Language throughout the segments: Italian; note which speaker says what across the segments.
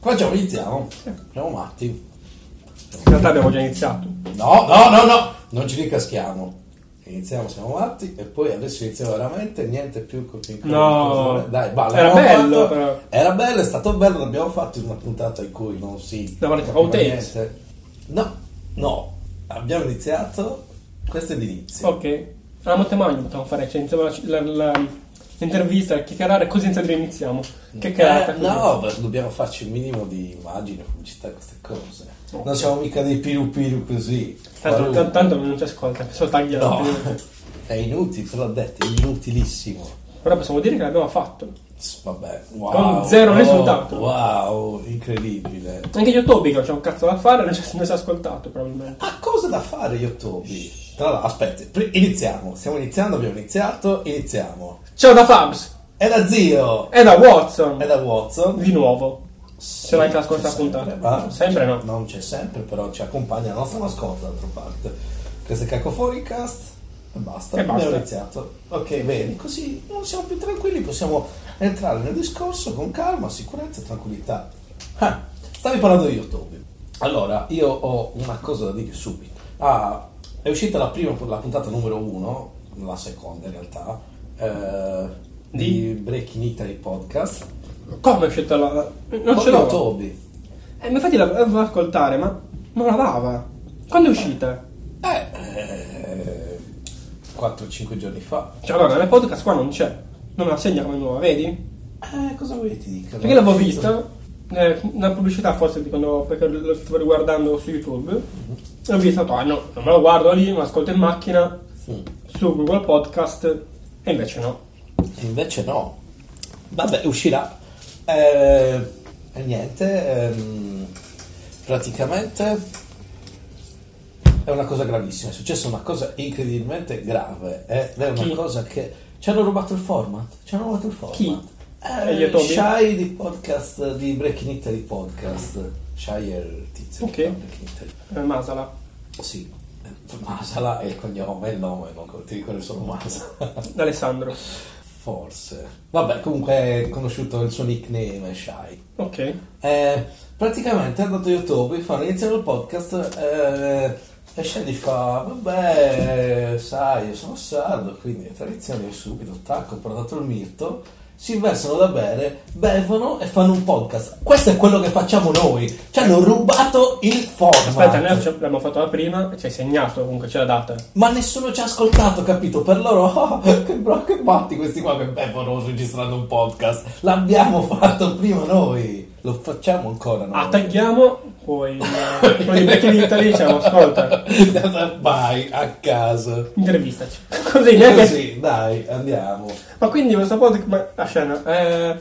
Speaker 1: Facciamo, iniziamo. Siamo matti.
Speaker 2: In realtà abbiamo già iniziato.
Speaker 1: No, no, no, no, non ci ricaschiamo. Iniziamo, siamo matti e poi adesso iniziamo veramente, niente più con
Speaker 2: No.
Speaker 1: Dai, balla.
Speaker 2: Era
Speaker 1: abbiamo
Speaker 2: bello,
Speaker 1: fatto-
Speaker 2: però.
Speaker 1: Era bello, è stato bello, l'abbiamo fatto in una puntata in cui non si...
Speaker 2: Da parte
Speaker 1: capiva
Speaker 2: Outtakes.
Speaker 1: niente. No, no, abbiamo iniziato, questo è l'inizio.
Speaker 2: Ok. A Montemagno potevamo fare, cioè iniziava la, la- la- l'intervista, a chiacchierare, così senza dire iniziamo. Chiacchierata.
Speaker 1: Eh,
Speaker 2: così.
Speaker 1: no, beh, dobbiamo farci un minimo di immagine, pubblicità, queste cose.
Speaker 2: Ok.
Speaker 1: Non siamo mica dei piru piru così.
Speaker 2: Oh. Tanto,
Speaker 1: qualunque.
Speaker 2: tan- tanto non ci ascolta, solo taglia.
Speaker 1: No, è inutile, te l'ho detto, è inutilissimo.
Speaker 2: Però possiamo dire che l'abbiamo fatto.
Speaker 1: S- Vabbè, wow.
Speaker 2: Con zero
Speaker 1: oh,
Speaker 2: risultato.
Speaker 1: Wow, incredibile.
Speaker 2: Anche Yotobi che non c'è un cazzo da fare, non ci- non ci ha ascoltato probabilmente.
Speaker 1: Ha cose da fare, Yotobi. Tra l'altro, aspetta, pri- iniziamo. Stiamo iniziando, abbiamo iniziato, iniziamo.
Speaker 2: Ciao da Fabs!
Speaker 1: È da zio,
Speaker 2: E da Watson!
Speaker 1: è da Watson.
Speaker 2: Di nuovo.
Speaker 1: Se
Speaker 2: l'hai anche la scorsa puntata. Sempre no.
Speaker 1: Eh, Non c'è sempre, però ci accompagna la nostra mascotte, d'altra parte. Questo è Cacofonicast. E basta,
Speaker 2: E basta.
Speaker 1: abbiamo iniziato. Ok, bene, così non siamo più tranquilli, possiamo entrare nel discorso con calma, sicurezza e tranquillità. Ah, stavi parlando di Yotobi. Allora, io ho una cosa da dirvi subito. Ah, è uscita la prima, la puntata numero uno, la seconda in realtà, eh, di Breaking Italy Podcast.
Speaker 2: Come è uscita la... Non
Speaker 1: con
Speaker 2: ce l'ho.
Speaker 1: Yotobi.
Speaker 2: Eh, ma infatti la dovevo ascoltare, ma non la dava. Quando è uscita?
Speaker 1: Eh, 4-5 giorni fa.
Speaker 2: Cioè, vabbè, nel podcast qua non c'è. Non la segna come nuova, vedi?
Speaker 1: Eh, cosa vuoi che ti dica?
Speaker 2: Perché l'avevo vista eh, una pubblicità forse di quando perché lo stavo riguardando su YouTube. E ho visto, ah no, non me lo guardo lì, me lo ascolto in macchina
Speaker 1: Mm.
Speaker 2: su Google Podcast. E invece no.
Speaker 1: E Invece no. Vabbè, uscirà. Eh, E niente. ehm, praticamente è una cosa gravissima. È successa una cosa incredibilmente grave. eh, ed è una
Speaker 2: Chi?
Speaker 1: cosa che. Ci hanno rubato il format. Ci hanno rubato il format.
Speaker 2: Chi?
Speaker 1: Eh,
Speaker 2: E gli Atomi?
Speaker 1: Shai di podcast di Breaking Italy Podcast. Shai è il tizio
Speaker 2: Ok.
Speaker 1: di Breaking Italy.
Speaker 2: Eh, Masala.
Speaker 1: Sì, Eh, Masala è il cognome, il nome, non ti ricordi solo Masala.
Speaker 2: Alessandro.
Speaker 1: Forse. Vabbè, comunque è conosciuto il suo nickname, è Shy.
Speaker 2: Ok.
Speaker 1: Eh, praticamente è andato a YouTube, fa iniziare il podcast eh, e Shy gli fa, vabbè, sai, io sono sardo, quindi le tradizioni io subito, tacco, ho portato il mirto, si versano da bere, bevono e fanno un podcast. Questo è quello che facciamo noi. Ci hanno rubato il format.
Speaker 2: Aspetta, noi ci- l'abbiamo fatto la prima, ci hai segnato comunque, c'è la data.
Speaker 1: Ma nessuno ci ha ascoltato, capito? Per loro, "Ah, che, bro, che batti questi qua che bevono registrando un podcast. L'abbiamo fatto prima noi. Lo facciamo ancora noi.
Speaker 2: Ah, tagliamo, poi eh, poi metti in Italia diciamo, ascolta,
Speaker 1: Vai, a caso.
Speaker 2: intervistaci. Così, neanche...
Speaker 1: Così, dai, andiamo.
Speaker 2: Ma quindi questo podcast, ma la scena, eh,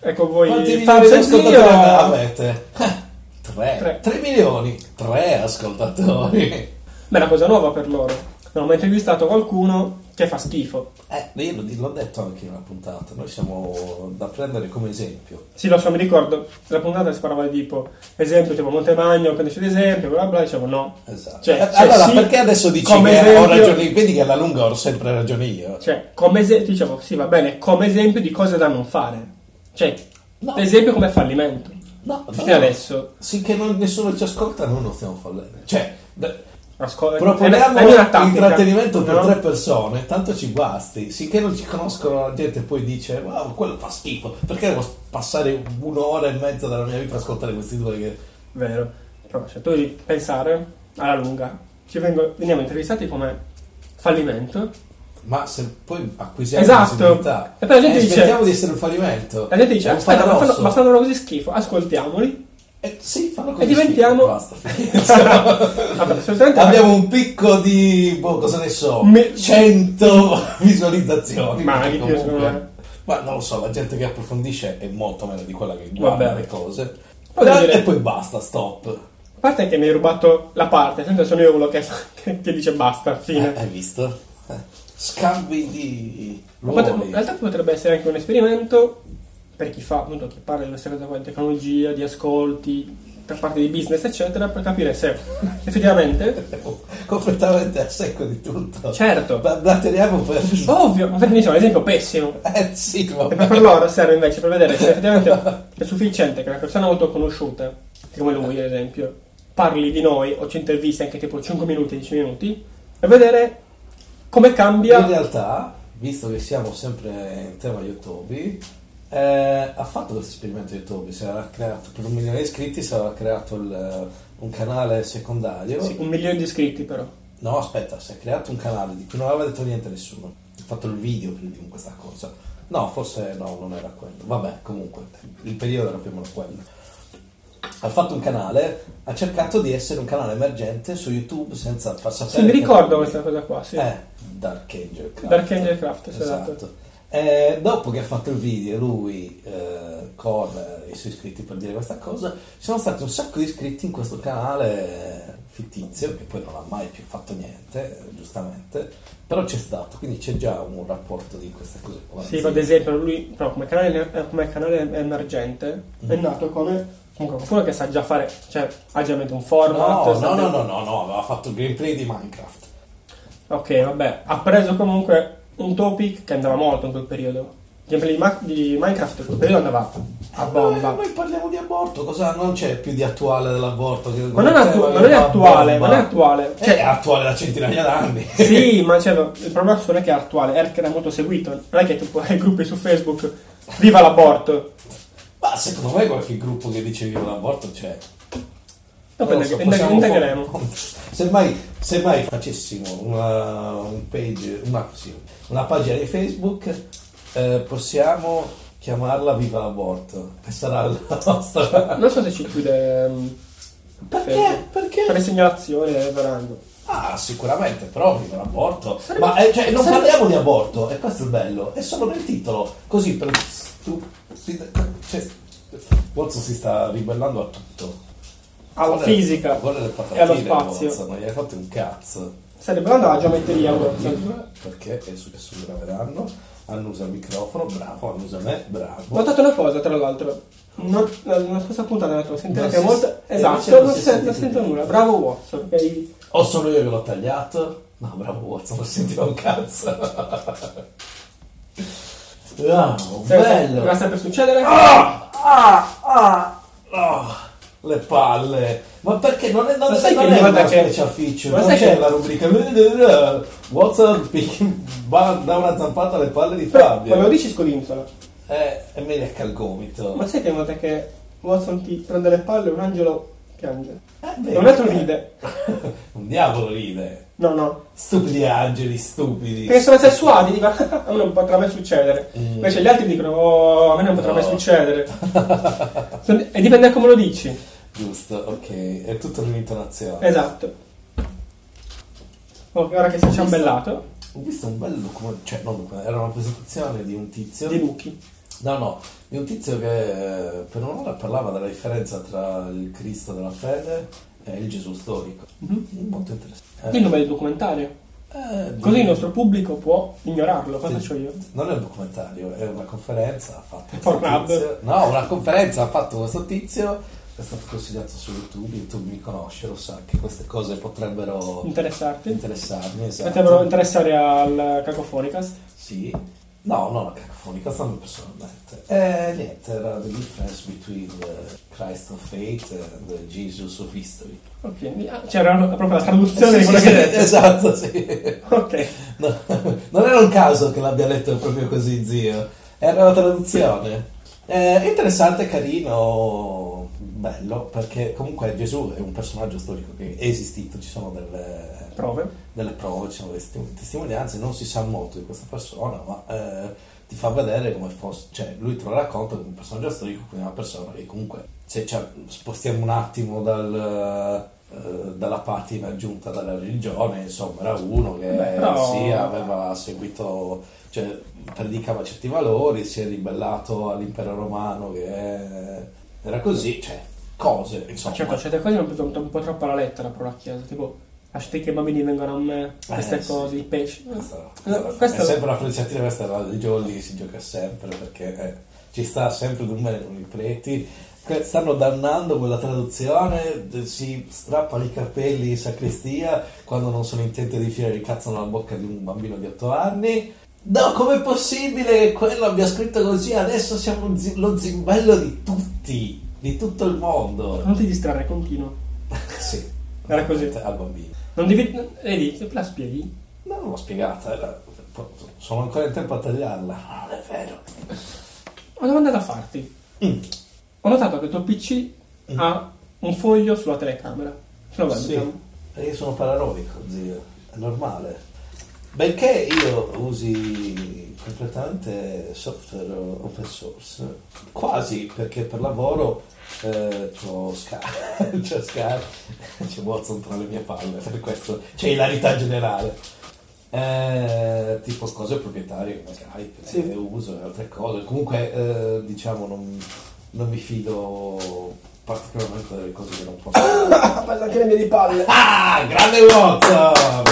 Speaker 2: ecco voi,
Speaker 1: Quanti milioni
Speaker 2: Fabs
Speaker 1: di
Speaker 2: e
Speaker 1: ascoltatori
Speaker 2: Zio.
Speaker 1: avete? Eh, Tre.
Speaker 2: Tre.
Speaker 1: tre. milioni. Tre ascoltatori.
Speaker 2: Beh, è una cosa nuova per loro. Non ho mai intervistato qualcuno che fa schifo.
Speaker 1: Eh, io l'ho l'ho detto anche in una puntata. Noi siamo da prendere come esempio.
Speaker 2: Sì, lo so, mi ricordo, la puntata si parlava di tipo, esempio, tipo Montemagno, che dice l'esempio, bla bla, dicevo no.
Speaker 1: Esatto.
Speaker 2: Cioè,
Speaker 1: Eh,
Speaker 2: cioè,
Speaker 1: allora,
Speaker 2: sì,
Speaker 1: perché adesso dici
Speaker 2: come
Speaker 1: che ho
Speaker 2: esempio-
Speaker 1: ragione? io? Vedi che alla lunga ho sempre ragione io.
Speaker 2: Cioè, come esempio, dicevo, sì, va bene, come esempio di cose da non fare. Cioè,
Speaker 1: No.
Speaker 2: esempio come fallimento.
Speaker 1: No,
Speaker 2: Fino
Speaker 1: no.
Speaker 2: adesso,
Speaker 1: Finché non- nessuno ci ascolta, noi non stiamo fallendo. Cioè, d-
Speaker 2: ascolta,
Speaker 1: proponiamo
Speaker 2: è una Eh, tattica,
Speaker 1: intrattenimento per
Speaker 2: no?
Speaker 1: tre persone, tanto ci guasti. Finché non ci conoscono, la gente poi dice: Wow, quello fa schifo. Perché devo passare un'ora e mezza della mia vita a ascoltare questi due? Che...
Speaker 2: Vero, però se tu devi pensare alla lunga, ci vengo- veniamo intervistati come fallimento.
Speaker 1: Ma se poi acquisiamo
Speaker 2: Esatto.
Speaker 1: visibilità,
Speaker 2: E poi la gente dice-
Speaker 1: smettiamo di essere un fallimento.
Speaker 2: La gente dice,
Speaker 1: È un
Speaker 2: aspetta, ma fanno,
Speaker 1: paradosso."
Speaker 2: ma fanno così schifo, ascoltiamoli.
Speaker 1: Eh, sì, fanno così
Speaker 2: E diventiamo-
Speaker 1: schifo, basta, finito.
Speaker 2: Vabbè, solitamente
Speaker 1: Abbiamo un picco di, boh, cosa ne so,
Speaker 2: Me-
Speaker 1: 100 visualizzazioni.
Speaker 2: Ma
Speaker 1: perché
Speaker 2: di più,
Speaker 1: comunque-
Speaker 2: secondo me.
Speaker 1: Ma non lo so, la gente che approfondisce è molto meno di quella che guarda
Speaker 2: Vabbè.
Speaker 1: le cose.
Speaker 2: Poi devo
Speaker 1: Eh,
Speaker 2: dire-
Speaker 1: E poi basta, stop.
Speaker 2: A parte che mi hai rubato la parte, sempre sono io quello che, fa- che- che dice basta,
Speaker 1: Eh,
Speaker 2: fine.
Speaker 1: hai visto? Eh, Scambi di
Speaker 2: Ma pot-
Speaker 1: ruoli.
Speaker 2: in realtà potrebbe essere anche un esperimento per chi fa, appunto, chi parla di queste cose qua, di tecnologia, di ascolti, per parte di business, eccetera, per capire se effettivamente,
Speaker 1: Eh, completamente a secco di tutto.
Speaker 2: certo,
Speaker 1: Ba- Blatteriamo per...
Speaker 2: ovvio, ma per me c'è un esempio pessimo.
Speaker 1: Eh sì,
Speaker 2: E
Speaker 1: vabbè.
Speaker 2: per loro serve invece per vedere se effettivamente è sufficiente che una persona molto conosciuta, come lui ad esempio, parli di noi o ci intervista anche tipo 5 minuti, 10 minuti, e vedere come
Speaker 1: In
Speaker 2: cambia.
Speaker 1: realtà, visto che siamo sempre in tema YouTube, eh, ha fatto questo esperimento YouTube, si era creato, per un milione di iscritti si era creato il, un canale secondario.
Speaker 2: Sì, un milione di iscritti però.
Speaker 1: No, aspetta, si è creato un canale di cui non aveva detto niente a nessuno. Ha fatto il video prima di questa cosa. No, forse no, non era quello. Vabbè, comunque, il periodo era più o meno quello. Ha fatto un canale, ha cercato di essere un canale emergente su YouTube senza far sapere.
Speaker 2: Sì, mi
Speaker 1: che-
Speaker 2: ricordo questa cosa qua, sì.
Speaker 1: Certo. Eh, Dark Angel Craft.
Speaker 2: Dark Angel Craft, sì,
Speaker 1: esatto.
Speaker 2: esatto.
Speaker 1: Eh, dopo che ha fatto il video, lui eh, con eh, i suoi iscritti per dire questa cosa, ci sono stati un sacco di iscritti in questo canale eh, fittizio, che poi non ha mai più fatto niente, eh, giustamente, però c'è stato, quindi c'è già un rapporto di queste cose qua.
Speaker 2: Sì, ad esempio, lui però come canale, eh, come canale emergente
Speaker 1: Mm.
Speaker 2: è nato come comunque qualcuno che sa già fare, cioè ha già in mente un format.
Speaker 1: No,
Speaker 2: sa
Speaker 1: no,
Speaker 2: già-
Speaker 1: no, no, no, no, aveva fatto il gameplay di Minecraft.
Speaker 2: Ok, vabbè, ha preso comunque un topic che andava molto in quel periodo. Il gameplay di, Ma- di Minecraft in quel periodo andava a
Speaker 1: Eh,
Speaker 2: bomba.
Speaker 1: Noi parliamo di aborto, cosa non c'è più di attuale dell'aborto? Che
Speaker 2: Ma non è, attu- ma non è attuale, ma non è attuale.
Speaker 1: Cioè, è
Speaker 2: Cioè,
Speaker 1: attuale da centinaia d'anni.
Speaker 2: sì, ma cioè, il problema non è che è attuale, è che era molto seguito. Non è che tipo ai gruppi su Facebook, viva l'aborto!
Speaker 1: Ma secondo me qualche gruppo che dice viva l'aborto c'è.
Speaker 2: Dopo
Speaker 1: Non lo
Speaker 2: ne
Speaker 1: so,
Speaker 2: ne-
Speaker 1: possiamo
Speaker 2: integriamo.
Speaker 1: fare- Semmai, semmai facessimo una, un page, una, sì, una pagina di Facebook, eh, possiamo chiamarla Viva l'aborto. E sarà la nostra.
Speaker 2: Non so se ci chiude ehm,
Speaker 1: Perché?
Speaker 2: Facebook. per le
Speaker 1: Perché?
Speaker 2: segnalazioni eh, del verano.
Speaker 1: Ah, sicuramente, però viva l'aborto.
Speaker 2: Sarebbe-
Speaker 1: Ma eh, cioè, non
Speaker 2: sarebbe-
Speaker 1: parliamo di aborto, e questo è il bello. È solo nel titolo, così per stupido. Cioè, Bozzo si sta ribellando a tutto.
Speaker 2: Alla
Speaker 1: Guarda-
Speaker 2: fisica.
Speaker 1: guarda le
Speaker 2: e allo
Speaker 1: patatine,
Speaker 2: spazio.
Speaker 1: Mozza, non gli hai fatto un cazzo.
Speaker 2: Sarebbe andata alla geometria. guarda.
Speaker 1: Perché è successo un grave danno. Annusa il microfono, bravo, annusa me, bravo.
Speaker 2: Ho notato una cosa, tra l'altro. Non, la, la scorsa puntata l'altro sentire
Speaker 1: Non
Speaker 2: che è
Speaker 1: si-
Speaker 2: molto.
Speaker 1: eh,
Speaker 2: Esatto,
Speaker 1: non si-
Speaker 2: non,
Speaker 1: non si
Speaker 2: sento,
Speaker 1: sente
Speaker 2: non sento
Speaker 1: più.
Speaker 2: nulla. Bravo Watson. che hai-
Speaker 1: O sono io che l'ho tagliato? No, bravo Watson, non sentiva un cazzo. Bravo,
Speaker 2: sai cosa-
Speaker 1: Ah, bello.
Speaker 2: cosa sta per succedere?
Speaker 1: Ah, ah, ah, ah, le palle. Ma perché non è non,
Speaker 2: Ma sai
Speaker 1: non
Speaker 2: che
Speaker 1: è
Speaker 2: ogni
Speaker 1: una
Speaker 2: volta che-
Speaker 1: special feature,
Speaker 2: ma
Speaker 1: non
Speaker 2: sai
Speaker 1: c'è
Speaker 2: che-
Speaker 1: la rubrica Watson picchi- va- dà una zampata alle palle di
Speaker 2: Però,
Speaker 1: Fabio.
Speaker 2: Quando lo dici scodinzola.
Speaker 1: Eh, e mi lecca il gomito.
Speaker 2: Ma sai che una volta che Watson ti prende le palle, un angelo piange.
Speaker 1: Eh,
Speaker 2: E
Speaker 1: beh,
Speaker 2: un altro ride.
Speaker 1: Un diavolo ride.
Speaker 2: No, no.
Speaker 1: Stupidi angeli, stupidi.
Speaker 2: Perché sono sessuali, dico, a me non potrà mai succedere.
Speaker 1: Mm.
Speaker 2: Invece gli altri dicono, oh, a me non potrà mai
Speaker 1: No.
Speaker 2: succedere. Sono- e dipende da come lo dici.
Speaker 1: Giusto, ok. È tutto un'intonazione.
Speaker 2: Esatto. Ok, ora che si è ciambellato,
Speaker 1: Ho visto un bel document- cioè non document- era una presentazione di un tizio.
Speaker 2: di Luchi.
Speaker 1: No, no, di un tizio che eh, per un'ora parlava della differenza tra il Cristo della fede e il Gesù storico. Molto interessante.
Speaker 2: Mhm. Il nome del documentario.
Speaker 1: Eh, di-
Speaker 2: Così il nostro pubblico può ignorarlo. Cosa
Speaker 1: Sì.
Speaker 2: faccio io?
Speaker 1: Non è un documentario, è una conferenza fatta
Speaker 2: Pornhub.
Speaker 1: tizio. No, una conferenza ha fatto questo tizio, è stato consigliato su YouTube, YouTube mi conosce, lo sa che queste cose potrebbero
Speaker 2: Interessarti?
Speaker 1: interessarmi, esatto.
Speaker 2: Potrebbero interessare al Cacofonicast.
Speaker 1: Sì. No, ecco, non la cacofonica, stanno personalmente. Eh, niente, era the difference between the Christ of faith and the Jesus of history.
Speaker 2: Ok, mi- ah, c'era una- proprio la traduzione
Speaker 1: Sì,
Speaker 2: di
Speaker 1: sì,
Speaker 2: quello
Speaker 1: sì,
Speaker 2: che hai detto.
Speaker 1: esatto, sì.
Speaker 2: Ok,
Speaker 1: No, non era un caso che l'abbia letto proprio così, zio. Era una traduzione. Eh, interessante, carino, bello, perché comunque Gesù è un personaggio storico che è esistito, ci sono delle,
Speaker 2: prove.
Speaker 1: delle prove, ci sono delle testi- testimonianze, non si sa molto di questa persona, ma eh, ti fa vedere come fosse, cioè lui te lo racconta come un personaggio storico, quindi una persona che comunque, se ci spostiamo un attimo dal, eh, dalla patina giunta dalla religione, insomma era uno che
Speaker 2: Beh, però-
Speaker 1: sì, aveva seguito, cioè predicava certi valori, si è ribellato all'impero romano che era così, cioè cose, insomma.
Speaker 2: Certo, certe cose mi hanno preso un, un po' troppo alla lettera però la chiesa. Tipo, lasciate che i bambini vengano a me, queste
Speaker 1: Eh, sì.
Speaker 2: cose, i pesci.
Speaker 1: Questa,
Speaker 2: Eh,
Speaker 1: questa è
Speaker 2: questo-
Speaker 1: sempre una frecciatina, questa è la religione lì che si gioca sempre perché eh, ci sta sempre d'un bene con i preti che stanno dannando quella traduzione, de- si strappano i capelli in sacrestia quando non sono intenti di filare il cazzo nella bocca di un bambino di 8 anni. No, com'è possibile che quello abbia scritto così? Adesso siamo un zi- lo zimbello di tutti, di tutto il mondo.
Speaker 2: Non ti distrarre, continuo.
Speaker 1: sì,
Speaker 2: Era così.
Speaker 1: al bambino.
Speaker 2: Non devi... Vedi, te la spieghi?
Speaker 1: No, non l'ho spiegata, era- sono ancora in tempo a tagliarla. No, non Ah, è vero.
Speaker 2: Ho una domanda da farti.
Speaker 1: Mm.
Speaker 2: Ho notato che il tuo PC ha un foglio sulla telecamera. diciamo. Sulla webcam.
Speaker 1: Sì, perché io sono paranoico, zio, è normale. Benché io usi completamente software open source, quasi perché per lavoro eh, c'ho Scar, c'ho Scar, c'è Watson tra le mie palle, per questo c'è ilarità generale. Eh, tipo cose proprietarie come Skype,
Speaker 2: Sì.
Speaker 1: eh, uso e altre cose. Comunque, eh, diciamo, non, non mi fido particolarmente delle cose che non posso.
Speaker 2: Ah, bella che ne vedi palle.
Speaker 1: Ah, grande Watson!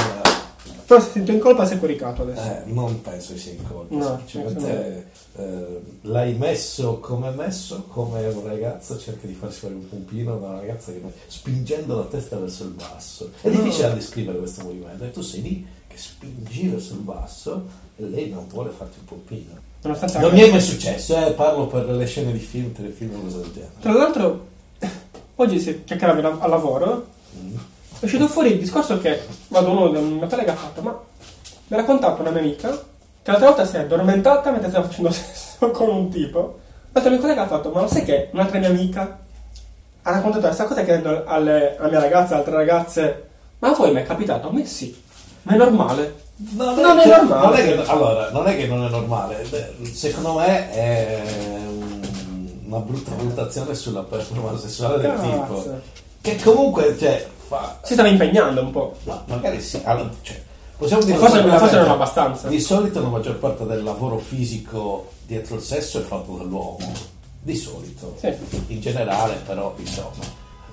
Speaker 2: Però se sento in colpa sei coricato adesso.
Speaker 1: Eh, non penso che sia in colpa,
Speaker 2: No,
Speaker 1: semplicemente eh, l'hai messo come messo, come un ragazzo cerca di farsi fare un pompino da una ragazza che spingendo la testa verso il basso. È difficile da descrivere questo movimento, e tu sei lì che spingi verso il basso e lei non vuole farti un pompino.
Speaker 2: Nonostante
Speaker 1: Non mi è mai successo, eh, parlo per le scene di film, telefilm o cose del genere.
Speaker 2: Tra l'altro, oggi si chiacchierava la- al lavoro, è uscito fuori il discorso che vado uno da un mio collega ha fatto, ma mi ha raccontato una mia amica che l'altra volta si è addormentata mentre stava facendo sesso con un tipo. L'altro mio collega ha fatto, ma lo sai che un'altra mia amica ha raccontato questa cosa chiedendo alle, alla mia ragazza, alle altre ragazze, ma a voi mi è capitato? A me sì, ma è normale.
Speaker 1: Non,
Speaker 2: Non è
Speaker 1: che-
Speaker 2: normale.
Speaker 1: non è che- allora, non è che non è normale. Beh, Secondo me è un- una brutta valutazione sulla performance sessuale del
Speaker 2: Cazzo.
Speaker 1: tipo. Che comunque, cioè, fa.
Speaker 2: Si stava impegnando un po'.
Speaker 1: ma magari sì. allora, cioè, possiamo dire
Speaker 2: Forse-
Speaker 1: sicuramente-
Speaker 2: forse non abbastanza.
Speaker 1: Di solito la maggior parte del lavoro fisico dietro il sesso è fatto dall'uomo. Di solito.
Speaker 2: Sì.
Speaker 1: In generale, però, insomma,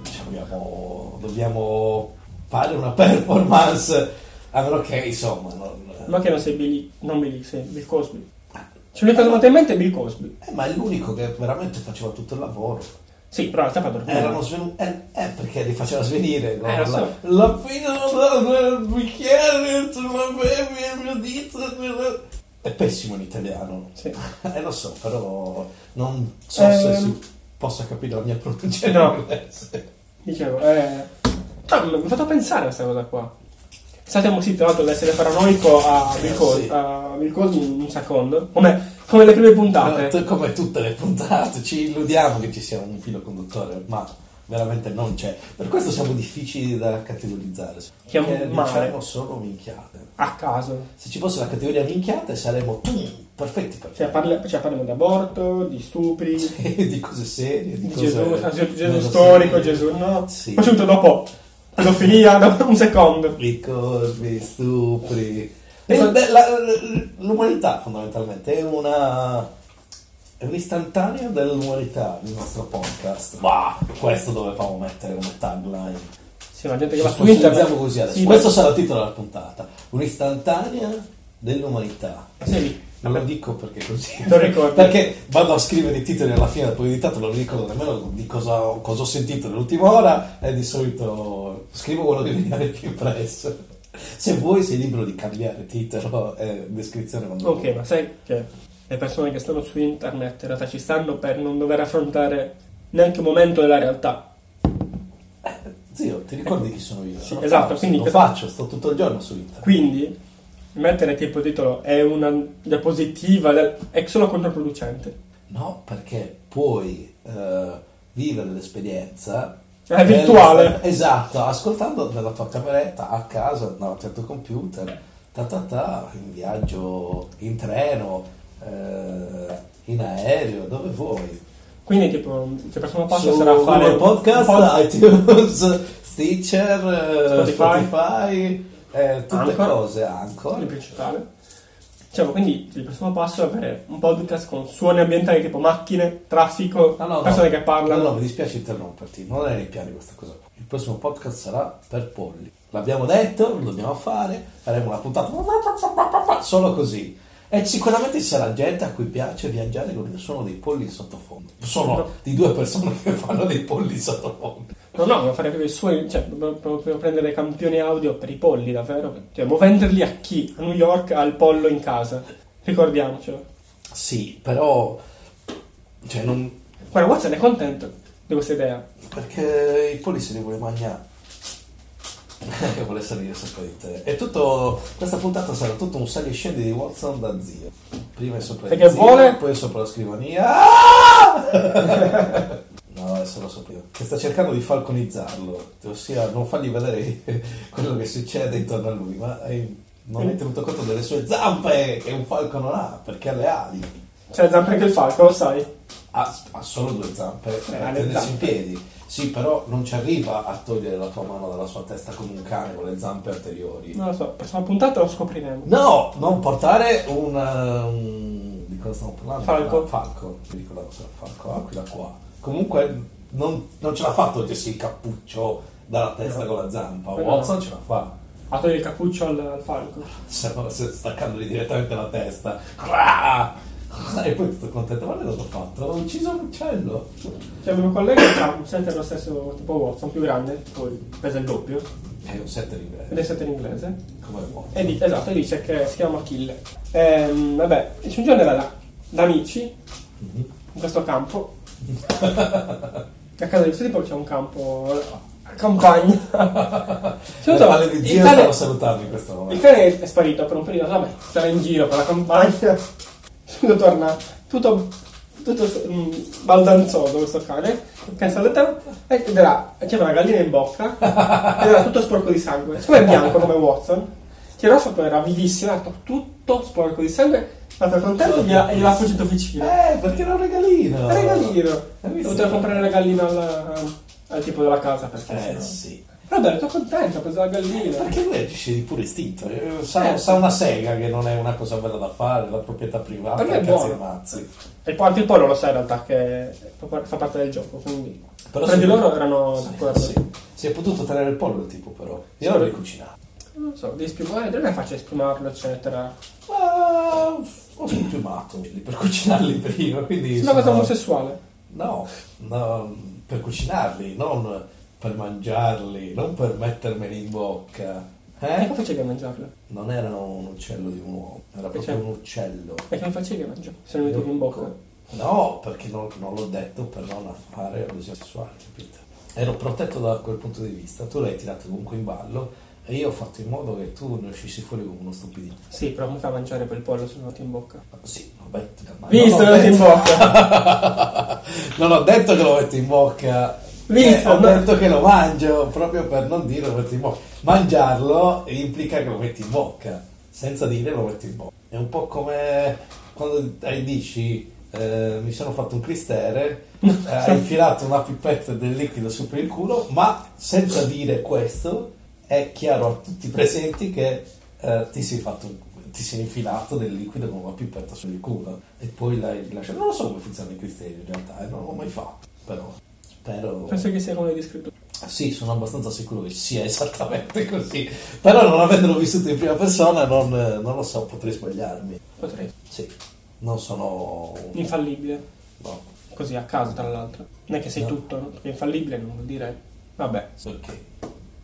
Speaker 1: diciamo, dobbiamo, dobbiamo fare una performance. A meno che, insomma, non.
Speaker 2: Ma che non sei Billy, non Billy, sei Bill Cosby.
Speaker 1: Ah,
Speaker 2: Cioè, l'unica cosa che mi è venuta in mente è Bill Cosby.
Speaker 1: Eh, ma è l'unico che veramente faceva tutto il lavoro.
Speaker 2: Sì, però la tappa dormiva.
Speaker 1: Erano svenu- eh, eh, perché li faceva svenire. no?
Speaker 2: Eh, lo so.
Speaker 1: La- La fine del bicchiere, tu la bevi il mio dito. eh, eh. È pessimo in italiano.
Speaker 2: Sì.
Speaker 1: Eh, lo so, però non so se
Speaker 2: Ehm.
Speaker 1: si possa capire la mia pronuncia
Speaker 2: No.
Speaker 1: in inglese.
Speaker 2: Dicevo, eh... Però mi mi ha fatto pensare a questa cosa qua. Saltiamo sì, tra l'altro, dall'essere paranoico a Bill, Cos-
Speaker 1: Eh, sì.
Speaker 2: a Bill Cosby in un secondo. Come, come le prime puntate.
Speaker 1: Ma t- Come tutte le puntate, ci illudiamo che ci sia un filo conduttore, ma veramente non c'è. Per questo siamo difficili da categorizzare.
Speaker 2: Che è un
Speaker 1: Perché
Speaker 2: male.
Speaker 1: diciamo solo minchiate.
Speaker 2: A caso.
Speaker 1: Se ci fosse la categoria minchiate saremmo tum, perfetti per
Speaker 2: Cioè, parla- cioè, parliamo di aborto, di stupri,
Speaker 1: di cose serie, di,
Speaker 2: di
Speaker 1: cose
Speaker 2: Gesù, ah, Gesù, Gesù
Speaker 1: meno
Speaker 2: storico,
Speaker 1: serie.
Speaker 2: Gesù no.
Speaker 1: Sì.
Speaker 2: Poi subito dopo, pedofilia, dopo un secondo.
Speaker 1: I corvi, stupri.
Speaker 2: E
Speaker 1: E
Speaker 2: poi-
Speaker 1: beh, la- l'umanità fondamentalmente è una è un'istantanea dell'umanità il nostro podcast. Ma questo dovevamo mettere come tagline.
Speaker 2: Sì, ma gente che
Speaker 1: Ci
Speaker 2: va su internet.
Speaker 1: sponsorizziamo così adesso.
Speaker 2: Sì,
Speaker 1: Questo sarà il titolo della puntata. Un'istantanea dell'umanità.
Speaker 2: Sì,
Speaker 1: Non lo dico perché così.
Speaker 2: Lo ricordi.
Speaker 1: Perché vado a scrivere i titoli alla fine del proiettato, non ricordo nemmeno di cosa, cosa ho sentito nell'ultima ora e di solito scrivo quello che mi viene più impresso. Se vuoi sei libero di cambiare titolo e descrizione quando
Speaker 2: Ok, ma sai che le persone che stanno su internet in realtà ci stanno per non dover affrontare neanche un momento della realtà.
Speaker 1: Zio, ti ricordi chi sono io?
Speaker 2: Sì,
Speaker 1: Lo
Speaker 2: esatto,
Speaker 1: faccio,
Speaker 2: quindi-
Speaker 1: lo faccio, sto tutto il giorno su internet.
Speaker 2: Quindi mettere tipo titolo è una diapositiva del- è solo controproducente.
Speaker 1: No, perché puoi eh, vivere l'esperienza
Speaker 2: È virtuale.
Speaker 1: Esatto, ascoltando nella tua cameretta a casa, davanti al tuo computer, ta ta ta, in viaggio, in treno, eh, in aereo, dove vuoi.
Speaker 2: Quindi tipo il prossimo passo
Speaker 1: Su
Speaker 2: sarà fare
Speaker 1: Google podcast,
Speaker 2: un pod-
Speaker 1: iTunes, Stitcher, eh,
Speaker 2: Spotify.
Speaker 1: Spotify, eh, tutte
Speaker 2: Anchor.
Speaker 1: cose,
Speaker 2: il
Speaker 1: Anchor.
Speaker 2: principale. Dicevo, quindi il prossimo passo è avere un podcast con suoni ambientali tipo macchine, traffico,
Speaker 1: No, no, no.
Speaker 2: persone che parlano.
Speaker 1: No, no, mi dispiace interromperti, non è nei piani questa cosa. qua. Il prossimo podcast sarà per polli. L'abbiamo detto, lo dobbiamo fare, faremo una puntata solo così. E sicuramente ci sarà gente a cui piace viaggiare con il suono dei polli in sottofondo. Sono di due persone che fanno dei polli in sottofondo.
Speaker 2: No, no, dobbiamo fare proprio i suoi, cioè dobbiamo proprio prendere campioni audio per i polli, davvero. Cioè, dobbiamo venderli a chi? A New York al pollo in casa. Ricordiamocelo.
Speaker 1: Sì, però... Cioè, non...
Speaker 2: Guarda, Watson è contento di questa idea.
Speaker 1: Perché il polli se li vuole mangiare. che vuole salire sopra di te. E tutto... Questa puntata sarà tutto un sali e scendi di Watson da zio. Prima è sopra
Speaker 2: Perché
Speaker 1: il zio,
Speaker 2: vuole-
Speaker 1: poi è sopra la scrivania. Ah! No, è solo sopra. Che sta cercando di falconizzarlo, ossia non fargli vedere quello che succede intorno a lui, ma è- non è tenuto conto delle sue zampe che un falco non ha, perché ha le ali.
Speaker 2: C'è la zampa anche il falco, lo sai.
Speaker 1: Ha, ha solo due zampe eh, per
Speaker 2: Eh, ha le
Speaker 1: tenersi in
Speaker 2: zampe.
Speaker 1: piedi. Sì, però non ci arriva a togliere la tua mano dalla sua testa come un cane con le zampe anteriori.
Speaker 2: Non lo so, prossima puntata lo scopriremo.
Speaker 1: No, non portare un, eh, un- di cosa stiamo parlando? Ah,
Speaker 2: Falco.
Speaker 1: Falco, mi ricordavo se era Falco, aquila qua. Comunque non, non ce l'ha fatto togliersi il cappuccio dalla testa con la zampa.
Speaker 2: Quello
Speaker 1: Watson
Speaker 2: no.
Speaker 1: ce la fa.
Speaker 2: Ha togliere il cappuccio al, al falco.
Speaker 1: Se no, se- staccandogli direttamente la testa. Crah! E poi tutto contento, guarda cosa ho fatto, ho ucciso un uccello.
Speaker 2: Cioè, il mio collega ha un set lo stesso tipo Watson, più grande, poi pesa il doppio,
Speaker 1: È Eh, un set in
Speaker 2: ed è
Speaker 1: inglese.
Speaker 2: set in inglese.
Speaker 1: Come Watson.
Speaker 2: E di- esatto, e dice che si chiama Achille. Ehm, vabbè, c'è un giorno era là, da amici,
Speaker 1: Mhm.
Speaker 2: in questo campo. A casa di questo tipo c'è un campo a campagna.
Speaker 1: Le palle
Speaker 2: Sono trovato-
Speaker 1: di
Speaker 2: il
Speaker 1: zio
Speaker 2: cane-
Speaker 1: stanno salutando in questo
Speaker 2: il
Speaker 1: momento.
Speaker 2: cane è sparito per un periodo, vabbè, stava in giro per la campagna. Subito torna tutto, tutto mm, baldanzoso questo cane, pensa alle te, ed era, c'era una gallina in bocca, ed era tutto sporco di sangue. Siccome è bianco come Watson, c'era sotto, era vivissimo, era tutto sporco di sangue, è stato contento e gliela- e gliel'ha fuggito vicino.
Speaker 1: Eh, perché era un regalino.
Speaker 2: Era regalino!
Speaker 1: Hai
Speaker 2: Ho
Speaker 1: visto?
Speaker 2: dovuto comprare la gallina al, al tipo della casa perché
Speaker 1: Eh
Speaker 2: sennò-
Speaker 1: sì.
Speaker 2: Però bello, sono contento, ho preso la gallina.
Speaker 1: Perché lui agisce di puro istinto, eh, sa,
Speaker 2: Eh.
Speaker 1: sa una sega che non è una cosa bella da fare, la proprietà privata,
Speaker 2: Per me è
Speaker 1: cazzi
Speaker 2: buono.
Speaker 1: e mazzi.
Speaker 2: E poi anche il pollo lo sai in realtà che fa parte del gioco, quindi
Speaker 1: Però
Speaker 2: tra
Speaker 1: sì.
Speaker 2: di loro erano d'accordo.
Speaker 1: Sì, sì. Si è potuto tenere il pollo il tipo però, io
Speaker 2: Sì.
Speaker 1: l'avrei cucinato.
Speaker 2: Non lo so, eh, devi spiumare, non è facile spiumarlo, eccetera.
Speaker 1: Ma ho sprimato per cucinarli prima, quindi...
Speaker 2: È una cosa
Speaker 1: sono-
Speaker 2: omosessuale.
Speaker 1: No, no, per cucinarli, non per mangiarli, non per mettermeli in bocca.
Speaker 2: E
Speaker 1: Eh?
Speaker 2: come facevi a mangiarlo?
Speaker 1: Non era un uccello di un uomo, era
Speaker 2: Che
Speaker 1: proprio
Speaker 2: c'è?
Speaker 1: un uccello.
Speaker 2: E che non facevi a mangiarlo? Se lo mettevi in bocca.
Speaker 1: No, perché non, non l'ho detto per non fare allusioni sessuali, capito? Ero protetto da quel punto di vista, tu l'hai tirato comunque in ballo e io ho fatto in modo che tu ne uscissi fuori come uno stupidino.
Speaker 2: Sì, però mi fa mangiare quel pollo se lo metti in bocca.
Speaker 1: Sì, vabbè, ma
Speaker 2: Visto,
Speaker 1: non
Speaker 2: lo
Speaker 1: ho,
Speaker 2: metti in
Speaker 1: detto,
Speaker 2: bocca.
Speaker 1: non ho detto che lo metto in bocca.
Speaker 2: Visto,
Speaker 1: eh, ho
Speaker 2: no?
Speaker 1: detto che lo mangio proprio per non dire lo metto in bocca. Mangiarlo implica che lo metti in bocca, senza dire lo metti in bocca. È un po' come quando hai- dici eh, mi sono fatto un cristere, eh, hai infilato una pipetta del liquido sopra il culo, ma senza dire questo è chiaro a tutti i presenti che eh, ti sei fatto un- ti sei infilato del liquido con una pipetta sul culo e poi l'hai lasciato. Non lo so come funzionano i cristalli in realtà, eh, non l'ho mai fatto, però spero.
Speaker 2: Penso che sia come l'hai descritto.
Speaker 1: Sì, sono abbastanza sicuro che sia esattamente così. Però non avendolo vissuto in prima persona, non, non lo so, potrei sbagliarmi.
Speaker 2: Potrei.
Speaker 1: Sì, non sono.
Speaker 2: Infallibile.
Speaker 1: No,
Speaker 2: Così, a caso, tra l'altro. Non è che sei
Speaker 1: No.
Speaker 2: tutto, no? Perché infallibile non vuol dire... Vabbè.
Speaker 1: perché?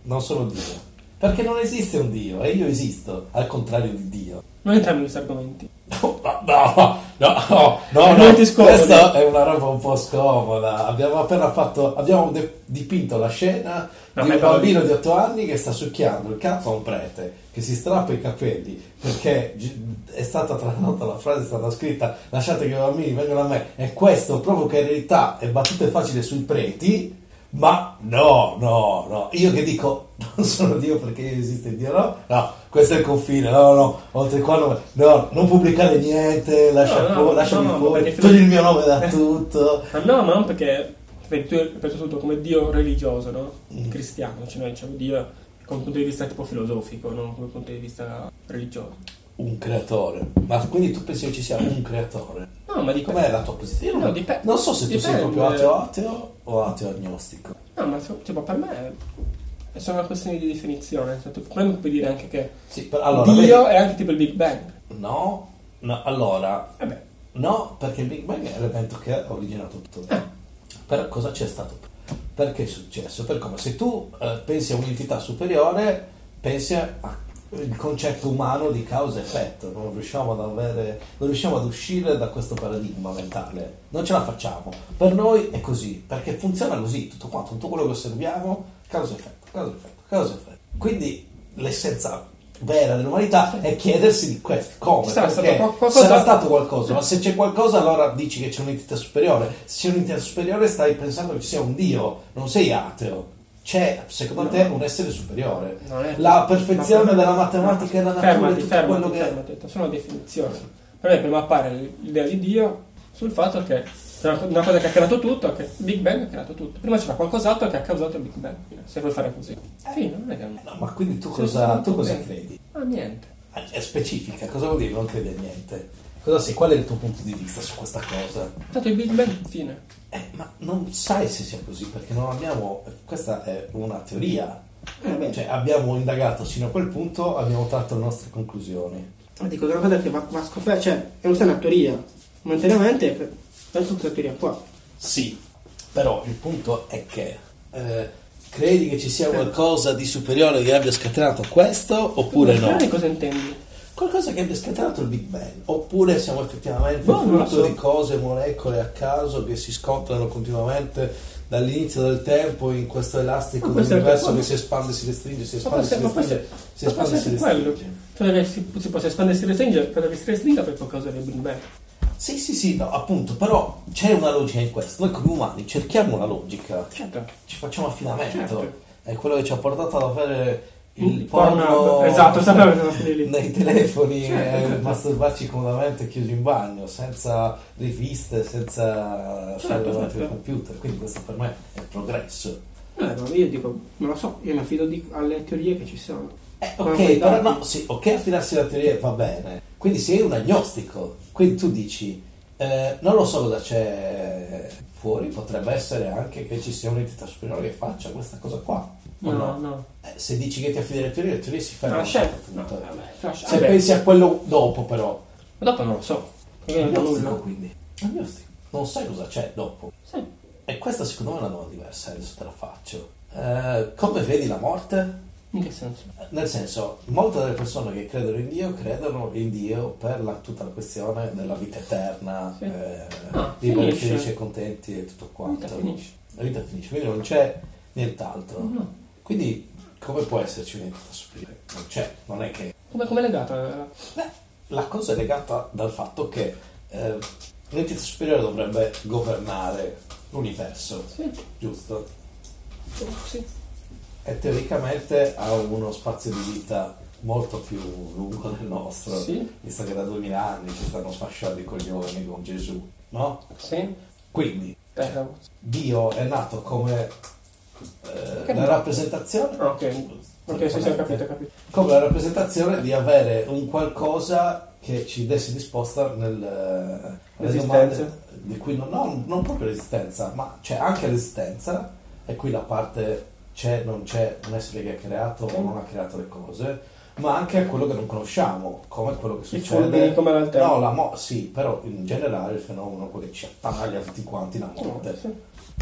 Speaker 1: Non sono Dio. Perché non esiste un Dio e io esisto, al contrario di Dio.
Speaker 2: Non entriamo in questi argomenti.
Speaker 1: No, no, no, no, no.
Speaker 2: Momenti scomodi.
Speaker 1: Questa è una roba un po' scomoda. Abbiamo appena fatto, abbiamo de- dipinto la scena di
Speaker 2: No, ma
Speaker 1: un
Speaker 2: è bello.
Speaker 1: bambino di 8 anni che sta succhiando il cazzo a un prete che si strappa i capelli perché gi- è stata tradotta la frase, è stata scritta lasciate che i bambini vengano a me e questo provoca in realtà e battute facile sui preti. Ma no, no, no, io che dico non sono Dio perché io esisto in Dio, no, no, questo è il confine, no, no, oltre qua non, no, non pubblicare niente, lascia
Speaker 2: No, no,
Speaker 1: fu- lasciami
Speaker 2: no, no,
Speaker 1: fuori,
Speaker 2: perché- Eh.
Speaker 1: togli il mio nome da tutto.
Speaker 2: Ma no, ma non perché vedi, tu hai preso tutto come Dio religioso, no?
Speaker 1: Mm.
Speaker 2: Cristiano, cioè noi diciamo Dio come punto di vista tipo filosofico, non come punto di vista religioso.
Speaker 1: Un creatore, ma quindi tu pensi che ci sia un creatore?
Speaker 2: No, ma dico...
Speaker 1: Com'è la tua posizione? Io
Speaker 2: No, dipe-
Speaker 1: non so se tu sei
Speaker 2: dipende.
Speaker 1: proprio ateo ateo o ateo agnostico.
Speaker 2: No, ma so- tipo per me è- è solo una questione di definizione. Cioè, tu per me puoi dire anche che
Speaker 1: Sì, per- allora,
Speaker 2: Dio è anche tipo il Big Bang.
Speaker 1: vedi- no, No, allora,
Speaker 2: Eh beh,
Speaker 1: no, perché il Big Bang è l'evento che ha originato tutto.
Speaker 2: Eh.
Speaker 1: Per cosa c'è stato? Perché è successo? Per come? Se tu eh, pensi a un'entità superiore, pensi al concetto umano di causa e effetto. Non riusciamo ad avere, non riusciamo ad uscire da questo paradigma mentale. Non ce la facciamo. Per noi è così, perché funziona così tutto quanto, tutto quello che osserviamo, causa e effetto, causa e effetto, causa e effetto. Quindi l'essenza vera dell'umanità è chiedersi di questo come
Speaker 2: Ci sarà stato
Speaker 1: perché
Speaker 2: qual- qualcosa-
Speaker 1: sarà stato qualcosa ma se c'è qualcosa allora dici che c'è un'entità superiore se c'è un'entità superiore stai pensando che ci sia un dio non sei ateo c'è secondo te un essere superiore
Speaker 2: Non è-
Speaker 1: la perfezione
Speaker 2: Ma-
Speaker 1: della matematica e della natura
Speaker 2: fermati,
Speaker 1: è tutto
Speaker 2: fermati,
Speaker 1: quello che
Speaker 2: fermati, ho detto, sono definizioni. Per me prima appare l'idea di Dio sul fatto che è una una cosa che ha creato tutto, che il Big Bang ha creato tutto. Prima c'era qualcos'altro che ha causato il Big Bang. Fine, Se vuoi fare così. Fine, non è che...
Speaker 1: Eh. No, ma quindi tu
Speaker 2: Sì,
Speaker 1: cosa,
Speaker 2: sì,
Speaker 1: tu cosa
Speaker 2: sì.
Speaker 1: credi?
Speaker 2: Ah, niente.
Speaker 1: Ah, È specifica, cosa vuol dire non credi a niente? Cosa sei? Qual è il tuo punto di vista su questa cosa?
Speaker 2: Tanto il Big Bang, fine.
Speaker 1: Eh, ma non sai se sia così perché non abbiamo. Questa è una teoria.
Speaker 2: Eh,
Speaker 1: Cioè, abbiamo indagato fino a quel punto, abbiamo tratto le nostre conclusioni.
Speaker 3: Ma dico, è una cosa che va, va scoperta, cioè, è una sana teoria. Momentaneamente, per- penso questa teoria qua.
Speaker 1: Sì, però il punto è che eh, credi che ci sia qualcosa di superiore che abbia scatenato questo oppure no?
Speaker 2: Magari cosa intendi?
Speaker 1: Qualcosa che abbia scatenato il Big Bang, oppure siamo effettivamente
Speaker 2: No,
Speaker 1: un
Speaker 2: non lo
Speaker 1: frutto
Speaker 2: so.
Speaker 1: di cose, molecole a caso che si scontrano continuamente dall'inizio del tempo in questo elastico
Speaker 2: Ma questo è
Speaker 1: dell'universo
Speaker 2: quello.
Speaker 1: che si espande e si restringe, si
Speaker 2: Ma può
Speaker 1: espande e si
Speaker 2: essere, ma può
Speaker 1: restringe,
Speaker 2: essere,
Speaker 1: si espande e si
Speaker 2: ma può essere quello.
Speaker 1: restringe.
Speaker 2: Cioè, che si, si possa espandere e si restringe, cosa che si restringe poi può causare il Big Bang.
Speaker 1: Sì, sì, sì, no, appunto, però c'è una logica in questo. Noi come umani cerchiamo una logica,
Speaker 2: Certo.
Speaker 1: ci facciamo affidamento.
Speaker 2: Certo.
Speaker 1: È quello che ci ha portato ad avere il
Speaker 2: Il
Speaker 1: porno,
Speaker 2: Mm, porno, esatto, sapevo che sono finiti lì.
Speaker 1: nei telefoni
Speaker 2: Certo,
Speaker 1: e
Speaker 2: certo.
Speaker 1: masturbarci comodamente chiusi in bagno, senza riviste, senza stare
Speaker 2: Certo,
Speaker 1: davanti al
Speaker 2: certo.
Speaker 1: computer. Quindi questo per me è il progresso.
Speaker 3: Eh, ma io dico, non lo so, io mi affido di- alle teorie che ci sono.
Speaker 1: Eh,
Speaker 3: Come
Speaker 1: ok,
Speaker 3: i
Speaker 1: però
Speaker 3: dati.
Speaker 1: no, sì, ok, affidarsi alla teoria va bene. Quindi sei un agnostico, quindi tu dici, eh, non lo so cosa c'è fuori, potrebbe essere anche che ci sia un'entità superiore che faccia questa cosa qua. o
Speaker 2: No, no. no.
Speaker 1: Eh, se dici che ti affidi alle teorie, le teorie si
Speaker 2: Ma
Speaker 1: fermano.
Speaker 2: la
Speaker 1: a un certo
Speaker 2: scelta. No,
Speaker 1: punto.
Speaker 2: vabbè, lascia-
Speaker 1: se
Speaker 2: vabbè.
Speaker 1: pensi a quello dopo però,
Speaker 2: Ma dopo non lo so. Perché non ho
Speaker 1: agnostico
Speaker 2: nulla.
Speaker 1: quindi, agnostico, non sai cosa c'è dopo.
Speaker 2: Sì.
Speaker 1: E questa secondo me è una domanda diversa, adesso te la faccio. Eh, come vedi la morte?
Speaker 2: In che senso?
Speaker 1: Nel senso, molte delle persone che credono in Dio credono in Dio per la- tutta la questione della vita eterna,
Speaker 2: Sì.
Speaker 1: eh,
Speaker 2: Ah,
Speaker 1: vivere
Speaker 2: finisce.
Speaker 1: felici e contenti e tutto quanto.
Speaker 2: La vita finisce.
Speaker 1: La vita finisce, quindi non c'è nient'altro.
Speaker 2: No.
Speaker 1: Quindi, come può esserci un'entità superiore? Non c'è, non è che.
Speaker 2: Come, come legata?
Speaker 1: Beh, la cosa è legata dal fatto che eh, l'entità superiore dovrebbe governare l'universo,
Speaker 2: Sì,
Speaker 1: giusto?
Speaker 2: sì.
Speaker 1: E teoricamente ha uno spazio di vita molto più lungo del nostro,
Speaker 2: Sì.
Speaker 1: visto che da 2000 anni ci stanno sfasciando i coglioni con Gesù, no?
Speaker 2: Sì.
Speaker 1: Quindi
Speaker 2: Terra.
Speaker 1: Dio è nato come eh,
Speaker 2: Che
Speaker 1: la
Speaker 2: no.
Speaker 1: rappresentazione,
Speaker 2: Ah, ok. Ok, sì, sì, ho capito, ho capito.
Speaker 1: come la rappresentazione di avere un qualcosa che ci desse risposta nel, eh, nelle
Speaker 2: L'esistenza.
Speaker 1: domande di cui non, no, non proprio l'esistenza, ma c'è anche l'esistenza, e qui la parte c'è, non c'è un essere che ha creato o non ha creato le cose, ma anche a quello che non conosciamo, come quello che
Speaker 2: I
Speaker 1: succede.
Speaker 2: fulmini come l'alterno.
Speaker 1: No, la mo- sì, però in generale il fenomeno quello che ci attaglia tutti quanti la morte.
Speaker 2: Sì.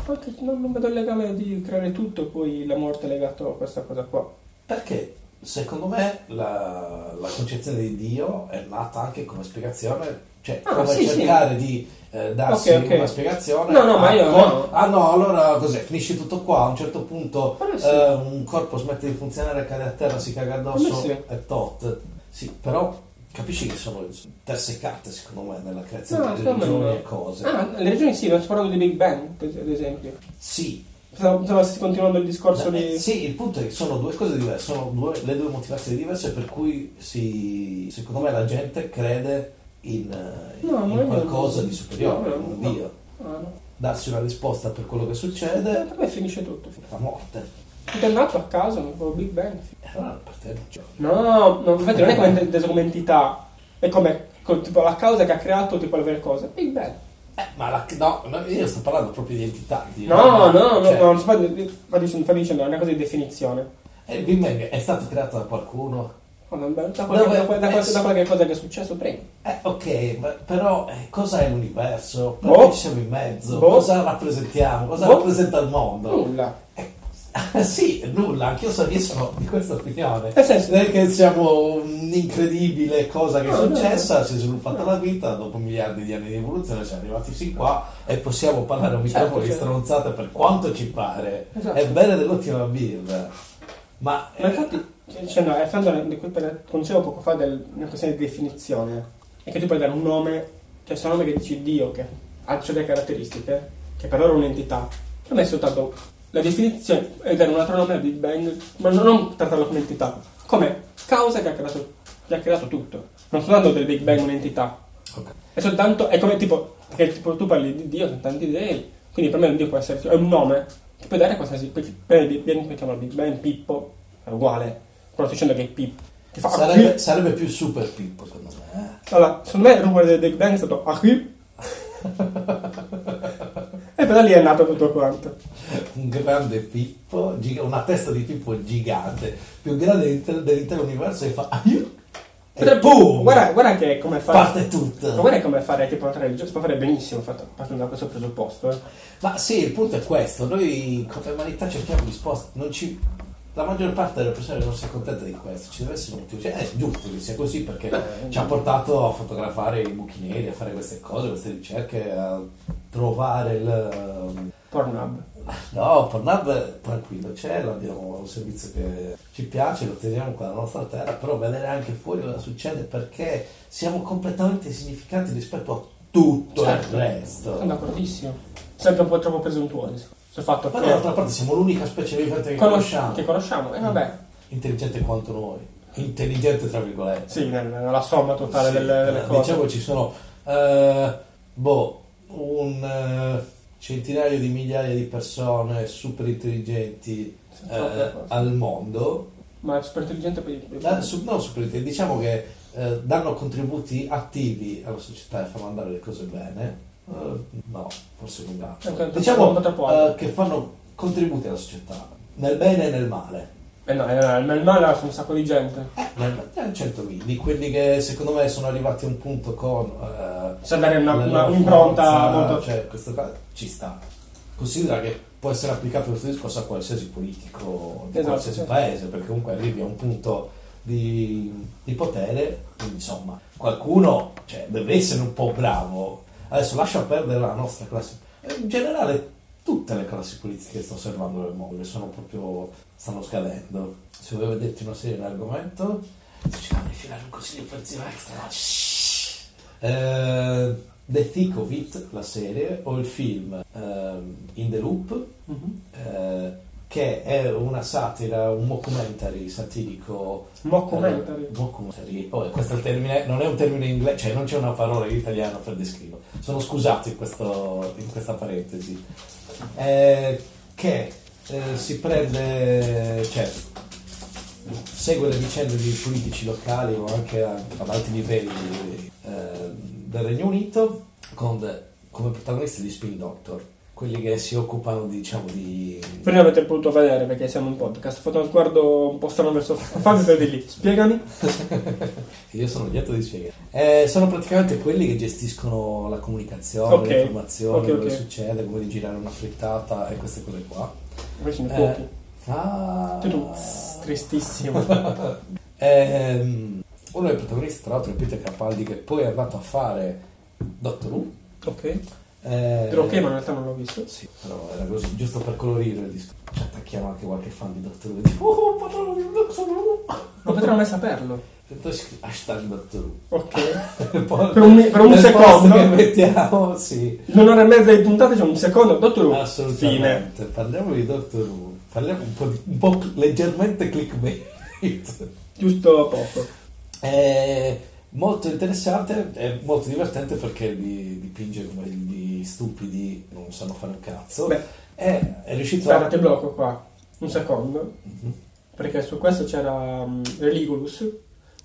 Speaker 2: Poi che non, non vedo il legame di creare tutto e poi la morte legata a questa cosa qua.
Speaker 1: Perché secondo me la, la concezione di Dio è nata anche come spiegazione, cioè
Speaker 2: Ah,
Speaker 1: come
Speaker 2: sì, sì.
Speaker 1: cercare di eh, darsi
Speaker 2: Ok, ok.
Speaker 1: una spiegazione.
Speaker 2: No, no, ma
Speaker 1: Ah,
Speaker 2: io
Speaker 1: co-
Speaker 2: no.
Speaker 1: Ah no, allora cos'è? Finisce tutto qua, a un certo punto
Speaker 2: Ma no, sì.
Speaker 1: eh, un corpo smette di funzionare, cade a terra, si caga addosso
Speaker 2: Ma no, sì.
Speaker 1: e tot. Sì, però capisci che sono intersecate secondo me nella creazione
Speaker 2: No,
Speaker 1: di
Speaker 2: secondo me
Speaker 1: religioni
Speaker 2: no.
Speaker 1: e cose.
Speaker 2: Ah, le regioni sì, non sto parlando di Big Bang, ad esempio.
Speaker 1: Sì,
Speaker 2: Stavo, stavo continuando il discorso
Speaker 1: Beh,
Speaker 2: di...
Speaker 1: Sì, il punto è che sono due cose diverse, sono due- le due motivazioni diverse per cui si, secondo me la gente crede in, eh,
Speaker 2: No,
Speaker 1: in
Speaker 2: ma io-
Speaker 1: qualcosa di superiore,
Speaker 2: no,
Speaker 1: un
Speaker 2: no.
Speaker 1: Dio.
Speaker 2: Ah, no.
Speaker 1: Darsi una risposta per quello che
Speaker 2: Eh,
Speaker 1: succede,
Speaker 2: per me finisce tutto.
Speaker 1: la morte.
Speaker 2: Tutto è nato a caso, non proprio Big Bang.
Speaker 1: E allora per te non c'è.
Speaker 2: No, no, infatti non è come de- inteso come entità. È come co- tipo, la causa che ha creato tipo le vere cose. Big Bang.
Speaker 1: Eh, ma la- no, no, io sto parlando proprio di entità. Di,
Speaker 2: No, no, no,
Speaker 1: cioè,
Speaker 2: no, non si fa, fa dicendo, fa dicendo, è una cosa di definizione.
Speaker 1: eh, Il Big Bang è stato creato da qualcuno?
Speaker 2: Ma da, da, qualche-
Speaker 1: Dove-
Speaker 2: da qual- da qualche-
Speaker 1: eh,
Speaker 2: da qualche cosa che è successo prima.
Speaker 1: Eh, ok, ma- però eh, cos'è l'universo?
Speaker 2: Boh.
Speaker 1: Perché siamo in mezzo?
Speaker 2: Boh.
Speaker 1: Cosa rappresentiamo? Cosa
Speaker 2: Boh.
Speaker 1: rappresenta il mondo?
Speaker 2: Nulla.
Speaker 1: Eh, sì, nulla, anch'io so- io sono di questa opinione.
Speaker 2: Nel senso,
Speaker 1: Non è che siamo un'incredibile cosa che è
Speaker 2: No, no,
Speaker 1: successa, si è sviluppata la vita, dopo miliardi di anni di evoluzione siamo arrivati sin qua e possiamo parlare a un
Speaker 2: Certo,
Speaker 1: microfono di
Speaker 2: certo.
Speaker 1: stronzate per quanto ci pare.
Speaker 2: Esatto.
Speaker 1: È bene dell'ottima birra. Ma, eh,
Speaker 2: Ma infatti, cioè, no, stando di cui per- come dicevo poco fa, del, una questione di definizione, è che tu puoi dare un nome, cioè se è un nome che dici Dio, che ha certe caratteristiche, che per loro è un'entità, per me è soltanto la definizione, e dare un altro nome al Big Bang, ma non, non trattarlo come entità, come causa che ha creato, che ha creato tutto. Non sto dando del Big Bang un'entità,
Speaker 1: Ok.
Speaker 2: è soltanto, è come tipo, perché tipo, tu parli di Dio, sono tanti dei, quindi per me un Dio può essere, è un nome, che puoi dare a qualsiasi, puoi, puoi, puoi, puoi chiamarlo Big Bang, Pippo, è uguale, però sto dicendo che è Pippo, che fa
Speaker 1: sarebbe, sarebbe più super Pippo secondo me. eh.
Speaker 2: allora, secondo me il rumore del Big Bang è stato ah qui, e poi da lì è nato tutto quanto.
Speaker 1: eh. Un grande Pippo, giga- una testa di Pippo gigante, più grande dell'intero, dell'intero universo e fa... "Aiu!" E
Speaker 2: Potrebbe-
Speaker 1: boom!
Speaker 2: Guarda, guarda che è come fare...
Speaker 1: Parte tutto.
Speaker 2: Ma guarda come fare tipo una religione, si può fare benissimo fatto- partendo da questo presupposto, eh.
Speaker 1: Ma sì, il punto è questo, noi come umanità cerchiamo risposte, non ci- la maggior parte delle persone non si è contenta di questo, ci deve essere un motivo, Cioè, è giusto che sia così perché ci ha portato a fotografare i buchi neri, a fare queste cose, queste ricerche, a trovare il...
Speaker 2: Pornhub.
Speaker 1: No, Pornhub tranquillo, c'è, abbiamo un servizio che ci piace, lo teniamo qua nella nostra terra, però vedere anche fuori cosa succede perché siamo completamente insignificanti rispetto a tutto
Speaker 2: Certo.
Speaker 1: il resto.
Speaker 2: Sono d'accordissimo. Sempre un po' troppo presuntuosi. Sul fatto
Speaker 1: Ma
Speaker 2: che
Speaker 1: dall'altra parte siamo l'unica specie vivente che
Speaker 2: conosciamo.
Speaker 1: conosciamo,
Speaker 2: Che conosciamo. E vabbè,
Speaker 1: intelligente quanto noi, intelligente tra virgolette.
Speaker 2: sì, nel- nella somma totale
Speaker 1: Sì,
Speaker 2: delle, delle
Speaker 1: eh,
Speaker 2: cose.
Speaker 1: Diciamo ci sono eh, boh, un eh, centinaio di migliaia di persone super intelligenti
Speaker 2: Sì,
Speaker 1: eh,
Speaker 2: troppe cose.
Speaker 1: al mondo,
Speaker 2: Ma è super intelligente per
Speaker 1: Eh, su- non super intelligenti, diciamo che eh, danno contributi attivi alla società e fanno andare le cose bene. Eh, no, forse non dà.
Speaker 2: Ok,
Speaker 1: Diciamo
Speaker 2: un po' troppo
Speaker 1: eh,
Speaker 2: alto.
Speaker 1: che fanno contributi alla società, nel bene e nel male. Eh,
Speaker 2: Eh no, eh, no, il mal- male su un sacco di gente.
Speaker 1: Nel- nel 100.000, di quelli che secondo me sono arrivati a un punto con eh,
Speaker 2: Sa dare una,
Speaker 1: la
Speaker 2: una-
Speaker 1: loro
Speaker 2: un'impronta
Speaker 1: forza,
Speaker 2: molto.
Speaker 1: cioè questo qua ci sta. Considera che può essere applicato questo discorso a qualsiasi politico di
Speaker 2: Esatto,
Speaker 1: qualsiasi
Speaker 2: certo.
Speaker 1: paese, perché comunque arrivi a un punto di, di potere, quindi insomma, qualcuno cioè, deve essere un po' bravo. Adesso lascia perdere la nostra classe. Eh, In generale tutte le classi politiche che sto osservando nel mondo, che sono proprio. stanno scadendo. Se volevo dirti una serie di argomento, sto cercando di filare un consiglio per zio extra. ma shh. Eh, The Thick of It, la serie, o il film ehm, In the Loop,
Speaker 2: Mhm.
Speaker 1: eh, che è una satira, un mockumentary satirico.
Speaker 2: Mockumentary.
Speaker 1: Eh, mockumentary. Oh, e questo è il termine, non è un termine in inglese, cioè non c'è una parola in italiano per descriverlo. Sono scusato in, questo- in questa parentesi. Eh, che eh, si prende, cioè, segue le vicende di politici locali o anche a- ad alti livelli eh, del Regno Unito con de- come protagonisti gli spin doctor, quelli che si occupano diciamo di...
Speaker 2: Prima avete potuto vedere perché siamo in podcast. Ho fatto uno sguardo un po' strano verso. Fammi vedere lì. Spiegami.
Speaker 1: Io sono lieto di spiegare. Eh, sono praticamente quelli che gestiscono la comunicazione,
Speaker 2: Ok,
Speaker 1: le informazioni,
Speaker 2: ok,
Speaker 1: quello
Speaker 2: ok.
Speaker 1: che succede, come di girare una frittata e queste cose qua.
Speaker 2: Invece ne
Speaker 1: Eh,
Speaker 2: pochi.
Speaker 1: Ah,
Speaker 2: Tu, tss, Tristissimo.
Speaker 1: Ehm, uno dei protagonisti, tra l'altro, è Peter Capaldi, che poi è andato a fare Doctor Who.
Speaker 2: ok.
Speaker 1: Eh,
Speaker 2: Però ok, ma in realtà non l'ho visto.
Speaker 1: Sì, però era così, giusto per colorire il disco. Ci attacchiamo anche qualche fan di Doctor Who. e dice, Oh, parlavo di Doctor Who!
Speaker 2: Non potremmo mai saperlo.
Speaker 1: E poi scrivi, hashtag Doctor Who.
Speaker 2: Ok.
Speaker 1: E poi-
Speaker 2: Per un- per un
Speaker 1: nel post
Speaker 2: secondo.
Speaker 1: che mettiamo, sì.
Speaker 2: Un'ora e mezza di puntate c'è un secondo. Dottor Who. Fine.
Speaker 1: Assolutamente. Parliamo di Doctor Who. Parliamo un po', di- un po' leggermente clickbait.
Speaker 2: Giusto poco.
Speaker 1: È molto interessante, è molto divertente perché li dipinge come gli stupidi, non sanno fare un cazzo.
Speaker 2: Beh.
Speaker 1: è, è riuscito
Speaker 2: Guarda,
Speaker 1: a...
Speaker 2: ti blocco qua. Un secondo.
Speaker 1: Mhm.
Speaker 2: Perché su questo c'era um, Religulus che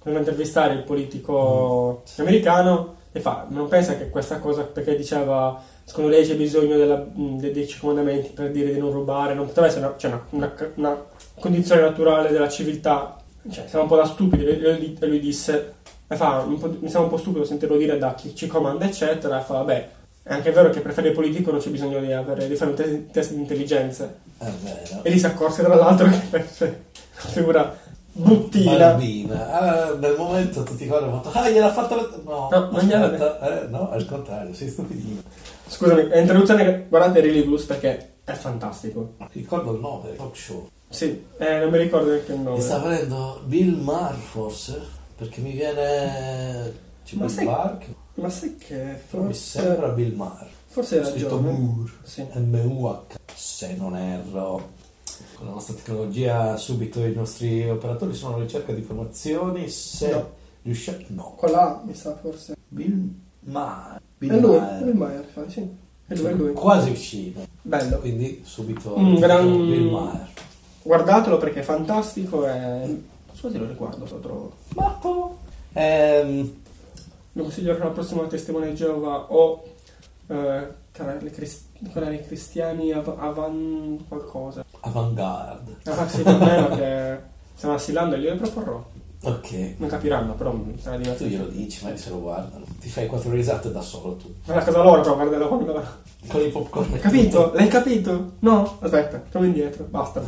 Speaker 2: voleva intervistare il politico americano e fa, non pensa che questa cosa, perché diceva, secondo lei c'è bisogno della- mh, dei dieci comandamenti per dire di non rubare, non poteva essere una, cioè una- una- una condizione naturale della civiltà cioè, siamo un po' da stupidi, e lui, e lui disse, e fa, un po'- mi sembra un po' stupido sentirlo dire da chi ci comanda, eccetera, e fa, vabbè, è anche vero che per fare il politico non c'è bisogno di, avere, di fare un test, test di intelligenza.
Speaker 1: È Ah, vero.
Speaker 2: E lì si accorse, tra l'altro, che fece una figura bruttina.
Speaker 1: Barbina. Allora, Ah, nel momento tutti quelli hanno fatto, ah, gliel'ha fatta la... No,
Speaker 2: No, non gliel'ha
Speaker 1: aspetta, eh, no, al contrario, sei stupidino.
Speaker 2: Scusami, è introduzione, che- guardate Really Blues perché è fantastico.
Speaker 1: Ricordo il nome, talk show.
Speaker 2: Sì, eh, non mi ricordo neanche il
Speaker 1: Mi sta
Speaker 2: nome.
Speaker 1: prendendo Bill Maher, forse? Perché mi viene... C'è
Speaker 2: Ma
Speaker 1: Bill
Speaker 2: sai-
Speaker 1: Maher?
Speaker 2: Ma sai che
Speaker 1: Però mi
Speaker 2: forse...
Speaker 1: sembra Bill Maher.
Speaker 2: Forse era
Speaker 1: Scritto
Speaker 2: giovane.
Speaker 1: Moore.
Speaker 2: Sì.
Speaker 1: MUH, se non erro. Con la nostra tecnologia subito i nostri operatori sono alla ricerca di informazioni, se
Speaker 3: No.
Speaker 1: riusciamo... No,
Speaker 3: Con la A, mi sa, forse.
Speaker 1: Bill Maher. Bill
Speaker 3: è lui,
Speaker 1: Maher.
Speaker 3: lui Maier, fa, sì. È lui, è lui. Mm,
Speaker 1: Quasi uscito.
Speaker 2: Bello.
Speaker 1: Quindi subito
Speaker 2: Un gran-
Speaker 1: Bill Maher.
Speaker 2: Guardatelo perché è fantastico e... Scusa se lo riguardo, se lo trovo.
Speaker 1: Matto. Ehm,
Speaker 2: Lo consiglio per la prossima testimone di Geova o eh, canali, cris- canali cristiani av- avan qualcosa.
Speaker 1: avant-garde.
Speaker 2: Ah, sì, più o meno che stiamo assillando e glielo proporrò.
Speaker 1: Ok.
Speaker 2: Non capiranno, però sarà
Speaker 1: Tu
Speaker 2: divertente.
Speaker 1: glielo dici, ma se lo guardano. Ti fai quattro risate da solo tu.
Speaker 2: Guarda a casa loro, però guardalo quando...
Speaker 1: Con i popcorn. e
Speaker 2: Capito? L'hai capito? No? Aspetta, torno indietro, basta.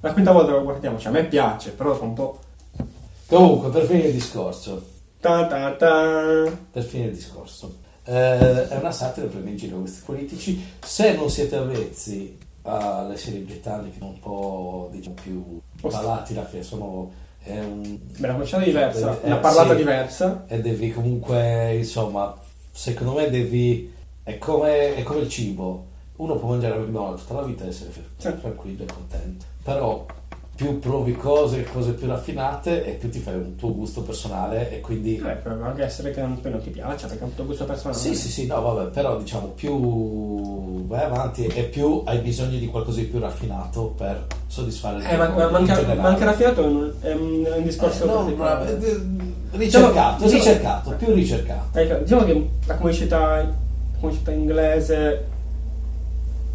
Speaker 2: La quinta volta lo guardiamo, cioè a me piace, però fa un po'...
Speaker 1: tutto. Comunque, per finire il discorso.
Speaker 2: Ta ta ta.
Speaker 1: per finire il discorso. Eh, è una satira per in giro questi politici. Se non siete avvezzi alle serie britanniche un po' diciamo più
Speaker 2: Ost-
Speaker 1: palati, perché sono è un
Speaker 2: Beh, una conciata diversa,
Speaker 1: Eh,
Speaker 2: una
Speaker 1: eh,
Speaker 2: parlata
Speaker 1: sì.
Speaker 2: diversa.
Speaker 1: e devi comunque, insomma, secondo me devi è come, è come il cibo. Uno può mangiare la McDonald's tutta la vita e essere
Speaker 2: Sì.
Speaker 1: tranquillo e contento. Però più provi cose, cose più raffinate e più ti fai un tuo gusto personale e quindi
Speaker 2: Eh, può anche essere che non, poi non ti piaccia, perché è un tuo gusto personale.
Speaker 1: Sì, sì, sì, no, vabbè, però diciamo più vai avanti e più hai bisogno di qualcosa di più raffinato per soddisfare il
Speaker 2: Eh, ma, ma manca, manca raffinato è un, è un- è un
Speaker 1: Eh,
Speaker 2: discorso... particolare.
Speaker 1: ricercato,
Speaker 2: Diciamo-
Speaker 1: ricercato, più ricercato.
Speaker 2: Ecco, diciamo che la comunicità, la comunicità inglese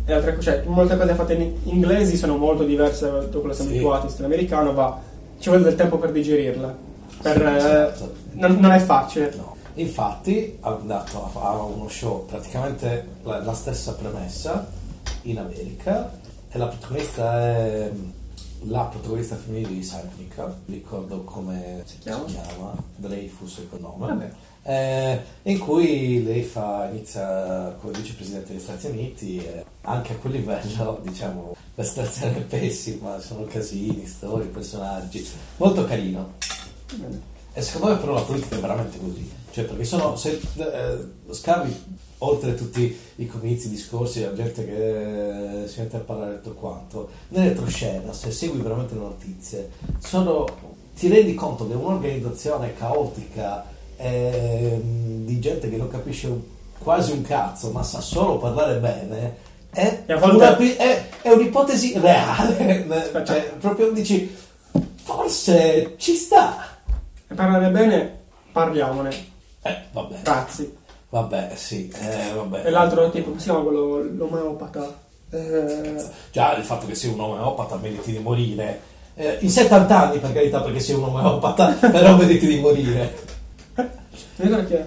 Speaker 2: e altre cose, cioè molte cose fatte in inglesi sono molto diverse da quello che siamo
Speaker 1: Sì.
Speaker 2: abituati in stile americano, ma ci vuole del tempo per digerirla. Per,
Speaker 1: Sì,
Speaker 2: eh,
Speaker 1: esatto.
Speaker 2: non, non è facile.
Speaker 1: No. Infatti ha dato a a uno show praticamente la, la stessa premessa in America e la protagonista è la protagonista femminile di Sandnica, ricordo come si
Speaker 2: chiama?
Speaker 1: chiama, Dreyfus è il cognome.
Speaker 2: Vabbè.
Speaker 1: Eh, in cui lei fa, inizia come vicepresidente degli Stati Uniti e anche a quel livello diciamo la situazione è pessima sono casini, storie, personaggi molto carino e secondo me però la politica è veramente così cioè perché sono se eh, scavi oltre tutti i comizi, i discorsi la gente che eh, si mette a parlare tutto quanto nell'elettroscena se segui veramente le notizie sono ti rendi conto che un'organizzazione caotica ehm, di gente che non capisce un- quasi un cazzo ma sa solo parlare bene è,
Speaker 2: E a volte-
Speaker 1: una pi- è- è un'ipotesi reale
Speaker 2: Aspetta.
Speaker 1: cioè proprio dici forse ci sta
Speaker 2: E parlare bene, parliamone.
Speaker 1: eh vabbè
Speaker 2: Razzi.
Speaker 1: vabbè sì eh, vabbè
Speaker 2: E l'altro tipo, come si chiama quello l'omeopata? Eh,
Speaker 1: già il fatto che sei un omeopata meriti di morire Eh, in 70 anni per carità perché sei un omeopata però meriti di morire
Speaker 2: Non ricordo chi è.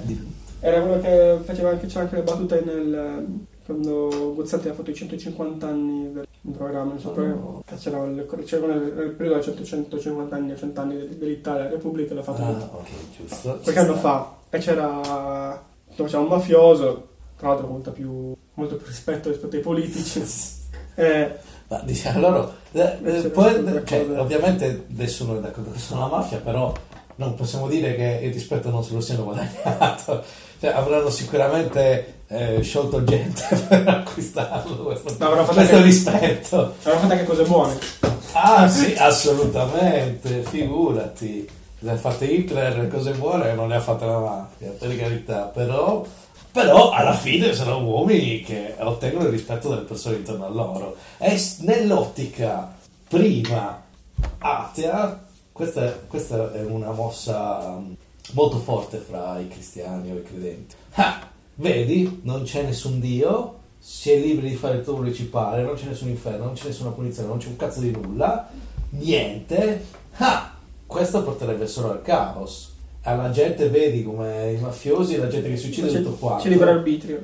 Speaker 2: Era quello che faceva anche, c'era anche le battute nel. Quando Guzzanti ha fatto i 150 anni del un programma, il suo
Speaker 1: Oh.
Speaker 2: programma, che c'era il, c'era il, il periodo dei 150 anni o 100 anni de- dell'Italia, la Repubblica, l'ha fatto
Speaker 1: ah ok giusto Ci
Speaker 2: qualche anno
Speaker 1: sta.
Speaker 2: fa. E c'era. dove c'era un mafioso, tra l'altro con molto più, molto più rispetto rispetto ai politici. Eh,
Speaker 1: Ma diciamo loro, eh, eh,
Speaker 2: Sì,
Speaker 1: poi-
Speaker 2: sì,
Speaker 1: cioè,
Speaker 2: sì.
Speaker 1: ovviamente nessuno è d'accordo che sono la mafia, però non possiamo dire che il rispetto non se lo siano guadagnato. Cioè, avranno sicuramente eh, sciolto gente per acquistarlo questo,
Speaker 2: Ma avranno fatto
Speaker 1: questo
Speaker 2: anche-
Speaker 1: rispetto.
Speaker 2: avevano fatto anche cose buone.
Speaker 1: Ah sì, assolutamente, figurati. Le ha fatte Hitler, le cose buone non le ha fatte la mafia, per carità, però, però alla fine sono uomini che ottengono il rispetto delle persone intorno a loro. E s- nell'ottica prima atea, questa, questa è una mossa mm, molto forte fra i cristiani o i credenti. Ah, vedi, non c'è nessun Dio, si è liberi di fare tutto quello che ci pare, non c'è nessun inferno, non c'è nessuna punizione, non c'è un cazzo di nulla, niente. Ah, questo porterebbe solo al caos. Alla gente, vedi come i mafiosi, la gente che si uccide
Speaker 2: C'è,
Speaker 1: tutto quanto.
Speaker 2: c'è libero arbitrio.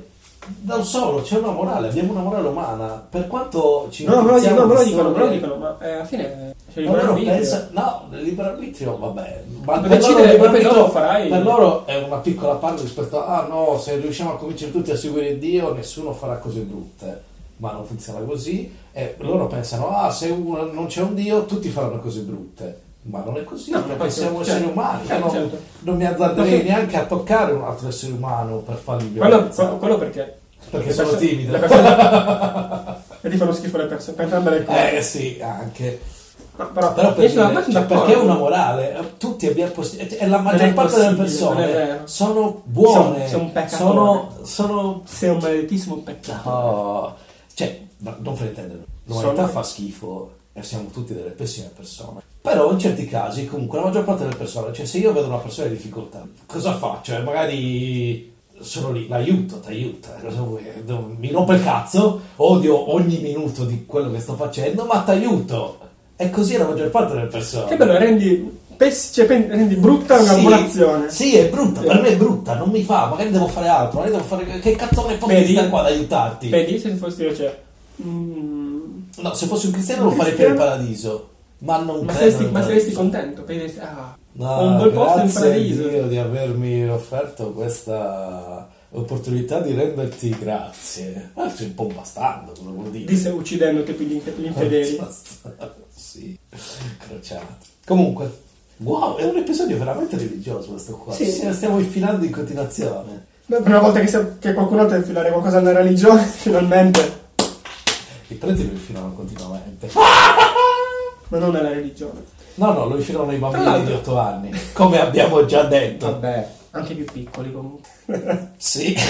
Speaker 1: Non solo, c'è una morale, abbiamo una morale umana. Per quanto ci
Speaker 2: No, me lo, dicono,
Speaker 1: incazziamo
Speaker 2: me lo
Speaker 1: di
Speaker 2: dicono, me lo
Speaker 1: storie-
Speaker 2: dicono, ma eh, alla fine
Speaker 1: No,
Speaker 2: c'è libero
Speaker 1: loro
Speaker 2: arbitrio.
Speaker 1: pensa- no, il libero arbitrio, vabbè. Ma
Speaker 2: Puoi decidere,
Speaker 1: libero
Speaker 2: poi per
Speaker 1: arbitrio-
Speaker 2: loro farai-
Speaker 1: per loro è una piccola parte rispetto a, ah no, se riusciamo a convincere tutti a seguire Dio, nessuno farà cose brutte. Ma non funziona così. E loro pensano, ah, se uno- non c'è un Dio, tutti faranno cose brutte. Ma non è così,
Speaker 2: No,
Speaker 1: perché
Speaker 2: certo,
Speaker 1: siamo
Speaker 2: certo.
Speaker 1: esseri umani.
Speaker 2: Certo,
Speaker 1: non,
Speaker 2: certo.
Speaker 1: non mi azzarderei
Speaker 2: Ma che-
Speaker 1: neanche a toccare un altro essere umano per fargli
Speaker 2: Quello,
Speaker 1: violenza.
Speaker 2: quello- quello perché?
Speaker 1: Perché
Speaker 2: le
Speaker 1: sono
Speaker 2: persone-
Speaker 1: timido.
Speaker 2: le persone- E ti fanno schifo le persone, per andare
Speaker 1: Eh sì, anche.
Speaker 2: No, però,
Speaker 1: Però per
Speaker 2: io sono
Speaker 1: dire,
Speaker 2: ma sono
Speaker 1: cioè,
Speaker 2: d'accordo.
Speaker 1: perché è una morale? Tutti abbiamo possi- e la maggior
Speaker 2: è
Speaker 1: parte delle
Speaker 2: possibile, non è
Speaker 1: persone
Speaker 2: vero.
Speaker 1: sono buone,
Speaker 2: Sei- sei un peccatore.
Speaker 1: sono, sono
Speaker 2: Sei un maledetissimo peccato.
Speaker 1: Ah, no. cioè, no, non fraintendere, l'umanità
Speaker 2: Sono-
Speaker 1: fa schifo e siamo tutti delle pessime persone. Però in certi casi, comunque, la maggior parte delle persone, cioè se io vedo una persona in difficoltà, cosa faccio? Eh, magari sono lì, l'aiuto, ti aiuta, cosa vuoi? Eh, mi rompo il cazzo, odio ogni minuto di quello che sto facendo, ma ti aiuto. E così è la maggior parte delle persone.
Speaker 2: Che bello, rendi, pes- cioè, pen- rendi brutta una
Speaker 1: Sì,
Speaker 2: buona azione.
Speaker 1: Sì, è brutta,
Speaker 2: Sì.
Speaker 1: per me è brutta, non mi fa, magari devo fare altro, magari devo fare. Che cazzo ne posso
Speaker 2: Vedi?
Speaker 1: stare qua ad aiutarti?
Speaker 2: Vedi, se fossi io, cioè... mm,
Speaker 1: No, se fossi un cristiano lo
Speaker 2: Un
Speaker 1: farei per il
Speaker 2: cristiano?
Speaker 1: paradiso. Ma non credo
Speaker 2: ma, saresti,
Speaker 1: nel
Speaker 2: ma
Speaker 1: paradiso.
Speaker 2: saresti contento? Pensi, ah,
Speaker 1: No,
Speaker 2: ho un bel posto in
Speaker 1: grazie
Speaker 2: paradiso.
Speaker 1: Dio di avermi offerto questa opportunità di renderti grazie. Ma sei un po' un bastardo, cosa vuol dire?
Speaker 2: Disse uccidendoti per gli, per gli infedeli.
Speaker 1: sì, crociato. Comunque, wow, è un episodio veramente religioso questo qua.
Speaker 2: Sì.
Speaker 1: Ci stiamo infilando in continuazione.
Speaker 2: Beh, per una volta che, sa- che qualcun altro infilare qualcosa nella religione, finalmente,
Speaker 1: I preti lo infilavano continuamente.
Speaker 2: ma non nella religione.
Speaker 1: No, no, lo infilavano i
Speaker 2: Tra
Speaker 1: bambini
Speaker 2: l'altro-
Speaker 1: di 8 anni, come abbiamo già detto.
Speaker 2: Vabbè, anche più piccoli comunque.
Speaker 1: Sì.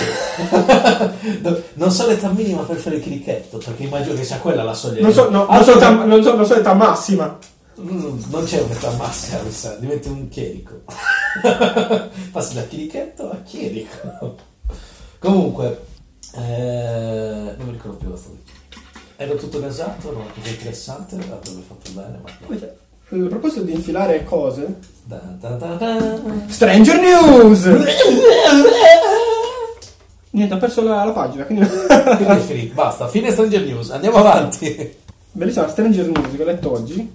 Speaker 1: No, non so l'età minima per fare il chirichetto, perché immagino che sia quella la soglia. Ah,
Speaker 2: Non so, no, non so, età- non so, non so età massima.
Speaker 1: Mm, non c'è un'età massima, mi sa, diventi un chierico. Passi da chirichetto a chierico. Comunque, eh, non mi ricordo più la storia. Ero tutto gasato, non era tutto interessante, avrebbe fatto bene, ma no.
Speaker 2: eh, A proposito di infilare cose,
Speaker 1: Da, da, da, da.
Speaker 2: Stranger News! Niente, ho perso la, la pagina, quindi...
Speaker 1: Quindi è finito, basta, fine Stranger News, andiamo avanti. Mhm.
Speaker 2: Bellissima Stranger News che ho letto oggi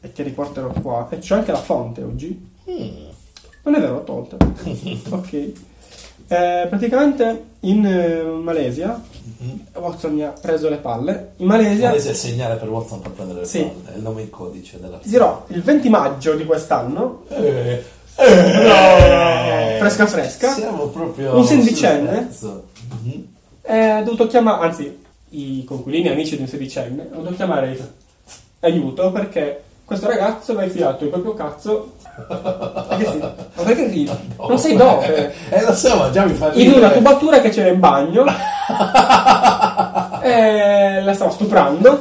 Speaker 2: e che riporterò qua. E c'è anche la fonte oggi. Mm. Non è vero, l'ho tolta. ok. Eh, praticamente in eh, Malesia, Watson mi ha preso le palle. In Mm-hmm. Malesia,
Speaker 1: Adesso è il segnale per Watson per prendere le
Speaker 2: Sì.
Speaker 1: palle, è il nome in codice della
Speaker 2: ti dirò, il 20 maggio di quest'anno,
Speaker 1: Eh, eh.
Speaker 2: No, fresca, fresca.
Speaker 1: Siamo proprio
Speaker 2: Un sedicenne?
Speaker 1: sul pezzo. Mhm.
Speaker 2: Eh, ho dovuto chiamare, anzi, i conquilini amici di un sedicenne, ho dovuto chiamare il- aiuto perché questo ragazzo mi ha infilato il proprio cazzo. Ma che sì? Ma perché ridi? Non sei dove?
Speaker 1: Eh lo so, ma già mi fa
Speaker 2: In
Speaker 1: ridere.
Speaker 2: una tubatura che c'era in bagno. Eh, la stava stuprando.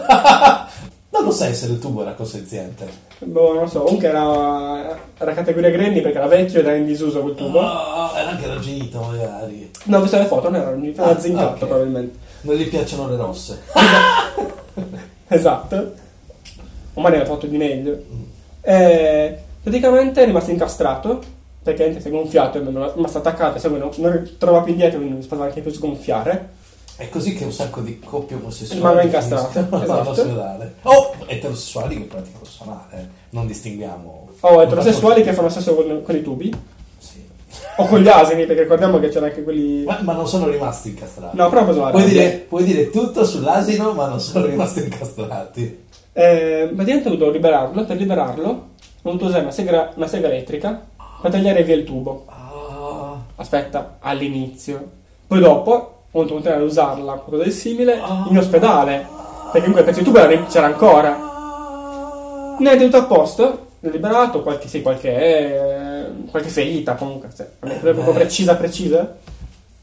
Speaker 1: Non lo sai se il tubo era consenziente.
Speaker 2: Boh, non so, comunque era, era categoria Granny perché era vecchio ed era in disuso quel tubo.
Speaker 1: No, era anche raggito magari.
Speaker 2: No, ho visto le foto, non era un era zincato
Speaker 1: ok.
Speaker 2: probabilmente.
Speaker 1: Non gli piacciono le rosse.
Speaker 2: Esatto. O magari ha fatto di meglio. Eh, praticamente è rimasto incastrato perché niente, si è gonfiato, è rimasto attaccato, se non, non trova più indietro, quindi non si poteva anche più sgonfiare.
Speaker 1: È così che un sacco di coppie omosessuali
Speaker 2: Rimangono incastrate,
Speaker 1: finiscono
Speaker 2: esatto.
Speaker 1: all'ospedale. O Oh, eterosessuali che praticano sonare, eh. non distinguiamo.
Speaker 2: O Oh, eterosessuali che fanno sesso con, con i tubi,
Speaker 1: Sì.
Speaker 2: o con gli asini, perché ricordiamo che c'erano anche quelli...
Speaker 1: Ma, ma non sono rimasti incastrati.
Speaker 2: No, eh. però ho preso la
Speaker 1: Puoi
Speaker 2: rabbia.
Speaker 1: dire, puoi dire tutto sull'asino, ma non sono rimasti incastrati.
Speaker 2: Eh, praticamente ho dovuto liberarlo, per liberarlo ho dovuto usare una sega, una sega elettrica per tagliare via il tubo.
Speaker 1: Ah,
Speaker 2: Aspetta, all'inizio. Poi dopo, quando continuare ad usarla, qualcosa di simile,
Speaker 1: Ah.
Speaker 2: in ospedale. Perché comunque il pezzo di tubo era- c'era ancora.
Speaker 1: ah.
Speaker 2: Ne è tenuto a posto, ne ho liberato, qualche, sì, qualche, eh, qualche ferita comunque, se- non è proprio precisa precisa.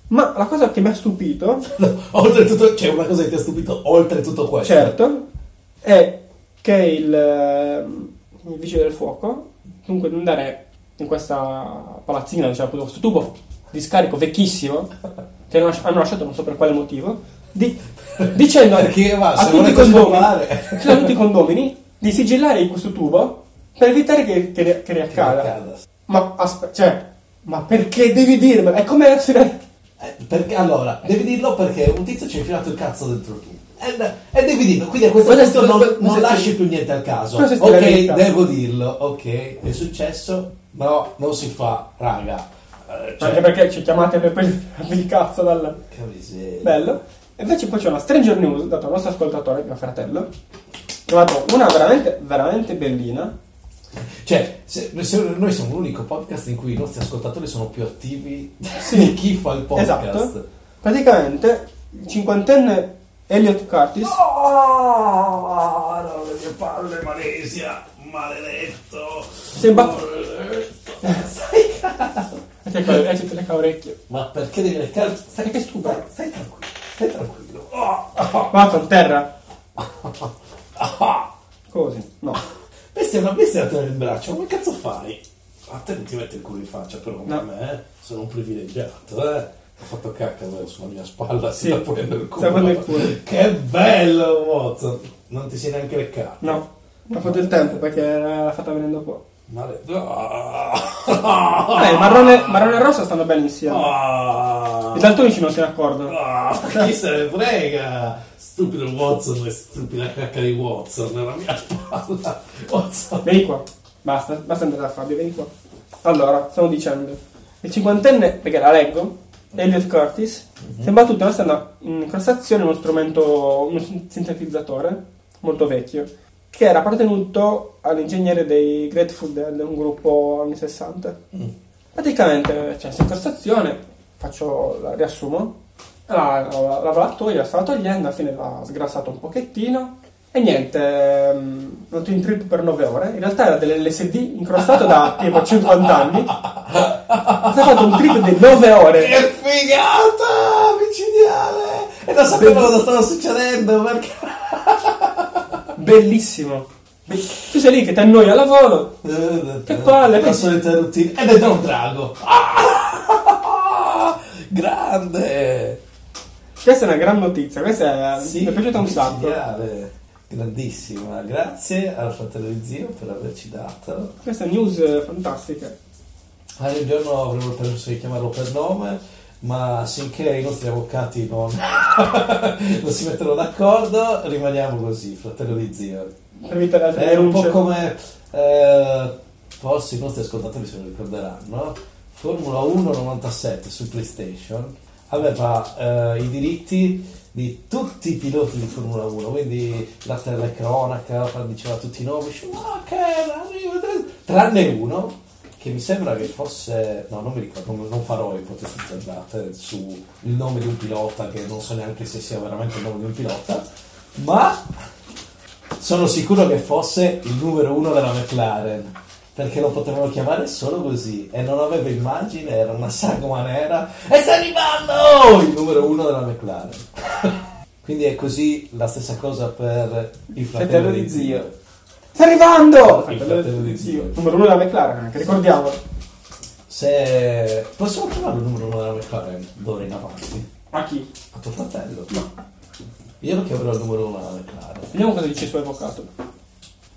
Speaker 2: Ma la cosa che mi ha stupito,
Speaker 1: Oltretutto, c'è una cosa che ti ha stupito, oltretutto questo.
Speaker 2: certo, è che il, eh, il vigile del fuoco, comunque di andare in questa palazzina dove c'era appunto questo tubo di scarico vecchissimo, che hanno lasci- hanno lasciato non so per quale motivo, di- dicendo a,
Speaker 1: Perché va, se
Speaker 2: a tutti i
Speaker 1: volete
Speaker 2: condomini,
Speaker 1: scopare.
Speaker 2: a tutti i condomini di sigillare in questo tubo per evitare che, che, ri- che riaccada.
Speaker 1: Accada.
Speaker 2: Ma aspetta, cioè, ma perché devi dirmelo? È come essere...
Speaker 1: Eh, perché allora, devi dirlo perché un tizio ci ha infilato il cazzo dentro tu. E, e devi dirlo, quindi a questo
Speaker 3: Cosa è
Speaker 1: punto
Speaker 3: stu-
Speaker 1: non,
Speaker 3: cosa
Speaker 1: non
Speaker 3: è stu-
Speaker 1: lasci più niente al caso.
Speaker 2: Cosa è stu- la
Speaker 1: Ok,
Speaker 2: verità?
Speaker 1: devo dirlo, ok, è successo, no, non si fa, raga. Eh,
Speaker 2: Anche
Speaker 1: Cioè,
Speaker 2: perché ci chiamate per prendervi il cazzo dal...
Speaker 1: che miseria.
Speaker 2: Bello. E invece poi c'è una Stranger News, dato dal nostro ascoltatore, mio fratello. Trovato una veramente, veramente bellina.
Speaker 1: Cioè, se- se- noi siamo l'unico podcast in cui i nostri ascoltatori sono più attivi
Speaker 2: Sì.
Speaker 1: di chi fa il podcast.
Speaker 2: Esatto. Praticamente, il cinquantenne Elliot Curtis...
Speaker 1: Oh, no, le mie palle, Malesia, maledetto.
Speaker 2: Sembra-
Speaker 1: Maledetto.
Speaker 2: E te ca- e te le ca orecchie.
Speaker 1: Ma perché devi leccare? Stai
Speaker 2: Perché è stupido.
Speaker 1: Stai tranquillo, stai tranquillo. Oh, oh,
Speaker 2: Vado a terra.
Speaker 1: oh.
Speaker 2: Così. No.
Speaker 1: Bestia, una bestia la tiene in braccio, ma che cazzo fai? A te non ti mette il culo in faccia, però come
Speaker 2: No.
Speaker 1: me, eh? sono un privilegiato, eh? Ho fatto cacca adesso sulla mia spalla, si
Speaker 2: Sì.
Speaker 1: sta ponendo il culo.
Speaker 2: Sta ponendo il culo.
Speaker 1: Che bello, Watson! Non ti sei neanche leccato.
Speaker 2: No. Ho fatto il tempo perché era fatta venendo qua.
Speaker 1: Maledetto. Ah.
Speaker 2: Vabbè, marrone, marrone e rosso stanno bene insieme.
Speaker 1: Ah.
Speaker 2: I daltonici non se ne accorgono.
Speaker 1: Ah, chi se ne frega? Stupido Watson e stupida cacca di Watson nella mia spalla. Watson.
Speaker 2: Vieni qua. Basta, basta andare da Fabio, vieni qua. Allora, stavo dicendo. Il cinquantenne, perché la leggo, Elliot Curtis,
Speaker 1: Mhm.
Speaker 2: sembra tutta una strana incrostazione, uno strumento, un sin- sintetizzatore molto vecchio, che era appartenuto all'ingegnere dei Grateful Dead, un gruppo anni 60. Praticamente c'è questa incrostazione, faccio, la riassumo, la, la, la lavatoio la stava togliendo, alla fine l'ha sgrassato un pochettino e niente, ehm, l'ho tenuto in trip per 9 ore, in realtà era dell'LSD incrostato da tipo 50 anni, si è fatto un trip di 9
Speaker 1: Che
Speaker 2: ore,
Speaker 1: figata! Micidiale! E non sapevo cosa stava succedendo perché.
Speaker 2: bellissimo. Be- tu sei lì che ti annoi al lavoro, Che palle,
Speaker 1: La
Speaker 2: poi-
Speaker 1: solita routine. Ed è un drago. Ah! Grande!
Speaker 2: questa è una gran notizia, questa è, mi è piaciuta un
Speaker 1: eh.
Speaker 2: sacco.
Speaker 1: micidiale. Grandissima, grazie al fratello di zio per averci dato.
Speaker 2: Questa è news eh, fantastica.
Speaker 1: Allora, un giorno avremmo permesso di chiamarlo per nome, ma sinché i nostri avvocati non, non si mettono d'accordo, rimaniamo così, fratello di zio.
Speaker 2: Per evitare altre
Speaker 1: È un po'
Speaker 2: denunce.
Speaker 1: come, eh, forse i nostri ascoltatori se lo ricorderanno, Formula 1 97 su PlayStation aveva eh, i diritti di tutti i piloti di Formula 1, quindi la telecronaca diceva tutti i nomi, Schumacher, arrivederci", tranne uno che mi sembra che fosse, no non mi ricordo, non, non farò ipotesi azzardate sul nome di un pilota che non so neanche se sia veramente il nome di un pilota, ma sono sicuro che fosse il numero uno della McLaren perché lo potevano chiamare solo così e non aveva immagine, era una sagoma nera e sta arrivando il numero uno della McLaren quindi è così la stessa cosa per il fratello di zio
Speaker 2: Sta arrivando!
Speaker 1: Il fratello di zio.
Speaker 2: Numero uno della McLaren, anche ricordiamo.
Speaker 1: se possiamo chiamarlo il numero uno della McLaren d'ora in avanti
Speaker 2: A chi?
Speaker 1: a tuo fratello io lo chiamerò il numero uno della McLaren
Speaker 2: Vediamo cosa dice il suo avvocato.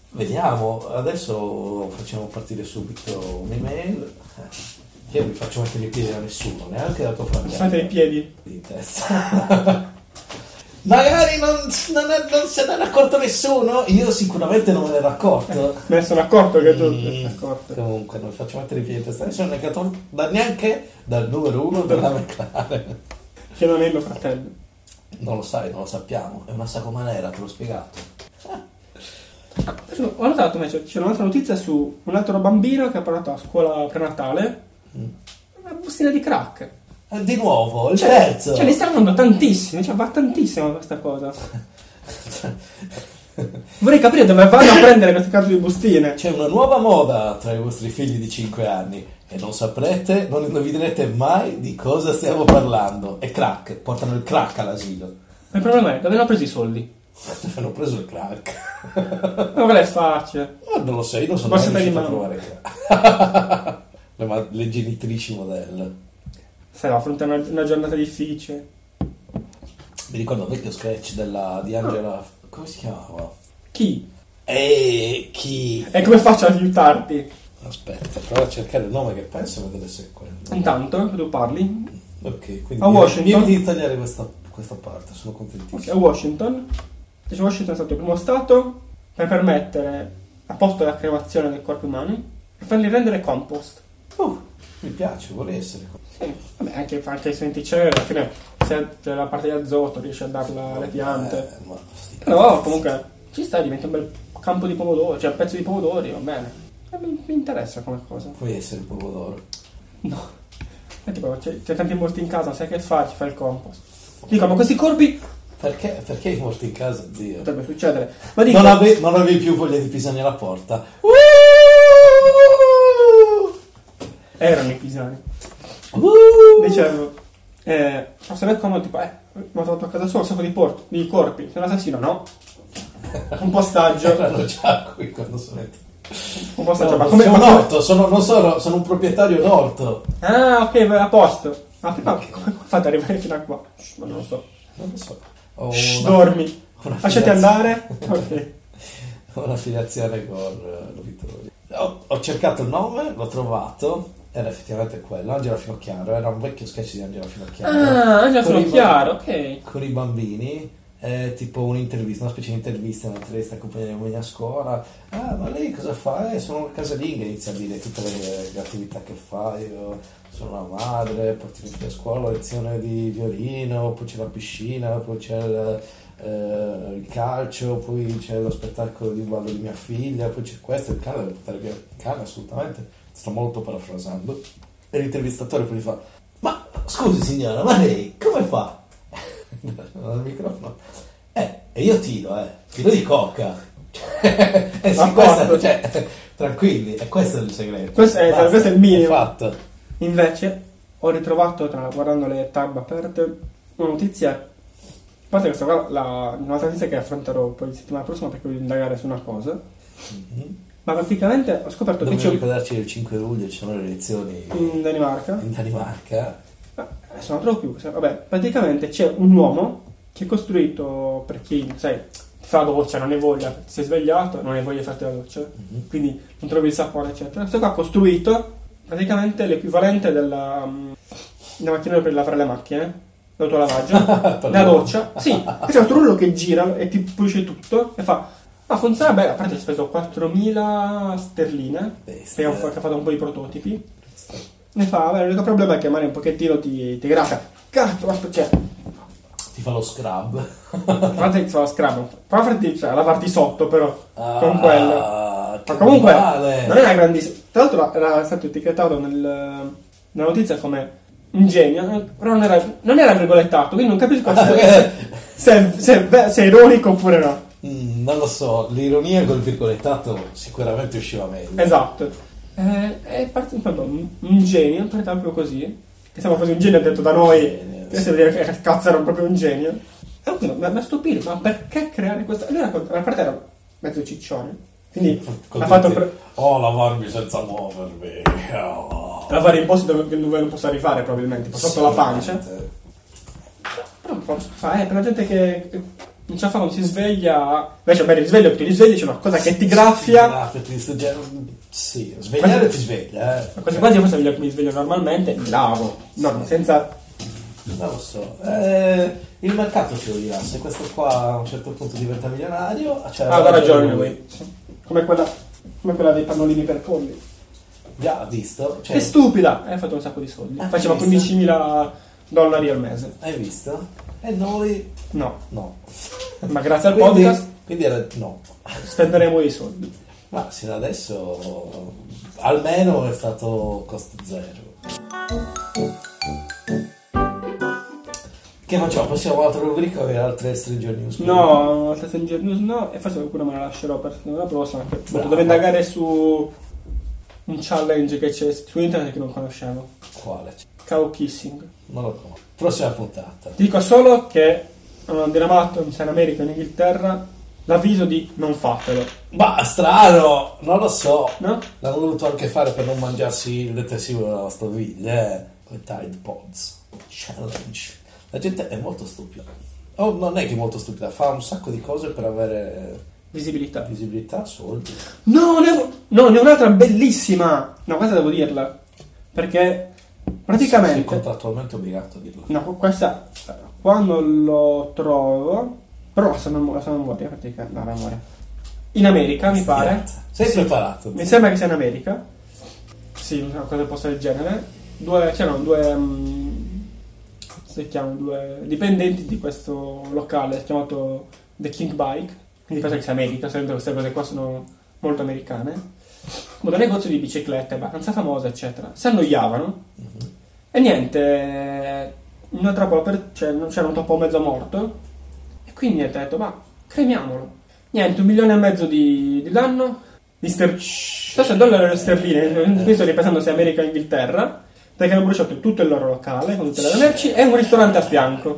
Speaker 1: Vediamo, adesso facciamo partire subito un'email. Eh, Io vi faccio mettere i piedi a nessuno, neanche a tuo fratello.
Speaker 2: Fate i piedi.
Speaker 1: In testa. Magari non, non è- non se ne era accorto nessuno, io sicuramente non me ne ero accorto.
Speaker 2: Me ne sono accorto che tu te ne sei
Speaker 1: Mm,
Speaker 2: accorto.
Speaker 1: Comunque non vi faccio mettere i piedi in testa a nessuno, neanche, a tuo- da- neanche dal numero uno della McLaren.
Speaker 2: Che non è il mio fratello.
Speaker 1: Non lo sai, non lo sappiamo, è una sagoma nera, te l'ho spiegato.
Speaker 2: Ho notato invece, c'è un'altra notizia su un altro bambino che ha parlato a scuola prenatale. Una bustina di crack.
Speaker 1: Eh, Di nuovo, il terzo!
Speaker 2: Cioè, ne stanno dando tantissimi, cioè va tantissimo questa cosa. Vorrei capire dove vanno a prendere queste cazzo di bustine.
Speaker 1: C'è una nuova moda tra i vostri figli di 5 anni e non saprete, non indovinerete mai di cosa stiamo parlando. È crack, portano il crack all'asilo.
Speaker 2: Ma il problema è, dove hanno preso i soldi?
Speaker 1: Hanno preso il crack.
Speaker 2: Ma quella è facile.
Speaker 1: Ma non lo so, io non sono mai
Speaker 2: Basta
Speaker 1: riuscito a
Speaker 2: dai, mamma.
Speaker 1: trovare il crack. le, ma- le genitrici modello.
Speaker 2: Sai, va a fronte a una, una giornata difficile. Ah.
Speaker 1: Mi ricordo un vecchio sketch della, di Angela... Come si chiamava?
Speaker 2: Chi?
Speaker 1: E chi...
Speaker 2: E come faccio ad aiutarti?
Speaker 1: Aspetta, prova a cercare il nome che penso che deve essere quello.
Speaker 2: Intanto tu parli.
Speaker 1: Ok, quindi...
Speaker 2: Mm. A Washington?
Speaker 1: Devi tagliare questa, questa parte, sono
Speaker 2: Ok,
Speaker 1: contentissimo.
Speaker 2: a Washington. Invece Washington è stato il primo stato per permettere, a posto della cremazione del corpo umano, per farli rendere compost.
Speaker 1: Oh, mi piace, vorrei essere qua.
Speaker 2: Sì, vabbè, anche anche se senti c'è, alla fine se c'è la parte di azoto riesci a darla alle piante.
Speaker 1: Eh, ma sti
Speaker 2: Però
Speaker 1: cazzi.
Speaker 2: comunque ci sta, diventa un bel campo di pomodori, cioè un pezzo di pomodori, va bene. Eh, mi, mi interessa come cosa.
Speaker 1: Puoi essere il pomodoro.
Speaker 2: No. E tipo, c'è, c'è tanti morti in casa, sai che fa? Ci fa il compost. Dico, ma questi corpi
Speaker 1: Perché, perché hai morto in casa, zio?
Speaker 2: potrebbe succedere. Ma dico,
Speaker 1: Non, ave- non avevi più voglia di pisare la porta.
Speaker 2: erano i pisani.
Speaker 1: Uh!
Speaker 2: Dicevo, eh, forse è comodo, tipo, eh, mi ha trovato a casa sua un sacco di, por- di corpi. Sei un assassino, no? Un postaggio.
Speaker 1: Erano già qui quando sono entrato.
Speaker 2: Un postaggio,
Speaker 1: No,
Speaker 2: Cioè, ma come...
Speaker 1: sono
Speaker 2: ma
Speaker 1: un
Speaker 2: come-
Speaker 1: orto, sono, non sono, sono un proprietario d'orto.
Speaker 2: Ah, ok, va a posto. Ma prima come fate ad arrivare fino a qua? Shh, ma non lo so.
Speaker 1: Non lo so. Ho
Speaker 2: Shh,
Speaker 1: una,
Speaker 2: dormi.
Speaker 1: una
Speaker 2: Lasciati
Speaker 1: filiazio-
Speaker 2: andare. Ok.
Speaker 1: ho una filiazione con eh, lo Vittorio. Ho, ho cercato il nome, l'ho trovato. Era effettivamente quello, Angela Finocchiaro. Era un vecchio sketch di Angela Finocchiaro.
Speaker 2: Ah, Angela
Speaker 1: Con i
Speaker 2: sono
Speaker 1: bambini-
Speaker 2: chiaro, ok.
Speaker 1: con i bambini è tipo un'intervista, una specie di intervista, un'intervista accompagnata a scuola. Ah, ma lei cosa fa? Eh, sono una casalinga, inizia a dire tutte le, le attività che fa. Io sono la madre, porto i figli a scuola, lezione di violino, poi c'è la piscina, poi c'è il, eh, il calcio, poi c'è lo spettacolo di ballo di mia figlia, poi c'è questo, il cane, deve portare via il cane assolutamente. Sto molto parafrasando. E l'intervistatore poi gli fa, ma scusi signora, ma lei come fa? dal microfono. Eh, e io tiro, eh, tiro di coca. Cioè, eh sì,
Speaker 2: A
Speaker 1: questa-
Speaker 2: posto.
Speaker 1: cioè, tranquilli, e questo è il segreto.
Speaker 2: Questo è-
Speaker 1: Basta,
Speaker 2: questo è il minimo.
Speaker 1: Fatto.
Speaker 2: Invece, ho ritrovato, tra, guardando le tab aperte, una notizia. A parte questa qua, la, un'altra notizia che affronterò poi settimana prossima perché voglio indagare su una cosa.
Speaker 1: Mhm.
Speaker 2: Ma praticamente ho scoperto che
Speaker 1: Dobbiamo
Speaker 2: Mm-hmm. c'è un- Mm.
Speaker 1: ricordarci che il 5 luglio ci sono le elezioni
Speaker 2: in Danimarca.
Speaker 1: in Danimarca.
Speaker 2: Ah, Adesso non trovo più. se- Vabbè, praticamente c'è un uomo che è costruito per chi, sai, ti fa la doccia, non ne voglia, si è svegliato, non ne voglia farti la doccia,
Speaker 1: Mhm.
Speaker 2: quindi non trovi il sapone, eccetera. Questo qua ha costruito praticamente l'equivalente della, mm, della macchina per lavare le macchine, l'autolavaggio, la doccia. Sì, c'è questo rullo che gira e ti pulisce tutto e fa, ma funziona bene, a parte ho speso 4.000 sterline,
Speaker 1: Bestia.
Speaker 2: perché ho fa- che ho fatto un po' di prototipi. Ne fa, vabbè, l'unico problema è che magari un pochettino ti, ti graffa. Cazzo, ma cioè,
Speaker 1: Ti fa lo scrub.
Speaker 2: guardate che sono scramo. Prova a farti, cioè, a lavarti sotto, però, con
Speaker 1: Ah,
Speaker 2: quello.
Speaker 1: che
Speaker 2: Ma comunque,
Speaker 1: male.
Speaker 2: non è una grandissima... Tra l'altro era stato etichettato nel, nella notizia come un genio, però non era, non era virgolettato, quindi non capisco
Speaker 1: Ah,
Speaker 2: se, se, se- se- se è ironico oppure no.
Speaker 1: Mm, non lo so, l'ironia col virgolettato sicuramente usciva meglio.
Speaker 2: Esatto. Eh, è partito proprio un, un genio, per proprio così. Che siamo quasi un genio, detto da noi.
Speaker 1: Genio,
Speaker 2: Questo vuol dire che cazzo era proprio un genio. E quindi mi mi ha stupito, ma perché creare questa... Lui era, a parte era mezzo ciccione, quindi
Speaker 1: Con
Speaker 2: ha fatto
Speaker 1: tutti,
Speaker 2: pre-
Speaker 1: Oh, lavarmi senza muovermi. Oh.
Speaker 2: lavare in posti dove, dove non posso arrivare probabilmente, tipo sotto la pancia.
Speaker 1: Sicuramente.
Speaker 2: Però fa, fa, eh, per la gente che che non ce la fa, non si sveglia... Invece beh, risveglio, perché ti risvegli, c'è una cosa che ti
Speaker 1: Ti
Speaker 2: graffia.
Speaker 1: graffia, ti distrugge- Sì, svegliare ti sveglia, eh.
Speaker 2: Quasi quasi io forse mi mi sveglio normalmente, mi lavo. No, senza
Speaker 1: Non lo so. Eh, il mercato ci dirà, se questo qua a un certo punto diventa milionario, cioè,
Speaker 2: Ah, ha ragione lui. Come quella, come quella dei pannolini per polli.
Speaker 1: Già, visto? Cioè,
Speaker 2: Che stupida! E ha fatto un sacco di soldi.
Speaker 1: Ah,
Speaker 2: Faceva
Speaker 1: hai visto?
Speaker 2: 15.000 dollari al mese.
Speaker 1: hai visto? E noi
Speaker 2: No,
Speaker 1: no.
Speaker 2: ma grazie al
Speaker 1: Quindi-
Speaker 2: podcast
Speaker 1: Quindi era no.
Speaker 2: spenderemo i soldi.
Speaker 1: Ma sino adesso almeno è stato costo zero. Che facciamo? Passiamo all'altra rubrica o alle altre Stranger News?
Speaker 2: No, Stranger News no, e forse qualcuno me la lascerò per la prossima. perché
Speaker 1: Bravo.
Speaker 2: Devo indagare su un challenge che c'è su internet che non conoscevo.
Speaker 1: Quale?
Speaker 2: Cow kissing.
Speaker 1: Non lo conosco. Prossima puntata.
Speaker 2: Ti dico solo che hanno diramato, mi sa in America e in Inghilterra, l'avviso di non fatelo,
Speaker 1: Ma strano, non lo so.
Speaker 2: no?
Speaker 1: L'hanno dovuto anche fare per non mangiarsi il detersivo della lavastoviglie, eh. Con i Tide Pods. Challenge. La gente è molto stupida. Oh, non è che è molto stupida, fa un sacco di cose per avere
Speaker 2: Visibilità.
Speaker 1: Visibilità, soldi.
Speaker 2: No, ne ho, no, ne ho un'altra bellissima. No, questa devo dirla. Perché
Speaker 1: Sei
Speaker 2: praticamente...
Speaker 1: contrattualmente obbligato a dirlo.
Speaker 2: No, questa quando lo trovo. Però la so a memo- la so a memoria, pratica. No, a memoria. In America, mi pare.
Speaker 1: Sei preparato.
Speaker 2: Mi sembra che sia in America. Sì, una cosa posta del genere. Due, c'erano due. mm, come si chiamano? Due dipendenti di questo locale chiamato The King Bike. Quindi penso che sia America, sempre queste cose qua sono molto americane. Ma da negozio di biciclette, abbastanza famosa, eccetera. Si annoiavano. E niente, una trappola per, cioè, non c'era un topo mezzo morto. E quindi niente, ho detto, ma cremiamolo. Niente, un milione e mezzo di, di danno. Di ster- 100 dollari sterline, qui sto ripensando se America o Inghilterra, perché hanno bruciato tutto il loro locale con tutte le merci e un ristorante a fianco.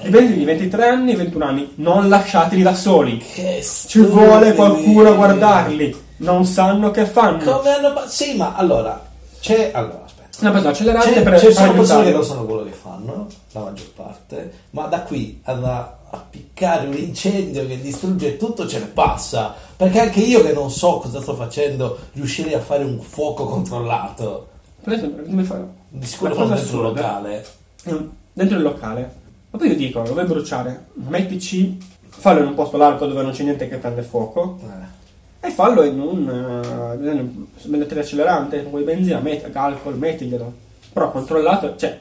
Speaker 2: Dipendenti di 23 anni, 21 anni, non lasciateli da soli.
Speaker 1: Cioè, Che
Speaker 2: Ci vuole qualcuno a
Speaker 1: stupidi.
Speaker 2: guardarli. Non sanno che fanno.
Speaker 1: Come hanno... fa- Sì, ma allora, c'è... Allora, aspetta.
Speaker 2: Una persona accelerante
Speaker 1: C'è,
Speaker 2: per
Speaker 1: ci
Speaker 2: per
Speaker 1: sono persone che
Speaker 2: aiutarli.
Speaker 1: non sanno quello che fanno, la maggior parte, ma da qui ad appiccare un incendio che distrugge tutto ce ne passa. Perché anche io che non so cosa sto facendo, riuscirei a fare un fuoco controllato.
Speaker 2: Per esempio, come fai?
Speaker 1: Di sicuro
Speaker 2: La cosa
Speaker 1: non dentro un
Speaker 2: assurda-
Speaker 1: locale.
Speaker 2: Ehm, dentro il locale. Ma poi io dico, lo vuoi bruciare? Mettici, fallo in un posto largo dove non c'è niente che prende fuoco
Speaker 1: Eh,
Speaker 2: e fallo in un uh, accelerante, con benzina, met- alcol, mettiglielo. Però controllato, cioè,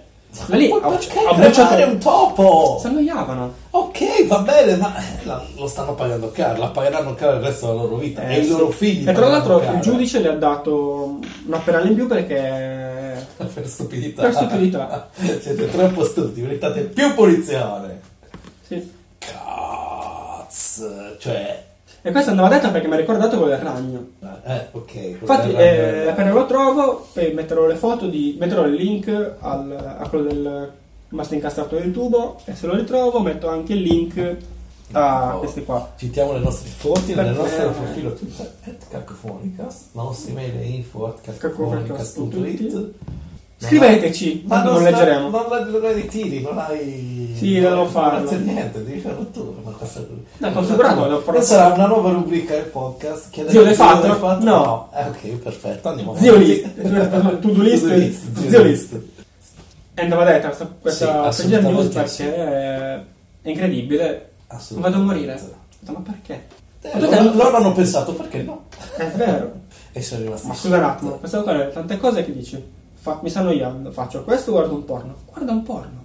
Speaker 2: da lì certo,
Speaker 1: Ma
Speaker 2: ha,
Speaker 1: perché
Speaker 2: ha
Speaker 1: cremare
Speaker 2: bruciato...
Speaker 1: un topo?
Speaker 2: Si annoiavano.
Speaker 1: Ok, va bene, ma eh, la- lo stanno pagando caro, la pagheranno caro il resto della loro vita e
Speaker 2: Eh,
Speaker 1: i
Speaker 2: sì.
Speaker 1: loro figli.
Speaker 2: E tra l'altro
Speaker 1: pagheranno
Speaker 2: il
Speaker 1: caro.
Speaker 2: giudice le ha dato una penale in più perché...
Speaker 1: per stupidità.
Speaker 2: Per stupidità.
Speaker 1: Siete troppo stupidi, meritate più punizione.
Speaker 2: Sì.
Speaker 1: Cazzo, cioè
Speaker 2: E questo andava detto perché mi ha ricordato quello del ragno.
Speaker 1: eh, ok.
Speaker 2: Infatti,
Speaker 1: quella era-
Speaker 2: eh, appena lo trovo, poi metterò le foto di. metterò il link al- a quello del master incastrato del tubo. E se lo ritrovo, metto anche il link a
Speaker 1: Oh.
Speaker 2: questi qua.
Speaker 1: Citiamo le nostre fonti nel
Speaker 2: Perché-
Speaker 1: nostro profilo Twitter at Cacofonicast, la nostra email è info at cacofonicast.it.
Speaker 2: Scriveteci,
Speaker 1: Ma
Speaker 2: tanto
Speaker 1: non,
Speaker 2: non leggeremo.
Speaker 1: Non, non, non la ritiri, non hai.
Speaker 2: Sì,
Speaker 1: non
Speaker 2: devo
Speaker 1: hai
Speaker 2: farlo.
Speaker 1: configurato niente, devi farlo tu. Ma questa...
Speaker 2: No, configurato, l'ho
Speaker 1: Questa
Speaker 2: provato.
Speaker 1: sarà una nuova rubrica del podcast. Che
Speaker 2: Zio, l'hai fatto? No.
Speaker 1: Eh, ok, perfetto, andiamo
Speaker 2: Zio
Speaker 1: avanti.
Speaker 2: list, to do list,
Speaker 1: To do
Speaker 2: zio
Speaker 1: zio
Speaker 2: list. E andava detta questa, questa
Speaker 1: Sì,
Speaker 2: peggior news
Speaker 1: assolutamente sì.
Speaker 2: perché è, è incredibile.
Speaker 1: Assolutamente.
Speaker 2: Vado a morire. Ho detto, Ma perché?
Speaker 1: Eh, loro, loro hanno pensato perché no?
Speaker 2: È vero.
Speaker 1: E sono rimasti.
Speaker 2: Ma scusa un attimo, pensavo qua erano tante cose che dici. Fa- mi sta annoiando, faccio questo, guardo un porno. Guarda un porno.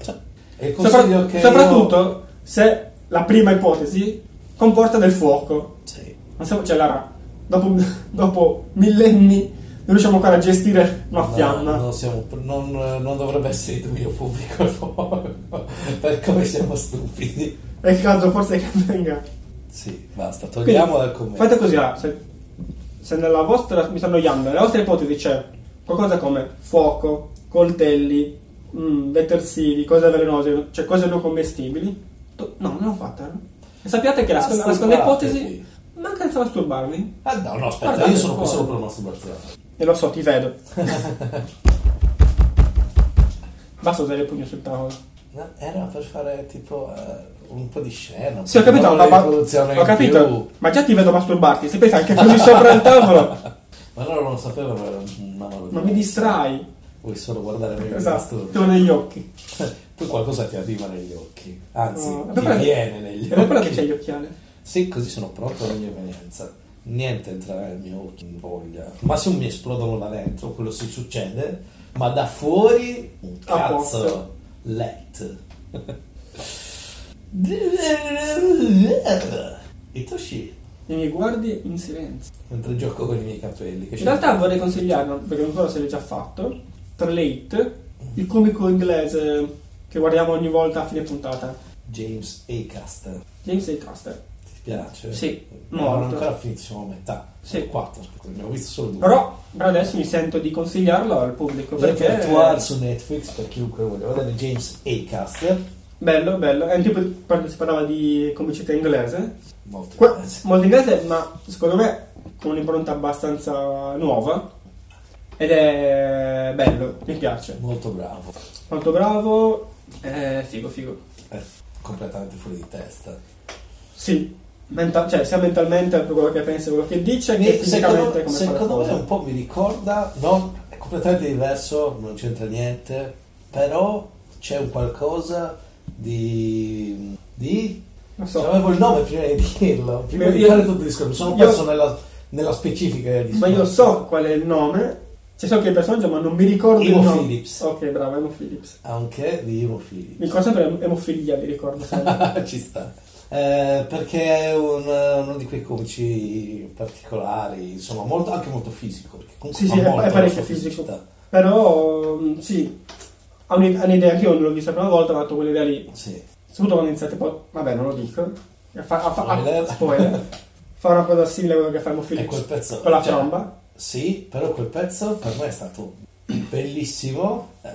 Speaker 1: Cioè, è il
Speaker 2: Sopra-
Speaker 1: consiglio che.
Speaker 2: soprattutto se la prima ipotesi comporta del fuoco.
Speaker 1: Io... Sì.
Speaker 2: Non so, cioè, Lara, dopo, dopo millenni non riusciamo ancora a gestire una
Speaker 1: No,
Speaker 2: fiamma.
Speaker 1: non, siamo- non- non dovrebbe essere di dominio pubblico il fuoco, per come siamo stupidi.
Speaker 2: È il caso forse che venga.
Speaker 1: Sì, basta, togliamo dal commento.
Speaker 2: Fate così, Lara, se, se nella vostra, mi sta annoiando, nella vostra ipotesi c'è qualcosa come fuoco, coltelli, mm, detersivi, cose velenose, cioè cose non commestibili. to- No, non l'ho fatta. eh. E sappiate che la, seconda- la seconda
Speaker 1: Masturbatevi.
Speaker 2: ipotesi manca senza masturbarvi.
Speaker 1: Ah no, no, aspetta,
Speaker 2: Guardate eh.
Speaker 1: io sono qui
Speaker 2: fuori.
Speaker 1: solo per la masturbazione.
Speaker 2: E lo so, ti vedo. Basta usare il pugno sul tavolo.
Speaker 1: No, Era per fare tipo eh, un po' di scena.
Speaker 2: Sì, ho capito,
Speaker 1: una
Speaker 2: ma- ma-
Speaker 1: riproduzione
Speaker 2: ho
Speaker 1: in
Speaker 2: capito.
Speaker 1: più.
Speaker 2: Ma già ti vedo masturbarti, se pensi anche così sopra il tavolo.
Speaker 1: Ma loro non sapevano, era una malattia.
Speaker 2: Ma mi distrai.
Speaker 1: Vuoi solo guardare meglio il
Speaker 2: Esatto, te
Speaker 1: masturbo.
Speaker 2: lo negli occhi.
Speaker 1: Poi qualcosa ti arriva negli occhi. Anzi,
Speaker 2: Oh,
Speaker 1: ti
Speaker 2: però-
Speaker 1: viene negli
Speaker 2: E
Speaker 1: occhi.
Speaker 2: per quello che c'è gli occhiali.
Speaker 1: Sì, così sono pronto ad ogni evenienza. Niente entra nel mio occhio in voglia. Ma se mi esplodono da dentro, quello si succede. Ma da fuori, un
Speaker 2: A
Speaker 1: cazzo,
Speaker 2: posto.
Speaker 1: let. Itoshi,
Speaker 2: E mi guardi in silenzio.
Speaker 1: mentre gioco con i miei capelli. Che
Speaker 2: In realtà vorrei consigliarlo, perché non so se l'hai già fatto, tra le hit, il comico inglese che guardiamo ogni volta a fine puntata.
Speaker 1: James Acast.
Speaker 2: James A. Custer.
Speaker 1: Ti piace?
Speaker 2: Sì,
Speaker 1: No, non
Speaker 2: molto.
Speaker 1: ancora finito, siamo a metà.
Speaker 2: Sì.
Speaker 1: Quattro, scusa, ne ho visto solo due.
Speaker 2: Però, però adesso mi sento di consigliarlo al pubblico. Perché
Speaker 1: Repertoire su Netflix per chiunque voglia vedere James Acast.
Speaker 2: Bello, bello. È un tipo di- par- si parlava di comicità inglese.
Speaker 1: Molto
Speaker 2: Qua-
Speaker 1: grazie.
Speaker 2: molto inglese, ma secondo me con un'impronta abbastanza nuova. Ed è bello, mi piace.
Speaker 1: Molto bravo,
Speaker 2: Molto bravo. Eh, figo, figo. Cioè,
Speaker 1: è completamente fuori di testa.
Speaker 2: Sì, menta- cioè, sia mentalmente per quello che pensa e quello che dice, che
Speaker 1: Mi-
Speaker 2: fisicamente
Speaker 1: secondo
Speaker 2: come fa le
Speaker 1: secondo me
Speaker 2: cose.
Speaker 1: un po' mi ricorda, no, è completamente diverso, non c'entra niente, però c'è un qualcosa di... di
Speaker 2: Non
Speaker 1: cioè,
Speaker 2: so.
Speaker 1: avevo il nome prima di dirlo, prima
Speaker 2: Io-
Speaker 1: di
Speaker 2: io-
Speaker 1: fare tutto il discorso, mi sono
Speaker 2: io-
Speaker 1: perso nella, nella specifica del
Speaker 2: Ma
Speaker 1: discorso.
Speaker 2: io so qual è il nome, cioè so che è il personaggio, ma non mi ricordo
Speaker 1: Emo
Speaker 2: il nome.
Speaker 1: Phillips.
Speaker 2: Ok, bravo, Emo Phillips.
Speaker 1: Anche di Emo Phillips.
Speaker 2: Mi ricordo sempre emofilia, mi ricordo sempre.
Speaker 1: Ci sta. Eh, perché è un- uno di quei comici particolari, insomma, molto- anche molto fisico. Perché comunque
Speaker 2: Sì,
Speaker 1: fa
Speaker 2: sì, è-
Speaker 1: molto
Speaker 2: è
Speaker 1: la
Speaker 2: parecchio
Speaker 1: sua
Speaker 2: fisico.
Speaker 1: fisicità.
Speaker 2: Però, mm, sì, ha un- ha un'idea che io non l'ho vista la prima volta, ma ho fatto quell'idea lì.
Speaker 1: Sì.
Speaker 2: Soprattutto quando iniziate poi, vabbè, non lo dico. A fa, a fa, a-
Speaker 1: Spoiler.
Speaker 2: spoiler. Fa una cosa simile a quello che fa Emo
Speaker 1: E
Speaker 2: Phillips.
Speaker 1: quel pezzo.
Speaker 2: Ecco, Con la
Speaker 1: cioè,
Speaker 2: tromba.
Speaker 1: Sì, però quel pezzo per me è stato bellissimo. eh,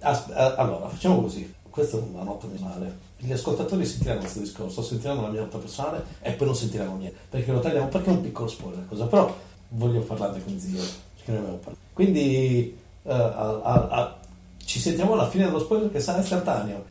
Speaker 1: as- a- allora, facciamo così. Questa è una nota minimale. Gli ascoltatori sentiranno questo discorso, sentiranno la mia nota personale e poi non sentiranno niente. Perché lo tagliamo, perché è un piccolo spoiler, la cosa. Però voglio parlarne con zio. Perché ne abbiamo parlato. Quindi eh, a- a- a- ci sentiamo alla fine dello spoiler che sarà istantaneo.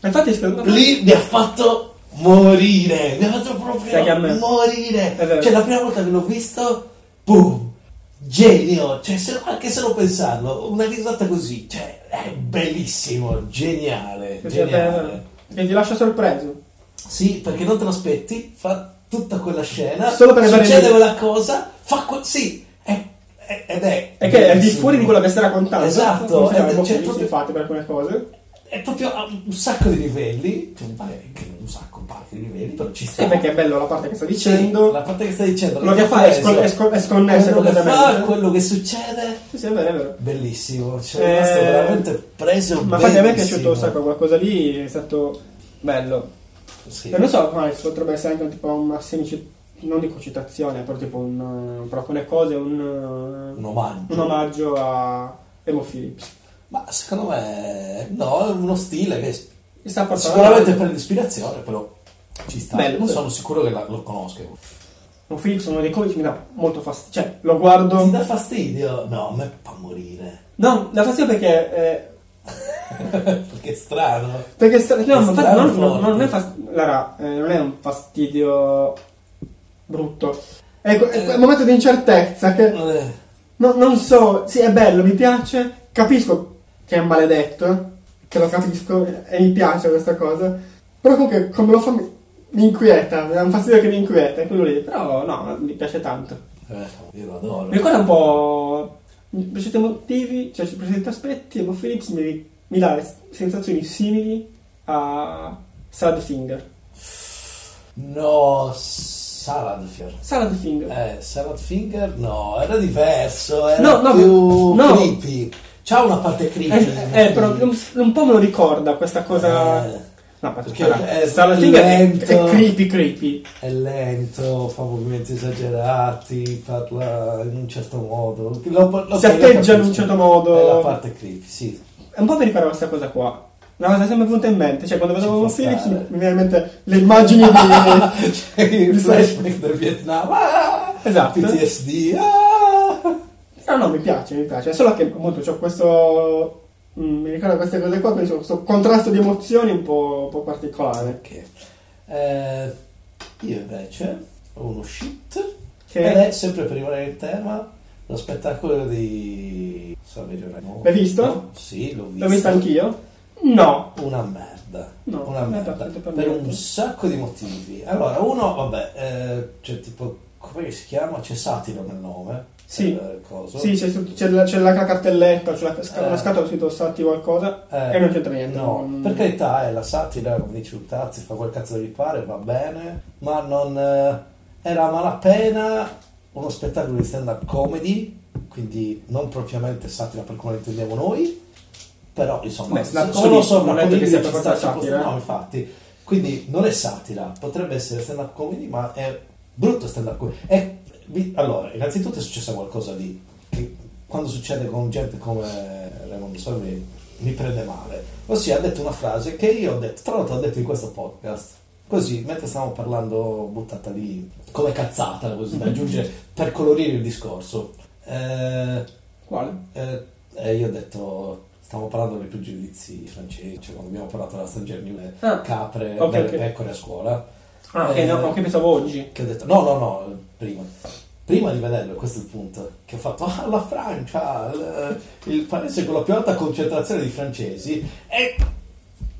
Speaker 2: Ma infatti, secondo me-
Speaker 1: Lì mi ha fatto morire, mi ha fatto proprio
Speaker 2: Sai che a me-
Speaker 1: morire.
Speaker 2: È vero.
Speaker 1: Cioè, la prima volta che l'ho visto, boom, genio. Cioè, se- anche se non pensarlo, una risata così, cioè, è bellissimo, geniale,
Speaker 2: Perché è bello.
Speaker 1: geniale.
Speaker 2: Perché ti lascia sorpreso.
Speaker 1: Sì, perché non te lo aspetti, fa tutta quella scena,
Speaker 2: Solo per andare
Speaker 1: succede
Speaker 2: lì.
Speaker 1: quella cosa, fa que- sì, è- è- ed è...
Speaker 2: E che è al di
Speaker 1: bellissimo.
Speaker 2: fuori di quello che stai raccontando.
Speaker 1: Esatto,
Speaker 2: Non siamo
Speaker 1: eh,
Speaker 2: Emo
Speaker 1: cioè,
Speaker 2: Phillips,
Speaker 1: proprio-
Speaker 2: infatti, Boh, per alcune cose.
Speaker 1: È proprio a un sacco di livelli, cioè, vabbè, che un sacco, un paio di livelli, però ci sta.
Speaker 2: Sì, perché è bello la parte che sta
Speaker 1: Sì,
Speaker 2: dicendo.
Speaker 1: la parte che stai dicendo
Speaker 2: Quello che fa è, scon- è scon- è sconnesso
Speaker 1: quello che fa,
Speaker 2: completamente.
Speaker 1: quello che succede
Speaker 2: Sì, sì, è vero, è vero.
Speaker 1: bellissimo cioè
Speaker 2: Eh,
Speaker 1: è rimasto veramente preso
Speaker 2: Ma infatti a me è piaciuto
Speaker 1: bellissimo.
Speaker 2: un sacco qualcosa lì, è stato bello.
Speaker 1: Sì.
Speaker 2: E non so, ma potrebbe essere anche un tipo un massimo, ci- non dico citazione, però tipo un, eh, per alcune cose un, eh,
Speaker 1: un omaggio
Speaker 2: un omaggio a Emo Phillips.
Speaker 1: ma secondo me no è uno stile che
Speaker 2: E sta portando
Speaker 1: sicuramente
Speaker 2: avanti.
Speaker 1: prende ispirazione però ci sta
Speaker 2: Bello, bello.
Speaker 1: sono sicuro che la- lo conosca
Speaker 2: Emo Phillips è uno dei comici che mi dà molto fastidio, cioè lo guardo...
Speaker 1: ti dà fastidio no a me fa morire
Speaker 2: No, la fastidio perché... eh,
Speaker 1: perché è strano
Speaker 2: perché sta- no,
Speaker 1: È
Speaker 2: ma infatti
Speaker 1: strano
Speaker 2: non, non-
Speaker 1: forte.
Speaker 2: non è fastidio... Lara, eh, non è un fastidio brutto. Ecco, è un momento di incertezza che...
Speaker 1: Eh,
Speaker 2: No, non so, sì, è bello, mi piace, capisco che è maledetto, eh, che lo capisco e mi piace questa cosa, però comunque come lo fa mi, mi inquieta, mi dà un fastidio che mi inquieta, è quello lì, però no, mi piace tanto.
Speaker 1: eh, io lo adoro
Speaker 2: Mi ricorda un po' per certi motivi, cioè per certi aspetti, Emo Phillips mi, mi dà sensazioni simili a Salad Finger.
Speaker 1: no Saladfier
Speaker 2: Salad Finger.
Speaker 1: Eh, Salad Finger no, era diverso, era
Speaker 2: No, no,
Speaker 1: più
Speaker 2: no.
Speaker 1: creepy. C'ha una parte creepy.
Speaker 2: Eh, eh, però un, un po' me lo ricorda questa cosa...
Speaker 1: Eh,
Speaker 2: No, perché
Speaker 1: Perché è
Speaker 2: Salad Finger è, è
Speaker 1: lento.
Speaker 2: creepy creepy.
Speaker 1: è lento, fa movimenti esagerati, parla in un certo modo. Lo- lo- ok,
Speaker 2: Si
Speaker 1: lo
Speaker 2: atteggia in
Speaker 1: capisco.
Speaker 2: un certo modo.
Speaker 1: È la parte creepy, sì.
Speaker 2: È un po' mi ricorda questa cosa qua. Una cosa che sempre venuta in mente, cioè quando
Speaker 1: Ci
Speaker 2: vedevo
Speaker 1: può
Speaker 2: Emo Phillips mi
Speaker 1: stare.
Speaker 2: mi viene in mente le immagini di...
Speaker 1: Il flashback del Vietnam. Ah!
Speaker 2: Esatto.
Speaker 1: PTSD. ah!
Speaker 2: No, no, mi piace, mi piace. È solo che appunto c'ho questo... mm, mi ricorda queste cose qua, quindi c'ho questo contrasto di emozioni un po', un po' particolare.
Speaker 1: Ok. Eh, io invece ho uno shit
Speaker 2: Che-
Speaker 1: ed è sempre per rimanere in tema lo spettacolo di Saverio Raimondo.
Speaker 2: L'hai visto?
Speaker 1: No? Sì, l'ho visto.
Speaker 2: L'ho vista anch'io? No.
Speaker 1: Una merda.
Speaker 2: No,
Speaker 1: una
Speaker 2: non è
Speaker 1: merda.
Speaker 2: piaciuto per
Speaker 1: Per,
Speaker 2: niente.
Speaker 1: un sacco di motivi. Allora, uno, vabbè, eh, c'è tipo, come si chiama? C'è Satiro nel nome.
Speaker 2: Sì.
Speaker 1: eh, coso.
Speaker 2: Sì, c'è, c'è la, c'è la cartelletta, c'è la, sca-
Speaker 1: Eh.
Speaker 2: una scatola scritto satti qualcosa
Speaker 1: Eh,
Speaker 2: e non c'entra niente.
Speaker 1: No,
Speaker 2: Mm.
Speaker 1: per carità, è la satira, come dice Urtazzi, fa quel cazzo che gli pare, va bene, ma non eh, era a malapena uno spettacolo di stand-up comedy, quindi non propriamente satira per come la intendiamo noi, però insomma,
Speaker 2: Beh, stand-up
Speaker 1: solo
Speaker 2: comedy, non è detto che
Speaker 1: sovraccomedici
Speaker 2: sia per
Speaker 1: ci
Speaker 2: forza
Speaker 1: sta, ci può-
Speaker 2: satira, eh.
Speaker 1: no, infatti, quindi non è satira, potrebbe essere stand-up comedy, ma è brutto stand-up comedy. È- vi- allora, innanzitutto è successo qualcosa di... che quando succede con gente come Raimondo Salvi mi prende male. Ossia, ha detto una frase che io ho detto, tra l'altro ho detto in questo podcast, così, mentre stavamo parlando, buttata lì, come cazzata, così, da aggiungere, per colorire il discorso. Eh,
Speaker 2: Quale?
Speaker 1: eh, eh, io ho detto, stiamo parlando dei pregiudizi francesi, cioè quando abbiamo parlato della San Germain,
Speaker 2: Ah.
Speaker 1: capre,
Speaker 2: Ok,
Speaker 1: delle
Speaker 2: ok.
Speaker 1: pecore a scuola.
Speaker 2: Ah, ok,
Speaker 1: Eh,
Speaker 2: no, ok, pensavo oggi.
Speaker 1: Che ho detto, no, no, no, prima. Prima di vederlo, questo è il punto, che ho fatto, ah, la Francia, il, il paese con la più alta concentrazione di francesi, e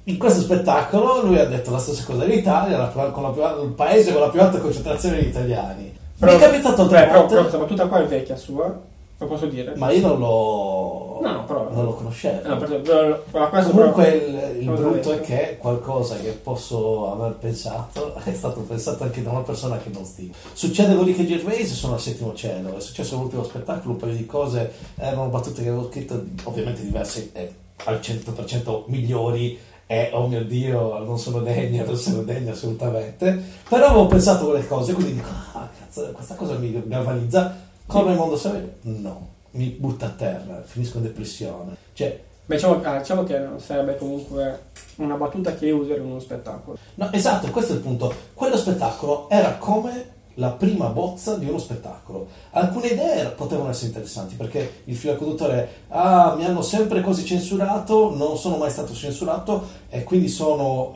Speaker 1: in questo spettacolo lui ha detto la stessa cosa dell'Italia, la- con la più al- il paese con la più alta concentrazione di italiani. Mi è capitato tre
Speaker 2: beh, però,
Speaker 1: volte,
Speaker 2: però questa battuta qua è vecchia sua, lo posso dire?
Speaker 1: ma io non l'ho...
Speaker 2: No, no, però-
Speaker 1: non lo conoscevo.
Speaker 2: No, per- però, però questo
Speaker 1: Comunque
Speaker 2: però-
Speaker 1: il, il
Speaker 2: però-
Speaker 1: brutto è che qualcosa che posso aver pensato è stato pensato anche da una persona che non stimo. Succede con Ricky Gervais, sono al settimo cielo, è successo all'ultimo spettacolo, un paio di cose, erano battute che avevo scritto, ovviamente diverse eh, al 100% migliori e oh mio Dio, non sono degna, non sono degna assolutamente, però avevo pensato a quelle cose, quindi dico, ah cazzo, questa cosa mi galvanizza, come il mondo sarebbe? No, mi butta a terra, finisco in depressione. Cioè,
Speaker 2: Beh, diciamo, ah, diciamo che non sarebbe comunque una battuta che usare in uno spettacolo.
Speaker 1: No, esatto, questo è il punto. Quello spettacolo era come la prima bozza di uno spettacolo. Alcune idee era- potevano essere interessanti perché il filo conduttore è, ah, mi hanno sempre così censurato, non sono mai stato censurato e quindi sono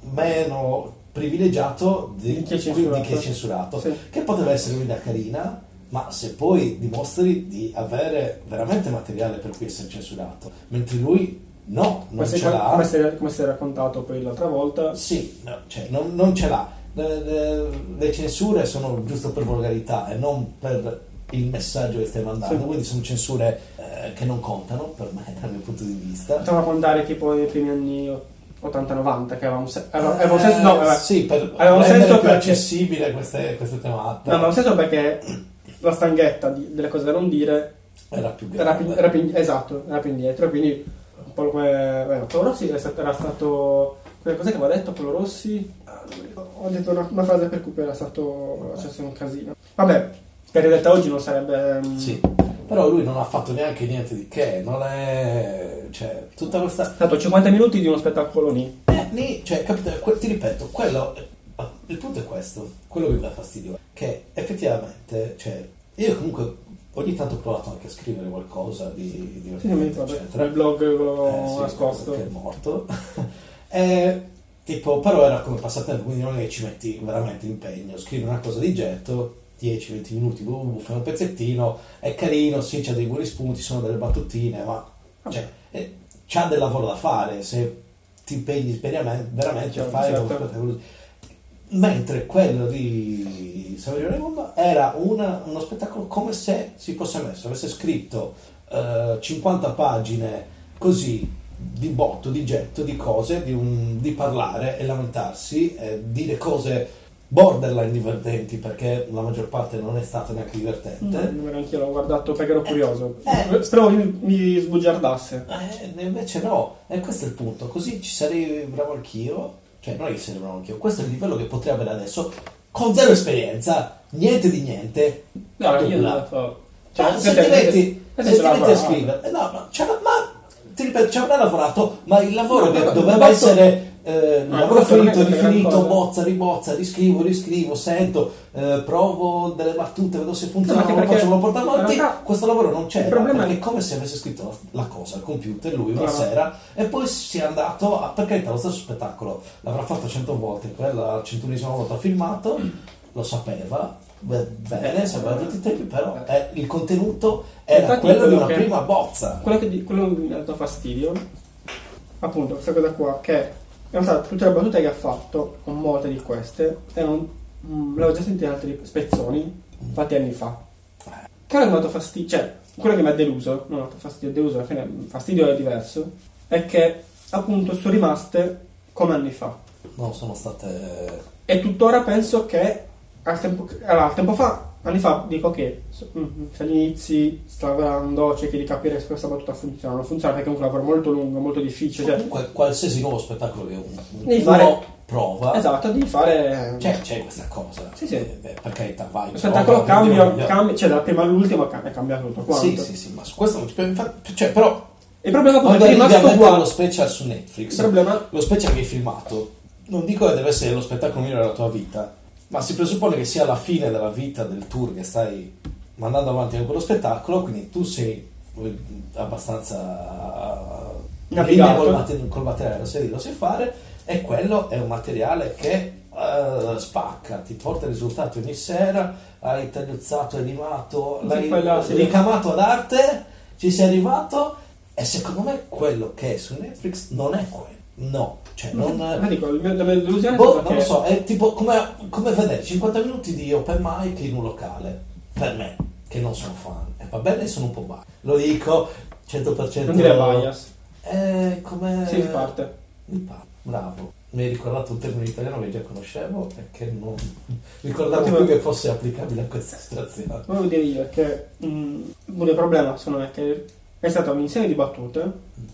Speaker 1: eh, meno privilegiato di,
Speaker 2: Di chi è
Speaker 1: qui-
Speaker 2: censurato.
Speaker 1: di chi è censurato.
Speaker 2: Sì.
Speaker 1: Che poteva essere un'idea carina, ma se poi dimostri di avere veramente materiale per cui essere censurato, mentre lui no, non
Speaker 2: Come si,
Speaker 1: ce l'ha.
Speaker 2: come si- come si è raccontato poi l'altra volta.
Speaker 1: Sì, no, cioè, non, non ce l'ha. Le, le- le censure sono giusto per volgarità e non per il messaggio che stai mandando,
Speaker 2: Sì.
Speaker 1: quindi sono censure eh, che non contano per me dal mio punto di vista.
Speaker 2: Facciamo raccontare tipo nei primi anni 80-90, che aveva un, se- aveva- aveva un senso... No, aveva,
Speaker 1: Eh, sì, per
Speaker 2: aveva un
Speaker 1: rendere
Speaker 2: senso
Speaker 1: più
Speaker 2: perché-
Speaker 1: accessibile queste, queste tematiche
Speaker 2: no, aveva un senso perché la stanghetta di- delle cose da non dire
Speaker 1: era più
Speaker 2: era
Speaker 1: grande.
Speaker 2: più, era più- esatto, era più indietro, quindi un po' come... Beh, Paolo Rossi era stato... Era stato quella cosa che aveva detto Paolo Rossi... ah, non mi ricordo, Ho detto una, una frase per cui era stato... cioè un casino. Vabbè, per in realtà oggi non sarebbe... mm,
Speaker 1: Sì. Però lui non ha fatto neanche niente di che, non è... cioè, tutta questa...
Speaker 2: Tanto 50 minuti di uno spettacolo lì.
Speaker 1: Eh, lì, cioè, capito, que- ti ripeto, quello, eh, il punto è questo, quello che mi dà fastidio, che effettivamente, cioè, io comunque ogni tanto ho provato anche a scrivere qualcosa di
Speaker 2: Sì, non
Speaker 1: divertente,
Speaker 2: mi ricordo.
Speaker 1: eccetera.
Speaker 2: Nel blog
Speaker 1: Cioè, Eh,
Speaker 2: l'ho
Speaker 1: sì,
Speaker 2: nascosto.
Speaker 1: Che è morto. e, tipo, però era come passatempo, quindi non è che ci metti veramente impegno, scrivi una cosa di getto, 10-20 minuti, boh, boh, fai un pezzettino, è carino, sì, c'ha dei buoni spunti, sono delle battutine, ma cioè, eh, c'ha del lavoro da fare se ti impegni seriamente- veramente a
Speaker 2: Certo,
Speaker 1: fare
Speaker 2: certo.
Speaker 1: uno spettacolo. Mentre quello di Saverio Raimondo era una- uno spettacolo come se si fosse messo, avesse scritto eh, 50 pagine così di botto, di getto, di cose, di, un- di parlare e lamentarsi, eh, dire cose borderline divertenti perché la maggior parte non è stata neanche divertente.
Speaker 2: Mm. Anch'io l'ho guardato perché ero curioso.
Speaker 1: Eh.
Speaker 2: Speravo che mi, mi sbugiardasse.
Speaker 1: Eh, invece no, e questo è il punto. Così ci sarei bravo anch'io. Cioè, non è che sarei bravo anch'io, questo è il livello che potrei avere adesso. Con zero esperienza, niente di niente.
Speaker 2: No, io Cioè,
Speaker 1: nulla.
Speaker 2: non so.
Speaker 1: Ma Cioè, se ti metti, se ti metti a scrivere, eh, no, no, c'è la- ma ti ripeto, ci avrà lavorato, ma il lavoro
Speaker 2: No,
Speaker 1: che
Speaker 2: però-
Speaker 1: doveva
Speaker 2: basta-
Speaker 1: essere eh,
Speaker 2: No,
Speaker 1: lavoro
Speaker 2: questo non è
Speaker 1: finito,
Speaker 2: una gran
Speaker 1: rifinito,
Speaker 2: cosa.
Speaker 1: bozza, ribozza, riscrivo, riscrivo, sento, eh, provo delle battute, vedo se funzionano,
Speaker 2: anche
Speaker 1: lo
Speaker 2: perché-
Speaker 1: faccio, lo porto avanti.
Speaker 2: in realtà-
Speaker 1: Questo lavoro non c'è,
Speaker 2: il problema è-
Speaker 1: perché è come se avesse scritto la, la cosa al computer lui una
Speaker 2: No.
Speaker 1: sera e poi si è andato, a, per carità, lo stesso spettacolo l'avrà fatto cento volte, quella centunesima volta ha filmato, lo sapeva. beh, Bene, sapeva tutti i tempi, però eh, il contenuto era
Speaker 2: Infatti,
Speaker 1: quello di
Speaker 2: quello
Speaker 1: una
Speaker 2: che-
Speaker 1: prima bozza.
Speaker 2: Quello che, di- quello che mi ha dato fastidio, appunto, questa cosa qua, che in realtà tutte le battute che ha fatto, o molte di queste, erano, mh, l'avevo già sentito in altri spezzoni, fatti anni fa. Quello che mi ha dato fastidio, cioè, quello che mi ha deluso, non ha dato fastidio, ha deluso, alla fine mm, fastidio è diverso, è che appunto sono rimaste come anni fa.
Speaker 1: Non sono state.
Speaker 2: E tuttora penso che al tempo, allora, al tempo fa, anni fa, dico che mm-hmm, se se agli inizi stai lavorando, cerchi di capire se questa battuta funziona o non funziona, perché è un lavoro molto lungo, molto difficile. Cioè,
Speaker 1: Comunque, qualsiasi nuovo spettacolo che un-
Speaker 2: Devi
Speaker 1: uno
Speaker 2: fare-
Speaker 1: prova,
Speaker 2: esatto, devi fare.
Speaker 1: c'è, c'è questa cosa.
Speaker 2: Sì, sì.
Speaker 1: Eh, beh, per carità, vai.
Speaker 2: lo spettacolo
Speaker 1: prova,
Speaker 2: cambia,
Speaker 1: migliora.
Speaker 2: cambia- cioè dalla prima all'ultima cam- è cambiato tutto quanto.
Speaker 1: Sì, sì, sì, ma su questo non ci infatti, cioè, però
Speaker 2: E il problema appunto,
Speaker 1: quando
Speaker 2: è
Speaker 1: arrivi a
Speaker 2: rimasto
Speaker 1: mettere
Speaker 2: uguale.
Speaker 1: lo special su Netflix,
Speaker 2: Il problema-
Speaker 1: lo special che hai filmato, non dico che deve essere lo spettacolo migliore della tua vita, ma si presuppone che sia la fine della vita del tour che stai mandando avanti con quello spettacolo, quindi tu sei eh, abbastanza in linea
Speaker 2: Navigato.
Speaker 1: col, mate- col materiale, lo sai, lo sai fare, e quello è un materiale che eh, eh, spacca, ti porta i risultati ogni sera, hai tagliuzzato, hai rimato,
Speaker 2: Sì,
Speaker 1: l'hai
Speaker 2: quella sì.
Speaker 1: ricamato ad arte, ci sei arrivato e secondo me quello che è su Netflix non è quello. No, cioè non...
Speaker 2: Ma eh, dico, il mio- la mia delusione
Speaker 1: Boh,
Speaker 2: è stata
Speaker 1: non lo
Speaker 2: che-
Speaker 1: so, è tipo come, come vedere 50 minuti di open mic in un locale, per me, che non sono fan. E va bene, sono un po' bias. Lo dico 100%...
Speaker 2: Non dire bias.
Speaker 1: È come...
Speaker 2: Si riparte.
Speaker 1: Il pa- Bravo. Mi hai ricordato un termine italiano che già conoscevo e che non ricordavo più che fosse applicabile a questa situazione.
Speaker 2: Volevo dire io che mm, pure il problema secondo me è che è stato un insieme di battute.
Speaker 1: Mm.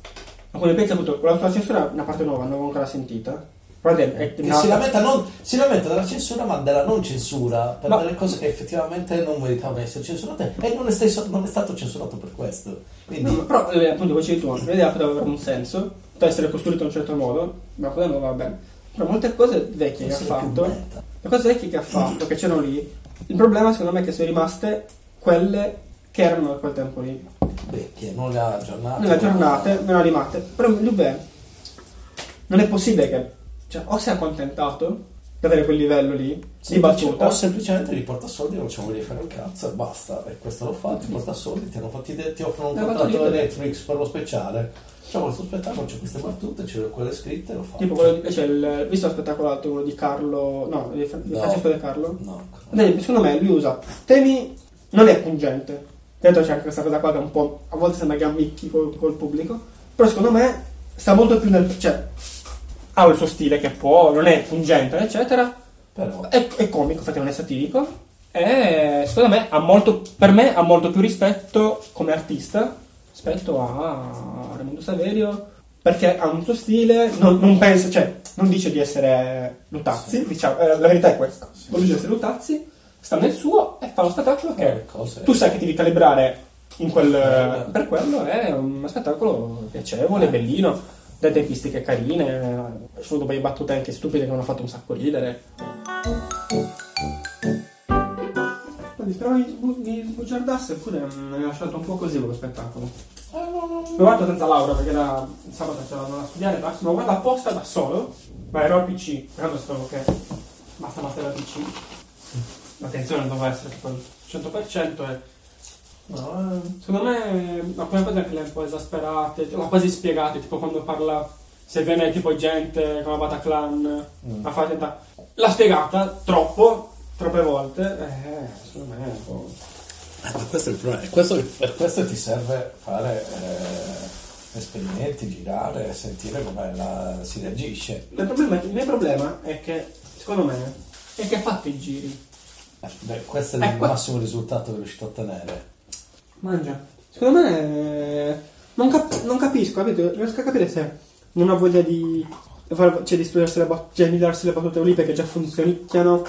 Speaker 2: Alcune pezzi appunto con la sua censura una parte nuova, non avevo ancora sentita. Però è, è
Speaker 1: Che
Speaker 2: nata-
Speaker 1: si, lamenta non- si lamenta della censura, ma della non censura per
Speaker 2: Ma-
Speaker 1: delle cose che effettivamente non meritavano di essere censurate e non è, stesso- non è stato censurato per questo. Quindi,
Speaker 2: No, ma però eh, appunto come dicevi tu anche l'idea poteva avere un senso, poteva essere costruita in un certo modo, ma quella non va bene. Però molte cose vecchie
Speaker 1: non
Speaker 2: che ha
Speaker 1: essere più
Speaker 2: fatto,
Speaker 1: meta.
Speaker 2: le cose vecchie che ha fatto, che c'erano lì, il problema secondo me è che sono rimaste quelle che erano a quel tempo lì.
Speaker 1: Vecchie, non le ha aggiornate.
Speaker 2: nella giornata me la rimate. Però Lubè non è possibile che cioè, o si è accontentato di avere quel livello lì di
Speaker 1: Semplice-
Speaker 2: battuta.
Speaker 1: o semplicemente gli porta soldi non ci voglio fare un cazzo e basta e questo lo fa ti porta soldi ti, hanno fatti de- ti offrono un
Speaker 2: Eh, ma
Speaker 1: contratto da
Speaker 2: togliete.
Speaker 1: Netflix per lo speciale c'è questo spettacolo c'è queste battute c'è quelle scritte e lo fa
Speaker 2: Tipo quello di, cioè, il, visto lo spettacolo alto quello di Carlo, no, di Fra- di
Speaker 1: No.
Speaker 2: Francesco De Carlo.
Speaker 1: no
Speaker 2: Ad esempio, secondo me lui usa temi non è pungente. Dentro c'è anche questa cosa qua che un po' a volte sembra gambicchi col, col pubblico, però secondo me sta molto più nel cioè ha il suo stile che può, non è pungente, eccetera,
Speaker 1: però
Speaker 2: è, è comico, infatti non è satirico. E secondo me ha molto, per me ha molto più rispetto come artista rispetto a Raimondo Saverio perché ha un suo stile, non, non pensa, cioè non dice di essere Lutazzi,
Speaker 1: Sì.
Speaker 2: diciamo, eh, la verità è questa,
Speaker 1: Sì.
Speaker 2: non dice di essere Lutazzi, sta nel suo e fa lo spettacolo
Speaker 1: che
Speaker 2: che
Speaker 1: cose Eh,
Speaker 2: tu sai che ti devi calibrare in quel, eh, per quello, è un spettacolo piacevole, bellino, delle tempistiche carine, ci sono delle battute anche stupide che mi hanno fatto un sacco ridere. Quindi speravo mi sbu- mi sbugiardasse eppure mm, mi ha lasciato un po' così lo spettacolo.
Speaker 1: Eh, no, no, no.
Speaker 2: L'ho fatto senza Laura perché era il sabato c'era da studiare, ma sono guardato apposta da solo, ma ero al PC, tanto sapevo che basta basta al PC. L'attenzione doveva essere tipo al 100% e
Speaker 1: No, eh,
Speaker 2: secondo me eh, alcune cose anche le un po' esasperate, o quasi spiegate, tipo quando parla, se viene tipo gente come Bataclan
Speaker 1: Mm.
Speaker 2: a fare tenta- L'ha spiegata troppo, troppe volte, eh, secondo me è un po'...
Speaker 1: Ma questo è il problema. Questo- per questo ti serve fare eh, esperimenti, girare, sentire come la- si reagisce.
Speaker 2: Il, problema, il mio problema è che, secondo me, è che ha fatto i giri.
Speaker 1: Eh, beh, questo è il
Speaker 2: Eh, qua-
Speaker 1: massimo risultato che è riuscito a ottenere.
Speaker 2: Mangia.
Speaker 3: Secondo me eh, non, cap- non capisco, capito? Non riesco a capire se non ha voglia di, far- cioè, di studiarsi le battute, cioè di darsi le battute lì perché già funzionicchiano.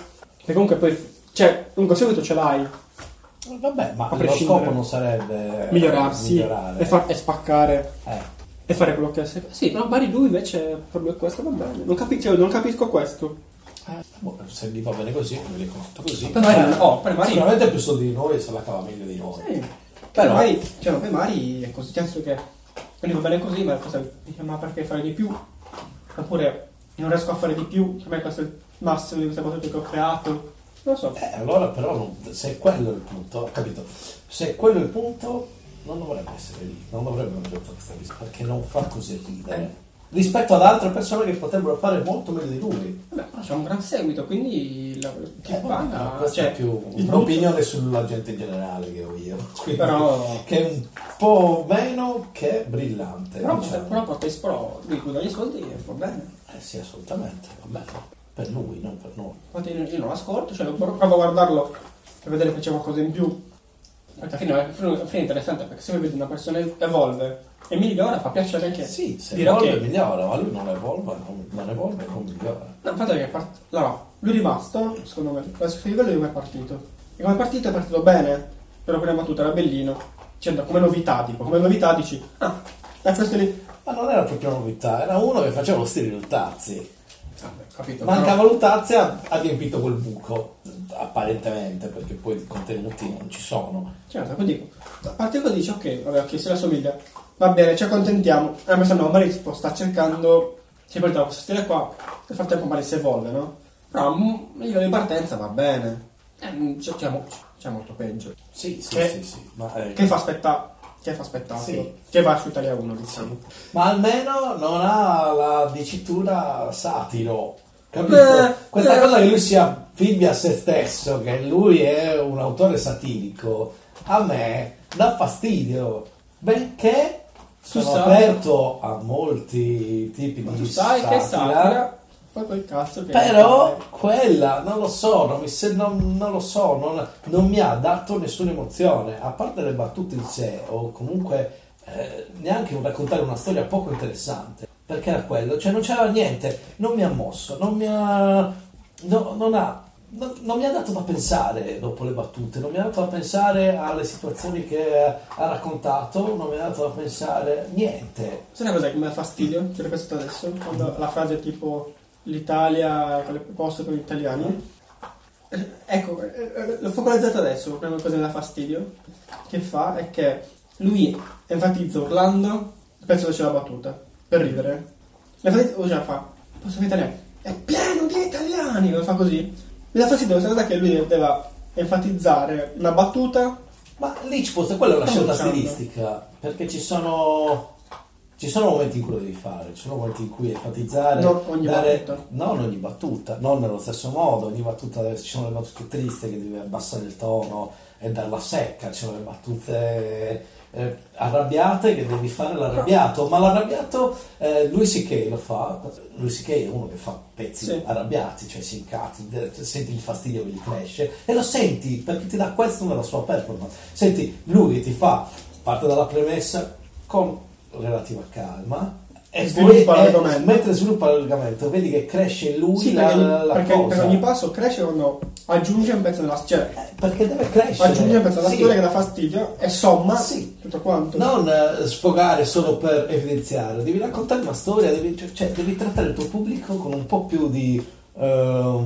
Speaker 3: E comunque poi, cioè, un seguito ce l'hai,
Speaker 1: Vabbè, ma
Speaker 3: A
Speaker 1: lo
Speaker 3: prescindere.
Speaker 1: scopo non sarebbe eh,
Speaker 3: migliorarsi
Speaker 1: migliorare.
Speaker 3: E, far- e spaccare
Speaker 1: Eh,
Speaker 3: e fare quello che è. Sì, però magari lui invece per lui questo va bene. Non, capi- cioè, non capisco questo.
Speaker 1: boh, se gli va bene così, me li conto così. Eh,
Speaker 2: Però Mari- oh, però Mari-
Speaker 1: Sicuramente più soldi di noi se la cava meglio di noi.
Speaker 2: Sì.
Speaker 1: Però-
Speaker 2: Però Mari, cioè, no, poi Mari è così, nel senso che quindi va bene così, ma, cosa, dice, ma perché fare di più? Oppure non riesco a fare di più, per me questo è il massimo di queste battute che ho creato. Non lo so.
Speaker 1: Eh, allora però non- se quello è il punto, ho capito? Se quello è il punto, non dovrebbe essere lì, non dovrebbe aver fatto questa visita, perché non fa così ridere.
Speaker 2: Eh.
Speaker 1: Rispetto ad altre persone che potrebbero fare molto meglio di lui.
Speaker 2: Vabbè, però c'è un gran seguito, quindi la, chi
Speaker 1: Eh, ma
Speaker 2: paga?
Speaker 1: questa
Speaker 2: Cioè,
Speaker 1: è più
Speaker 2: il brutto-
Speaker 1: un'opinione sulla gente in generale che ho io. Quindi,
Speaker 2: Però-
Speaker 1: Che è un po' meno che brillante.
Speaker 2: Però, eh,
Speaker 1: diciamo.
Speaker 2: però Portes Pro, lui guadagna i soldi e va bene.
Speaker 1: Eh sì, assolutamente, va bene. Per lui, non per noi.
Speaker 2: Infatti io, io non ascolto, cioè provo a guardarlo per vedere se c'è qualcosa in più. Perché alla fine- alla fine è interessante perché se voi vedi una persona evolve e migliora fa piacere anche
Speaker 1: Sì, se
Speaker 2: dire
Speaker 1: evolve
Speaker 2: ok.
Speaker 1: migliora, ma lui non evolve, non, non evolve, non migliora.
Speaker 2: No, il fatto è che è part- no, no, lui è rimasto, secondo me, al suo livello di come è partito. E come è partito è partito bene, però prima battuta era bellino, dicendo come novità, tipo, come novità dici, ah, è questo lì.
Speaker 1: Ma non era proprio una novità, era uno che faceva lo stile Lutazzi. Ah,
Speaker 2: Vabbè, capito.
Speaker 1: Mancava Lutazzi e ha ha riempito quel buco, apparentemente, perché poi i contenuti non ci sono.
Speaker 2: Certo, poi dico, a parte cosa dici, ok, vabbè, ok, se la somiglia, va bene, ci accontentiamo.
Speaker 3: Eh,
Speaker 2: E a me sembra, magari tipo, sta cercando, si porta questo stile qua, nel frattempo magari si evolve, no?
Speaker 3: Però mm, io in partenza va bene. Eh, c'è, c'è mo- c'è molto peggio.
Speaker 1: Sì, sì,
Speaker 3: Che-
Speaker 1: sì, sì. Ma, eh,
Speaker 3: Che fa aspettare? Che fa aspettare?
Speaker 1: Sì.
Speaker 3: Che va su Italia 1, diciamo.
Speaker 1: ma almeno non ha la dicitura satiro. Capito?
Speaker 3: Eh,
Speaker 1: Questa
Speaker 3: eh.
Speaker 1: cosa che lui si affibbia a se stesso, che lui è un autore satirico, a me dà fastidio. Perché
Speaker 3: Tu
Speaker 1: sono
Speaker 3: sai-
Speaker 1: aperto a molti tipi
Speaker 3: Ma
Speaker 1: di
Speaker 3: tu sai che
Speaker 1: satira,
Speaker 3: satira fa quel cazzo che
Speaker 1: Però quella non lo so, non mi, se- non- non lo so, non, non mi ha dato nessuna emozione, a parte le battute in sé, o comunque eh, neanche un raccontare una storia poco interessante, perché era quello, cioè non c'era niente, non mi ha mosso, non mi ha. no- non ha. non- non mi ha dato da pensare dopo le battute, non mi ha dato da pensare alle situazioni che ha raccontato, non mi ha dato da pensare niente.
Speaker 3: Sai una cosa che mi dà fastidio? Ti l'ho pensato adesso? Quando la frase è tipo l'Italia, quale posto per gli italiani. Eh, Ecco, eh, eh, l'ho focalizzato adesso, una cosa che mi dà fastidio. Che fa è che lui enfatizza Orlando, il pezzo dove c'è la battuta, per ridere. L'enfatizza, o cioè fa, posso fare italiano? È pieno di italiani! Lo fa così. Mi dà fastidio questa cosa che lui doveva enfatizzare una battuta
Speaker 1: Ma lì ci può stare, quella è una
Speaker 3: Stiamo
Speaker 1: scelta
Speaker 3: usando.
Speaker 1: stilistica, perché ci sono, ci sono momenti in cui lo devi fare, ci sono momenti in cui enfatizzare,
Speaker 3: Non ogni
Speaker 1: dare-
Speaker 3: battuta.
Speaker 1: non ogni battuta, non nello stesso modo, ogni battuta, deve- ci sono le battute triste che devi abbassare il tono e darla secca, ci sono le battute eh, arrabbiate che devi fare l'arrabbiato, ma l'arrabbiato eh, lui sì che lo fa, lui sì che è uno che fa pezzi
Speaker 3: Sì.
Speaker 1: arrabbiati, cioè si incazzi, de- senti il fastidio che gli cresce e lo senti perché ti dà questo nella sua performance. Senti, lui che ti fa, parte dalla premessa con relativa calma e poi
Speaker 3: Sviluppa l'argomento.
Speaker 1: e mentre sviluppa l'argomento vedi che cresce in lui
Speaker 3: Sì,
Speaker 1: la,
Speaker 3: perché,
Speaker 1: la
Speaker 3: perché
Speaker 1: cosa.
Speaker 3: per ogni passo cresce quando aggiunge un pezzo della cioè,
Speaker 1: Eh, perché deve crescere.
Speaker 3: aggiunge un pezzo della
Speaker 1: Sì.
Speaker 3: storia che dà fastidio e somma
Speaker 1: Sì.
Speaker 3: tutto quanto.
Speaker 1: Non eh, sfogare solo per evidenziare, devi raccontare una storia, devi, cioè- cioè, devi trattare il tuo pubblico con un po' più di... eh,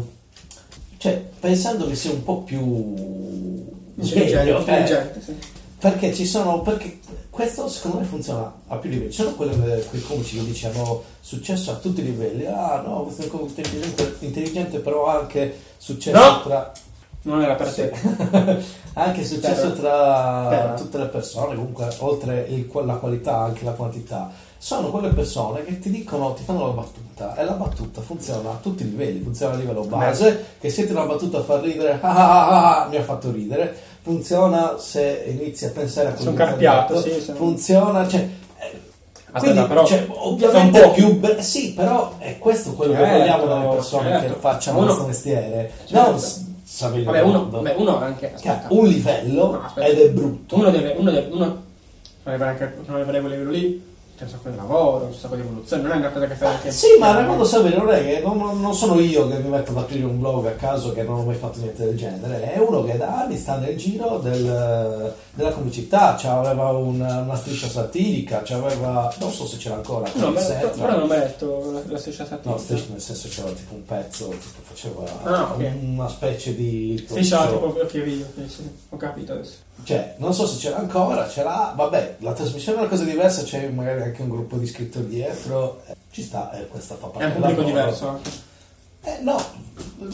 Speaker 1: cioè, pensando che sia un po' più...
Speaker 3: Intelligente,
Speaker 1: sveglio, eh.
Speaker 3: intelligente, sì.
Speaker 1: Perché ci sono. Perché questo secondo me funziona a più livelli. Ci sono quelle, eh, quei comici che diciamo successo a tutti i livelli. Ah no, questo è un comico intelligente, intelligente, però ha anche successo
Speaker 3: No!
Speaker 1: tra.
Speaker 3: Non era per te.
Speaker 1: anche successo tra
Speaker 3: Terra.
Speaker 1: tutte le persone, comunque oltre il- la qualità anche la quantità. Sono quelle persone che ti dicono, ti fanno la battuta e la battuta funziona a tutti i livelli, funziona a livello base, che se ti una battuta fa ridere, ah, ah, ah, ah, mi ha fatto ridere, funziona se inizi a pensare a quello
Speaker 3: Sono
Speaker 1: che ti ha
Speaker 3: carpiato,
Speaker 1: detto,
Speaker 3: sì, sono-
Speaker 1: funziona, cioè... eh,
Speaker 3: Aspetta,
Speaker 1: quindi,
Speaker 3: però,
Speaker 1: cioè,
Speaker 3: è
Speaker 1: ovviamente
Speaker 3: un po'.
Speaker 1: più be- sì, però è questo quello che
Speaker 3: Certo,
Speaker 1: vogliamo dalle persone
Speaker 3: certo.
Speaker 1: che facciano
Speaker 3: Uno-
Speaker 1: questo mestiere.
Speaker 3: Certo.
Speaker 1: Non s- sapere
Speaker 3: Vabbè,
Speaker 1: il
Speaker 3: uno,
Speaker 1: mondo
Speaker 3: vabbè, uno anche.
Speaker 1: che ha
Speaker 3: Aspetta.
Speaker 1: un livello
Speaker 3: No, aspetta.
Speaker 1: ed è brutto.
Speaker 3: Uno deve. Uno deve. Uno. Non aveva anche. Non aveva quel livello lì. C'è un sacco di lavoro, c'è un sacco di evoluzione. Non è una cosa che fai anche.
Speaker 1: Sì, ma Raimondo Saveri non è che non, non- non sono io che mi metto ad aprire un blog a caso che non ho mai fatto niente del genere, è uno che da anni sta nel giro del- della comicità, cioè aveva un- una striscia satirica, cioè aveva, non so se c'era ancora,
Speaker 3: No, ma-
Speaker 1: Camisetra.
Speaker 3: però non mi ha detto la, la stessa satira.
Speaker 1: No, striscia nel senso c'era tipo un pezzo, tipo faceva
Speaker 3: Ah, ok.
Speaker 1: una specie di...
Speaker 3: Striscia tipo quello che io, sì, sì, ho capito adesso.
Speaker 1: Cioè, non so se c'era ancora, c'era. Vabbè, la trasmissione è una cosa diversa, c'è magari anche un gruppo di iscritti dietro. eh, Ci sta, eh, questa fa parte
Speaker 3: È un pubblico
Speaker 1: del lavoro.
Speaker 3: diverso anche.
Speaker 1: Eh, no,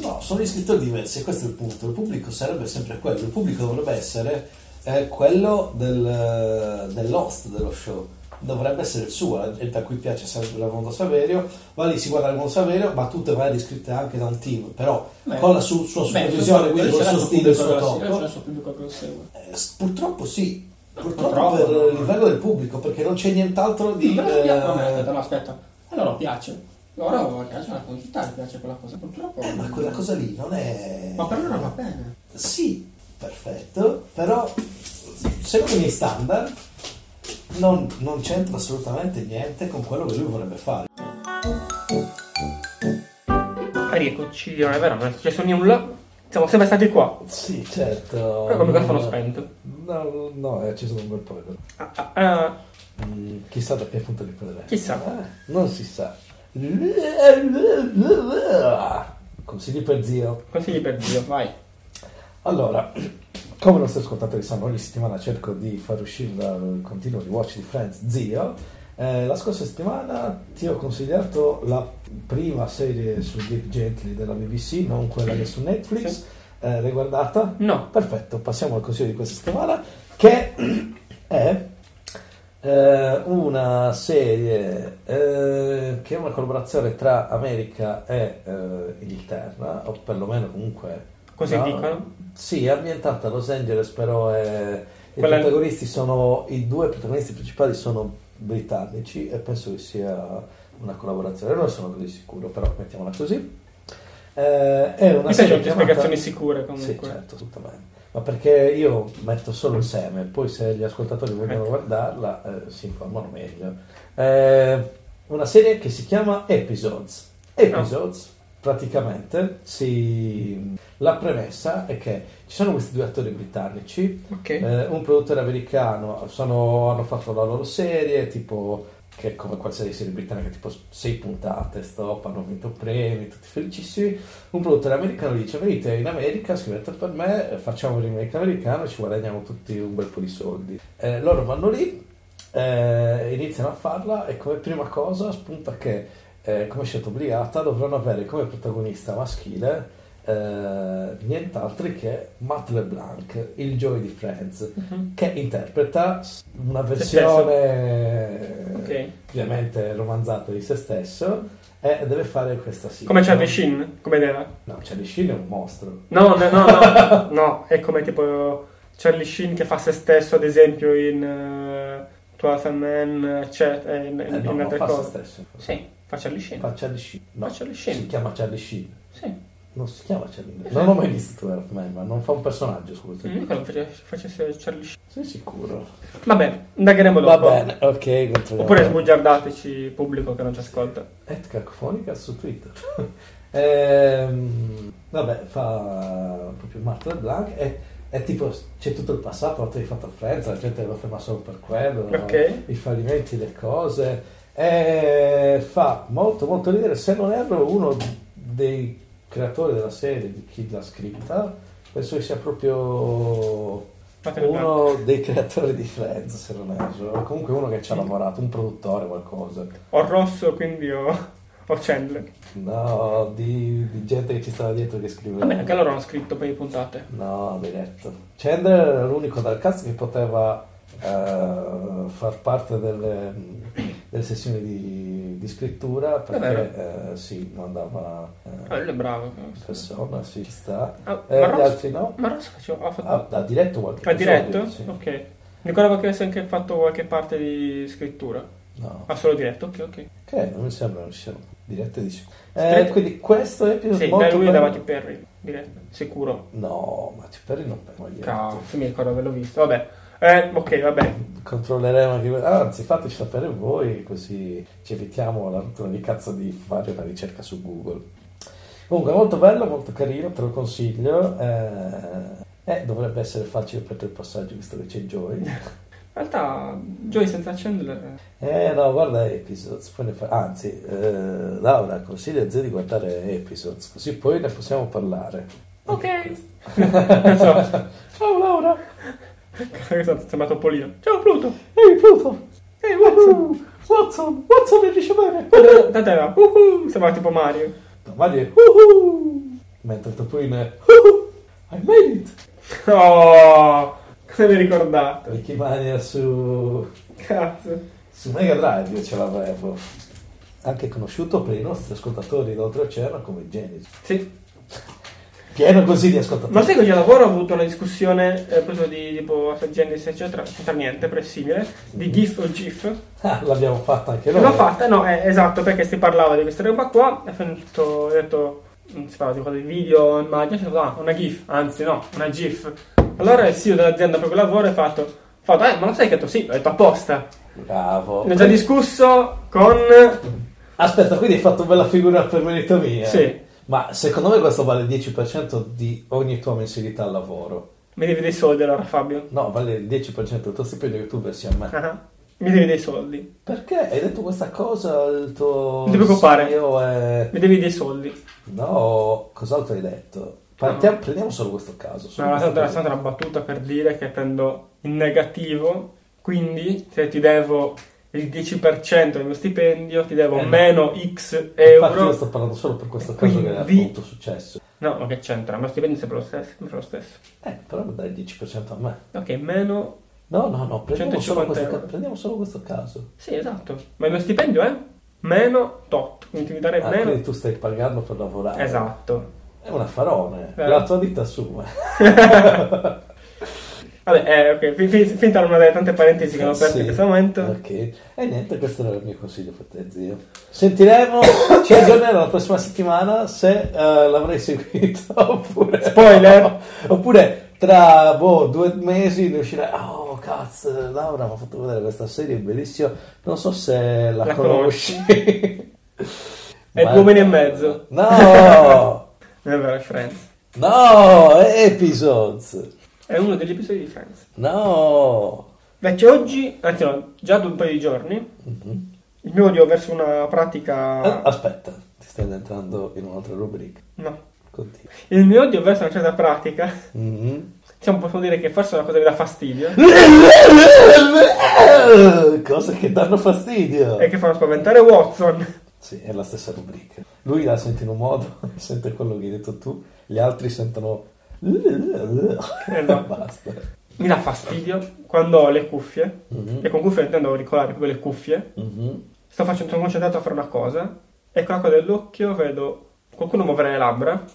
Speaker 1: no, sono iscrittori diversi, e questo è il punto. Il pubblico sarebbe sempre quello, il pubblico dovrebbe essere eh, quello del, dell'host dello show, dovrebbe essere il suo, la gente a cui piace sempre Raimondo Saverio, va lì, si guarda Raimondo Saverio, battute magari iscritte anche da un team, però
Speaker 3: Beh.
Speaker 1: con la su- sua
Speaker 3: Beh,
Speaker 1: supervisione, quindi con il
Speaker 3: c'era
Speaker 1: suo stile, il suo
Speaker 3: pubblico che lo-
Speaker 1: tocco.
Speaker 3: c'era il suo pubblico che lo segue.
Speaker 1: Eh, s- Purtroppo sì, purtroppo,
Speaker 3: Purtroppo,
Speaker 1: per
Speaker 3: no.
Speaker 1: il livello del pubblico, perché non c'è nient'altro di...
Speaker 3: Però non piace- no, ma
Speaker 1: eh,
Speaker 3: aspetta, no, aspetta. A loro piace. Loro piace la quantità, gli piace quella cosa. Purtroppo.
Speaker 1: eh, ma quella cosa lì non è...
Speaker 3: Ma per loro va bene.
Speaker 1: Sì, perfetto, però secondo i miei standard non, non c'entra assolutamente niente con quello che lui vorrebbe fare.
Speaker 2: Eccoci, Ah, non è vero, non è successo nulla. Siamo sempre stati qua.
Speaker 1: Sì, certo.
Speaker 2: Però col microfono spento.
Speaker 1: No, no, è acceso un bel po'.
Speaker 2: Ah, ah, ah,
Speaker 1: chissà da che punto di prendere.
Speaker 2: Chissà.
Speaker 1: Ah, Non si sa. Consigli per zio.
Speaker 2: consigli per Dio, vai.
Speaker 1: Allora, come i nostri ascoltatori sanno, ogni settimana cerco di far uscire dal continuo di Watch di Friends Zio Eh, la scorsa settimana ti ho consigliato la prima serie su Dick Gently della BBC, non quella che è su Netflix. Eh, l'hai guardata?
Speaker 2: No.
Speaker 1: Perfetto, passiamo al consiglio di questa settimana che è eh, una serie eh, che è una collaborazione tra America e eh, Inghilterra, o perlomeno comunque...
Speaker 2: Così dicono?
Speaker 1: Sì, è ambientata a Los Angeles, però è- i,
Speaker 2: Quella-
Speaker 1: protagonisti sono, i due protagonisti principali sono britannici e penso che sia una collaborazione, non sono così sicuro, però mettiamola così. Eh, è una
Speaker 2: Mi
Speaker 1: serie
Speaker 2: piacciono le
Speaker 1: chiamata-
Speaker 2: spiegazioni sicure comunque.
Speaker 1: sì, certo, assolutamente. Ma perché io metto solo il seme, poi se gli ascoltatori vogliono
Speaker 2: Ecco.
Speaker 1: guardarla eh, si informano meglio. Eh, una serie che si chiama Episodes.
Speaker 2: Oh.
Speaker 1: Episodes, praticamente, si... la premessa è che ci sono questi due attori britannici
Speaker 2: Ok.
Speaker 1: eh, un produttore americano sono- hanno fatto la loro serie, tipo che è come qualsiasi serie britannica, tipo sei puntate, stop, hanno vinto premi, tutti felicissimi. Un produttore americano gli dice: Venite in America, scrivete per me, eh, facciamo un remake americano e ci guadagniamo tutti un bel po' di soldi. Eh, loro vanno lì, eh, iniziano a farla e come prima cosa spunta che, eh, come scelta obbligata, dovranno avere come protagonista maschile eh, nient'altro che Matt LeBlanc, il Joey di Friends,
Speaker 2: Mhm.
Speaker 1: che interpreta una
Speaker 2: stesso.
Speaker 1: versione
Speaker 2: Ok.
Speaker 1: ovviamente romanzata di se stesso e deve fare questa sigla.
Speaker 2: Come Charlie Sheen? Come era?
Speaker 1: No, Charlie Sheen è un mostro.
Speaker 2: No, no, no, no. no, è come tipo Charlie Sheen che fa se stesso, ad esempio, in uh, 12 Man, c'è eh, in,
Speaker 1: Eh,
Speaker 2: in
Speaker 1: no, non
Speaker 2: altre
Speaker 1: fa se
Speaker 2: cose.
Speaker 1: stesso.
Speaker 2: Sì, fa Charlie Sheen.
Speaker 1: Fa Charlie Sheen. No,
Speaker 2: Fa Charlie Sheen. Esatto.
Speaker 1: Si chiama Charlie Sheen.
Speaker 2: Sì.
Speaker 1: Non si chiama Charlie Sheen. Non l'ho mai visto 12 Man, ma non fa un personaggio, scusa.
Speaker 2: Io non facesse- facesse Charlie Sheen.
Speaker 1: Sei sicuro?
Speaker 2: Va bene, indagheremo
Speaker 1: Va
Speaker 2: dopo.
Speaker 1: bene, ok, continuiamo.
Speaker 2: Oppure sbugiardateci pubblico che non ci ascolta.
Speaker 1: Et cacofonica su Twitter. Ehm, vabbè, fa proprio Marta Blanc e, e tipo c'è tutto il passato, l'ho fatto a Frenza, la gente lo ferma solo per quello, no?
Speaker 2: Ok.
Speaker 1: i fallimenti, le cose. E fa molto molto ridere, se non erro uno dei creatori della serie, di chi l'ha scritta, penso che sia proprio
Speaker 2: Fate le blanche.
Speaker 1: uno dei creatori di Friends, se non erro, comunque uno che ci ha lavorato, un produttore qualcosa.
Speaker 2: Ho rosso, quindi ho, ho Chandler.
Speaker 1: No, di, di gente che ci stava dietro che scriveva.
Speaker 2: Va bene, anche loro hanno scritto per le puntate.
Speaker 1: No, diretto. Chandler era l'unico dal cast che poteva eh, far parte delle, delle sessioni di, di scrittura perché eh, sì, non andava
Speaker 2: Ah,
Speaker 1: eh,
Speaker 2: lui è bravo.
Speaker 1: in persona, sì, ci sta.
Speaker 2: Ah,
Speaker 1: Eh,
Speaker 2: ma
Speaker 1: gli
Speaker 2: Ross,
Speaker 1: altri no?
Speaker 2: ma Ross faceva- ha fatto...
Speaker 1: Ah, ha diretto qualche
Speaker 2: Ha diretto?
Speaker 1: episodio, sì.
Speaker 2: Ok. Ricordavo che avesse anche fatto qualche parte di scrittura.
Speaker 1: No,
Speaker 2: Ah, solo diretto? Ok, ok.
Speaker 1: ok, non mi sembra non siano dirette di sicuro. Eh,
Speaker 2: Diretto.
Speaker 1: quindi questo episodio
Speaker 2: Sì,
Speaker 1: molto
Speaker 2: beh, lui
Speaker 1: bello.
Speaker 2: davanti Perry, diretto. Sicuro.
Speaker 1: No, ma ti perdi non per ma diretto.
Speaker 2: Cavolo, mi ricordo averlo visto. Vabbè. Eh, ok, vabbè.
Speaker 1: controlleremo anche anzi fateci sapere voi così ci evitiamo la rottura di cazzo di fare una ricerca su Google comunque molto bello molto carino te lo consiglio eh, eh, dovrebbe essere facile per te il passaggio visto che c'è Joy
Speaker 2: In realtà, Joy senza Chandler...
Speaker 1: eh no guarda Episodes poi ne fa- anzi eh, Laura consiglia a Zé di guardare Episodes così poi ne possiamo parlare
Speaker 2: Ok. non so.
Speaker 1: ciao Laura
Speaker 2: Questo è sembrato Polino. Ciao, Pluto.
Speaker 1: ehi Pluto
Speaker 2: Ehi, Watson.
Speaker 1: Watson Watson mi riesce bene
Speaker 2: Tanto era, uhuh, sembrava tipo Mario.
Speaker 1: Mario è "Uhu!" mentre il topolino è "Uhu! I made it
Speaker 2: Oh, cosa mi hai ricordato?
Speaker 1: Ricky Mania su,
Speaker 2: Cazzo.
Speaker 1: su Mega Drive io ce l'avevo anche conosciuto per i nostri ascoltatori d'oltreoceano come Genesis
Speaker 2: Sì.
Speaker 1: pieno così di ascoltatori
Speaker 2: Ma sai che oggi al lavoro ho avuto una discussione, eh, proprio di tipo Genesis eccetera, non c'entra niente, però è simile, di GIF o GIF.
Speaker 1: Ah, l'abbiamo fatta anche noi
Speaker 2: L'ho fatta, no, eh, esatto, perché si parlava di questa roba qua, e poi ho detto- ho detto, non si parla di cose di video, immagini, ho detto, ah, una GIF, anzi no, una GIF. Allora il CEO dell'azienda per cui lavoro ha fatto, ha fatto, eh, ma lo sai che ho detto sì, l'ho detto apposta.
Speaker 1: bravo
Speaker 2: Ne ho già discusso con...
Speaker 1: aspetta quindi hai fatto bella figura per merito mia
Speaker 2: Sì.
Speaker 1: ma secondo me questo vale il 10% di ogni tua mensilità al lavoro
Speaker 2: Mi devi dei soldi allora Fabio.
Speaker 1: no vale il 10% del tuo stipendio che tu versi a me
Speaker 2: Ah, Mi devi dei soldi.
Speaker 1: perché hai detto questa cosa il tuo
Speaker 2: Non ti preoccupare.
Speaker 1: CEO è
Speaker 2: Mi devi dei soldi.
Speaker 1: No, cos'altro hai detto? Partiamo- Prendiamo solo questo caso. solo
Speaker 2: No, è
Speaker 1: questo
Speaker 2: stata, è
Speaker 1: caso.
Speaker 2: stata una battuta per dire che prendo in negativo, quindi se ti devo il 10% dello stipendio, ti devo
Speaker 1: Eh, no.
Speaker 2: meno X
Speaker 1: Infatti io
Speaker 2: euro.
Speaker 1: sto parlando solo per questo caso che è
Speaker 2: Quindi-
Speaker 1: appunto successo.
Speaker 2: No, ma che c'entra? Ma lo stipendio è sempre lo stesso. sempre lo stesso.
Speaker 1: Eh, però dai il 10% a me.
Speaker 2: Ok, meno...
Speaker 1: No, no, no, prendiamo solo,
Speaker 2: 150
Speaker 1: questo, ca-
Speaker 2: euro.
Speaker 1: prendiamo solo questo caso.
Speaker 2: Sì, esatto. Ma il mio stipendio è meno tot. Quindi ti devi dare
Speaker 1: Ah,
Speaker 2: Eh, meno...
Speaker 1: quindi tu stai pagando per lavorare.
Speaker 2: Esatto.
Speaker 1: È un affarone.
Speaker 2: Eh.
Speaker 1: La tua ditta assume.
Speaker 2: Vabbè, eh, ok, fin- fin- finta una delle tante parentesi che ho aperto
Speaker 1: Sì. Eh.
Speaker 2: in questo momento.
Speaker 1: Ok. E niente, questo era il mio consiglio per te, zio. Sentiremo, ci aggiornerò la prossima settimana se eh, l'avrai seguito oppure...
Speaker 2: Spoiler.
Speaker 1: oppure tra boh, due mesi ne uscirà... Oh, cazzo, Laura mi ha fatto vedere questa serie, bellissima. Non so se la,
Speaker 2: La
Speaker 1: conosci.
Speaker 2: conosci. È due mesi e mezzo.
Speaker 1: No!
Speaker 2: Non è vero, è Friends.
Speaker 1: No! Episodes!
Speaker 2: È uno degli episodi di Friends.
Speaker 1: No!
Speaker 2: Invece oggi, anzi no, già da un paio di giorni,
Speaker 1: Mhm.
Speaker 2: il mio odio verso una
Speaker 1: Eh,
Speaker 2: pratica...
Speaker 1: Aspetta, ti stai entrando in un'altra rubrica.
Speaker 2: No.
Speaker 1: Continua.
Speaker 2: Il mio odio verso una certa pratica,
Speaker 1: Mhm.
Speaker 2: diciamo, possiamo dire che forse è una cosa che dà fastidio
Speaker 1: Cose che danno fastidio.
Speaker 2: e che fanno spaventare Watson.
Speaker 1: Sì, è la stessa rubrica. Lui la sente in un modo, sente quello che hai detto tu, gli altri sentono...
Speaker 2: Eh, no.
Speaker 1: Basta.
Speaker 2: Mi dà fastidio quando ho le cuffie,
Speaker 1: Mhm.
Speaker 2: e con cuffie intendo auricolari, proprio le cuffie,
Speaker 1: Mhm.
Speaker 2: Sto facendo, sono concentrato a fare una cosa e con la coda dell'occhio vedo qualcuno muovere le labbra.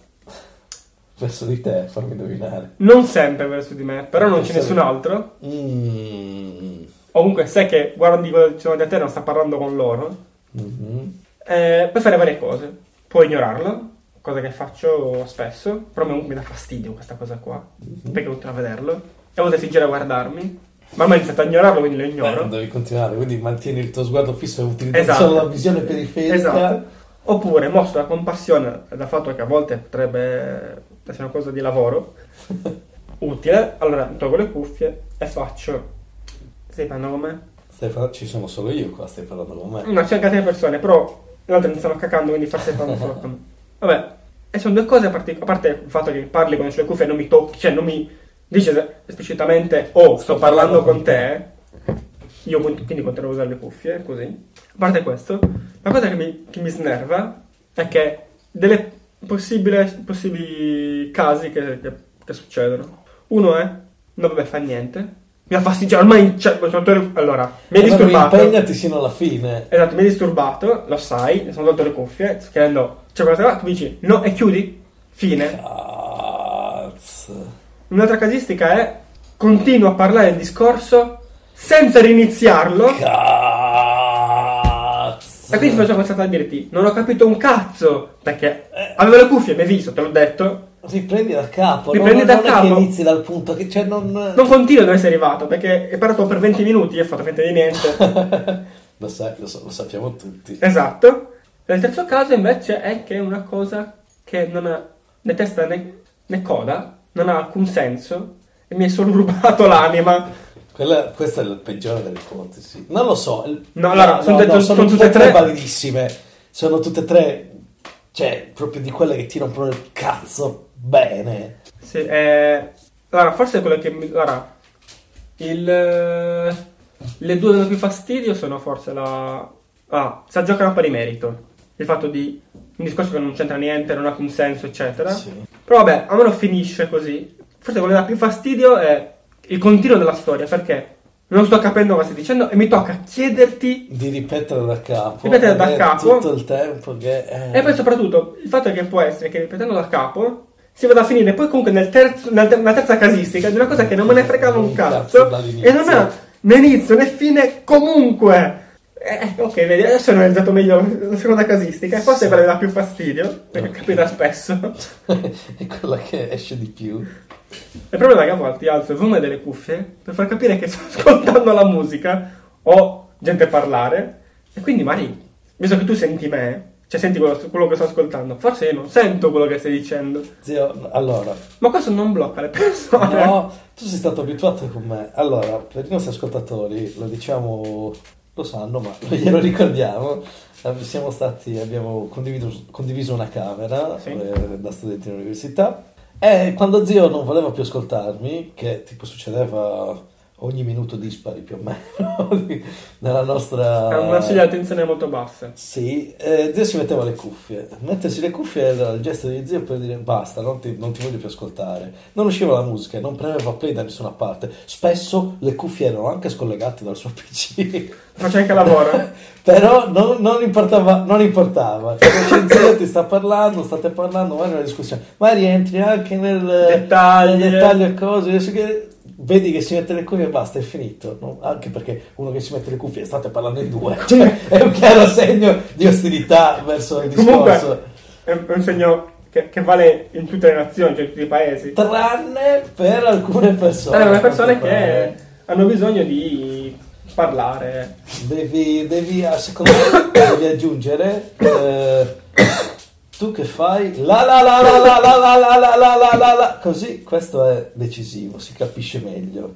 Speaker 1: Verso di te, fammi indovinare.
Speaker 2: Non sempre verso di me, però non c'è nessun altro.
Speaker 1: Mm.
Speaker 2: O comunque sai che guardi quello che c'è davanti a te e non sta parlando con loro.
Speaker 1: Mhm.
Speaker 2: Eh, puoi fare varie cose. Puoi ignorarlo, cosa che faccio spesso, però mi, mi dà fastidio questa cosa qua,
Speaker 1: Mhm.
Speaker 2: perché continuo a vederlo. E a volte si gira a guardarmi, ma ormai ho iniziato a ignorarlo, quindi lo
Speaker 1: Beh,
Speaker 2: ignoro.
Speaker 1: non devi continuare, quindi mantieni il tuo sguardo fisso e utilizzi
Speaker 2: Esatto.
Speaker 1: solo la visione periferica.
Speaker 2: Esatto. Oppure mostro la compassione dal fatto che a volte potrebbe essere una cosa di lavoro utile. Allora tolgo le cuffie e faccio. Stai parlando con me?
Speaker 1: Stai par- ci sono solo io qua, stai parlando con me.
Speaker 2: No, c'è anche altre persone, però le altre mi stanno cacando, quindi forse parlando solo con me. Vabbè, e sono due cose, a parte, a parte il fatto che parli quando c'è le cuffie e non mi tocchi, cioè non mi dice esplicitamente oh, sto parlando con te. Io con- quindi continuo a usare le cuffie, così. A parte questo, la cosa che mi, che mi snerva è che delle possibile- possibili casi che, che- che succedono. Uno è, no vabbè, fa niente. Mi ha fastidio, ormai... cioè, allora, mi ha
Speaker 1: Allora,
Speaker 2: disturbato.
Speaker 1: Impegnati sino alla fine.
Speaker 2: Esatto, mi hai disturbato, lo sai, sono tolto le cuffie, sto chiedendo, c'è qualcosa là, tu mi dici no e chiudi, fine.
Speaker 1: Cazzo.
Speaker 2: Un'altra casistica è, continuo a parlare il discorso senza riniziarlo,
Speaker 1: Cazzo.
Speaker 2: e quindi sono pensato a dirti, non ho capito un cazzo, perché avevo le cuffie, mi hai visto, te l'ho detto,
Speaker 1: Riprendi da capo.
Speaker 2: Riprendi
Speaker 1: non,
Speaker 2: da
Speaker 1: non è
Speaker 2: capo.
Speaker 1: che inizi dal punto, che cioè non...
Speaker 2: non continuo dove sei arrivato, perché hai parlato per 20 minuti e ho fatto finta di niente.
Speaker 1: Lo, sai, lo, so- lo sappiamo tutti.
Speaker 2: esatto. Nel terzo caso invece è che è una cosa che non ha né testa né, né coda, non ha alcun senso e mi è solo rubato l'anima.
Speaker 1: Quella, questa è la peggiore delle ipotesi. Non lo so. il-
Speaker 2: No, allora, sono detto-
Speaker 1: sono,
Speaker 2: sono
Speaker 1: tutte e
Speaker 2: tutte
Speaker 1: tre
Speaker 2: tre-
Speaker 1: validissime. Sono tutte e tre, cioè, proprio di quelle che ti rompono il cazzo bene.
Speaker 2: Sì, eh, allora, forse quello che mi... Allora, il, eh, le due che danno più fastidio sono forse la... Ah, sa giocare un po' di merito. Il fatto di... Un discorso che non c'entra niente, non ha alcun senso, eccetera.
Speaker 1: Sì.
Speaker 2: Però vabbè, almeno finisce così. Forse quello che dà più fastidio è il continuo della storia, perché non sto capendo cosa stai dicendo e mi tocca chiederti...
Speaker 1: Di ripetere da capo.
Speaker 2: Ripetere da
Speaker 1: È
Speaker 2: capo.
Speaker 1: Tutto il tempo che... eh,
Speaker 2: E poi soprattutto il fatto che può essere che ripetendo da capo si vada a finire poi comunque nel terzo- nel ter- nella terza casistica di una cosa che non me ne fregava un
Speaker 1: Un
Speaker 2: cazzo,
Speaker 1: cazzo dall'inizio.
Speaker 2: e non ha né inizio né fine comunque. Eh, ok, vedi, adesso ho analizzato meglio la seconda casistica e forse è quella che dà più fastidio, perché
Speaker 1: Ok.
Speaker 2: capita spesso. Il
Speaker 1: è quella che esce di più.
Speaker 2: problema è che a volte alzo il volume delle cuffie per far capire che sto ascoltando la musica o gente parlare e quindi Mari, visto che tu senti me, cioè senti quello- quello che sto ascoltando, forse io non sento quello che stai dicendo.
Speaker 1: Zio, allora,
Speaker 2: Ma questo non blocca le persone.
Speaker 1: no, tu sei stato abituato con me. Allora, per i nostri ascoltatori, lo diciamo, lo sanno, ma glielo ricordiamo. eh, Siamo stati, abbiamo condiviso, condiviso una camera
Speaker 2: Sì.
Speaker 1: eh, da studenti all'università e quando zio non voleva più ascoltarmi, che tipo succedeva ogni minuto dispari più o meno di- nella nostra...
Speaker 2: È una soglia di attenzione molto bassa.
Speaker 1: Sì, eh, zio si metteva le cuffie. Mettersi le cuffie era il gesto di zio per dire basta, non ti, non ti voglio più ascoltare. Non usciva la musica, non premeva play da nessuna parte. Spesso le cuffie erano anche scollegate dal suo PC.
Speaker 2: Faccio anche lavoro.
Speaker 1: Però non, non importava, non importava. Cioè, zio ti sta parlando, state parlando, ma è una discussione. Ma rientri anche nel
Speaker 2: Dettagli.
Speaker 1: nel dettaglio e cose. adesso che- Vedi che si mette le cuffie e basta, è finito. no? Anche perché uno che si mette le cuffie state parlando in due. Cioè, è un chiaro segno di ostilità verso il discorso.
Speaker 2: Comunque, è un è un segno che, che vale in tutte le nazioni, cioè in tutti i paesi.
Speaker 1: Tranne per alcune persone.
Speaker 2: Allora, le persone che
Speaker 1: Eh,
Speaker 2: hanno bisogno di parlare.
Speaker 1: Devi, devi ah, secondo me, devi aggiungere... eh, tu che fai? La la la la la la la la la la la la la. Così questo è decisivo, si capisce meglio.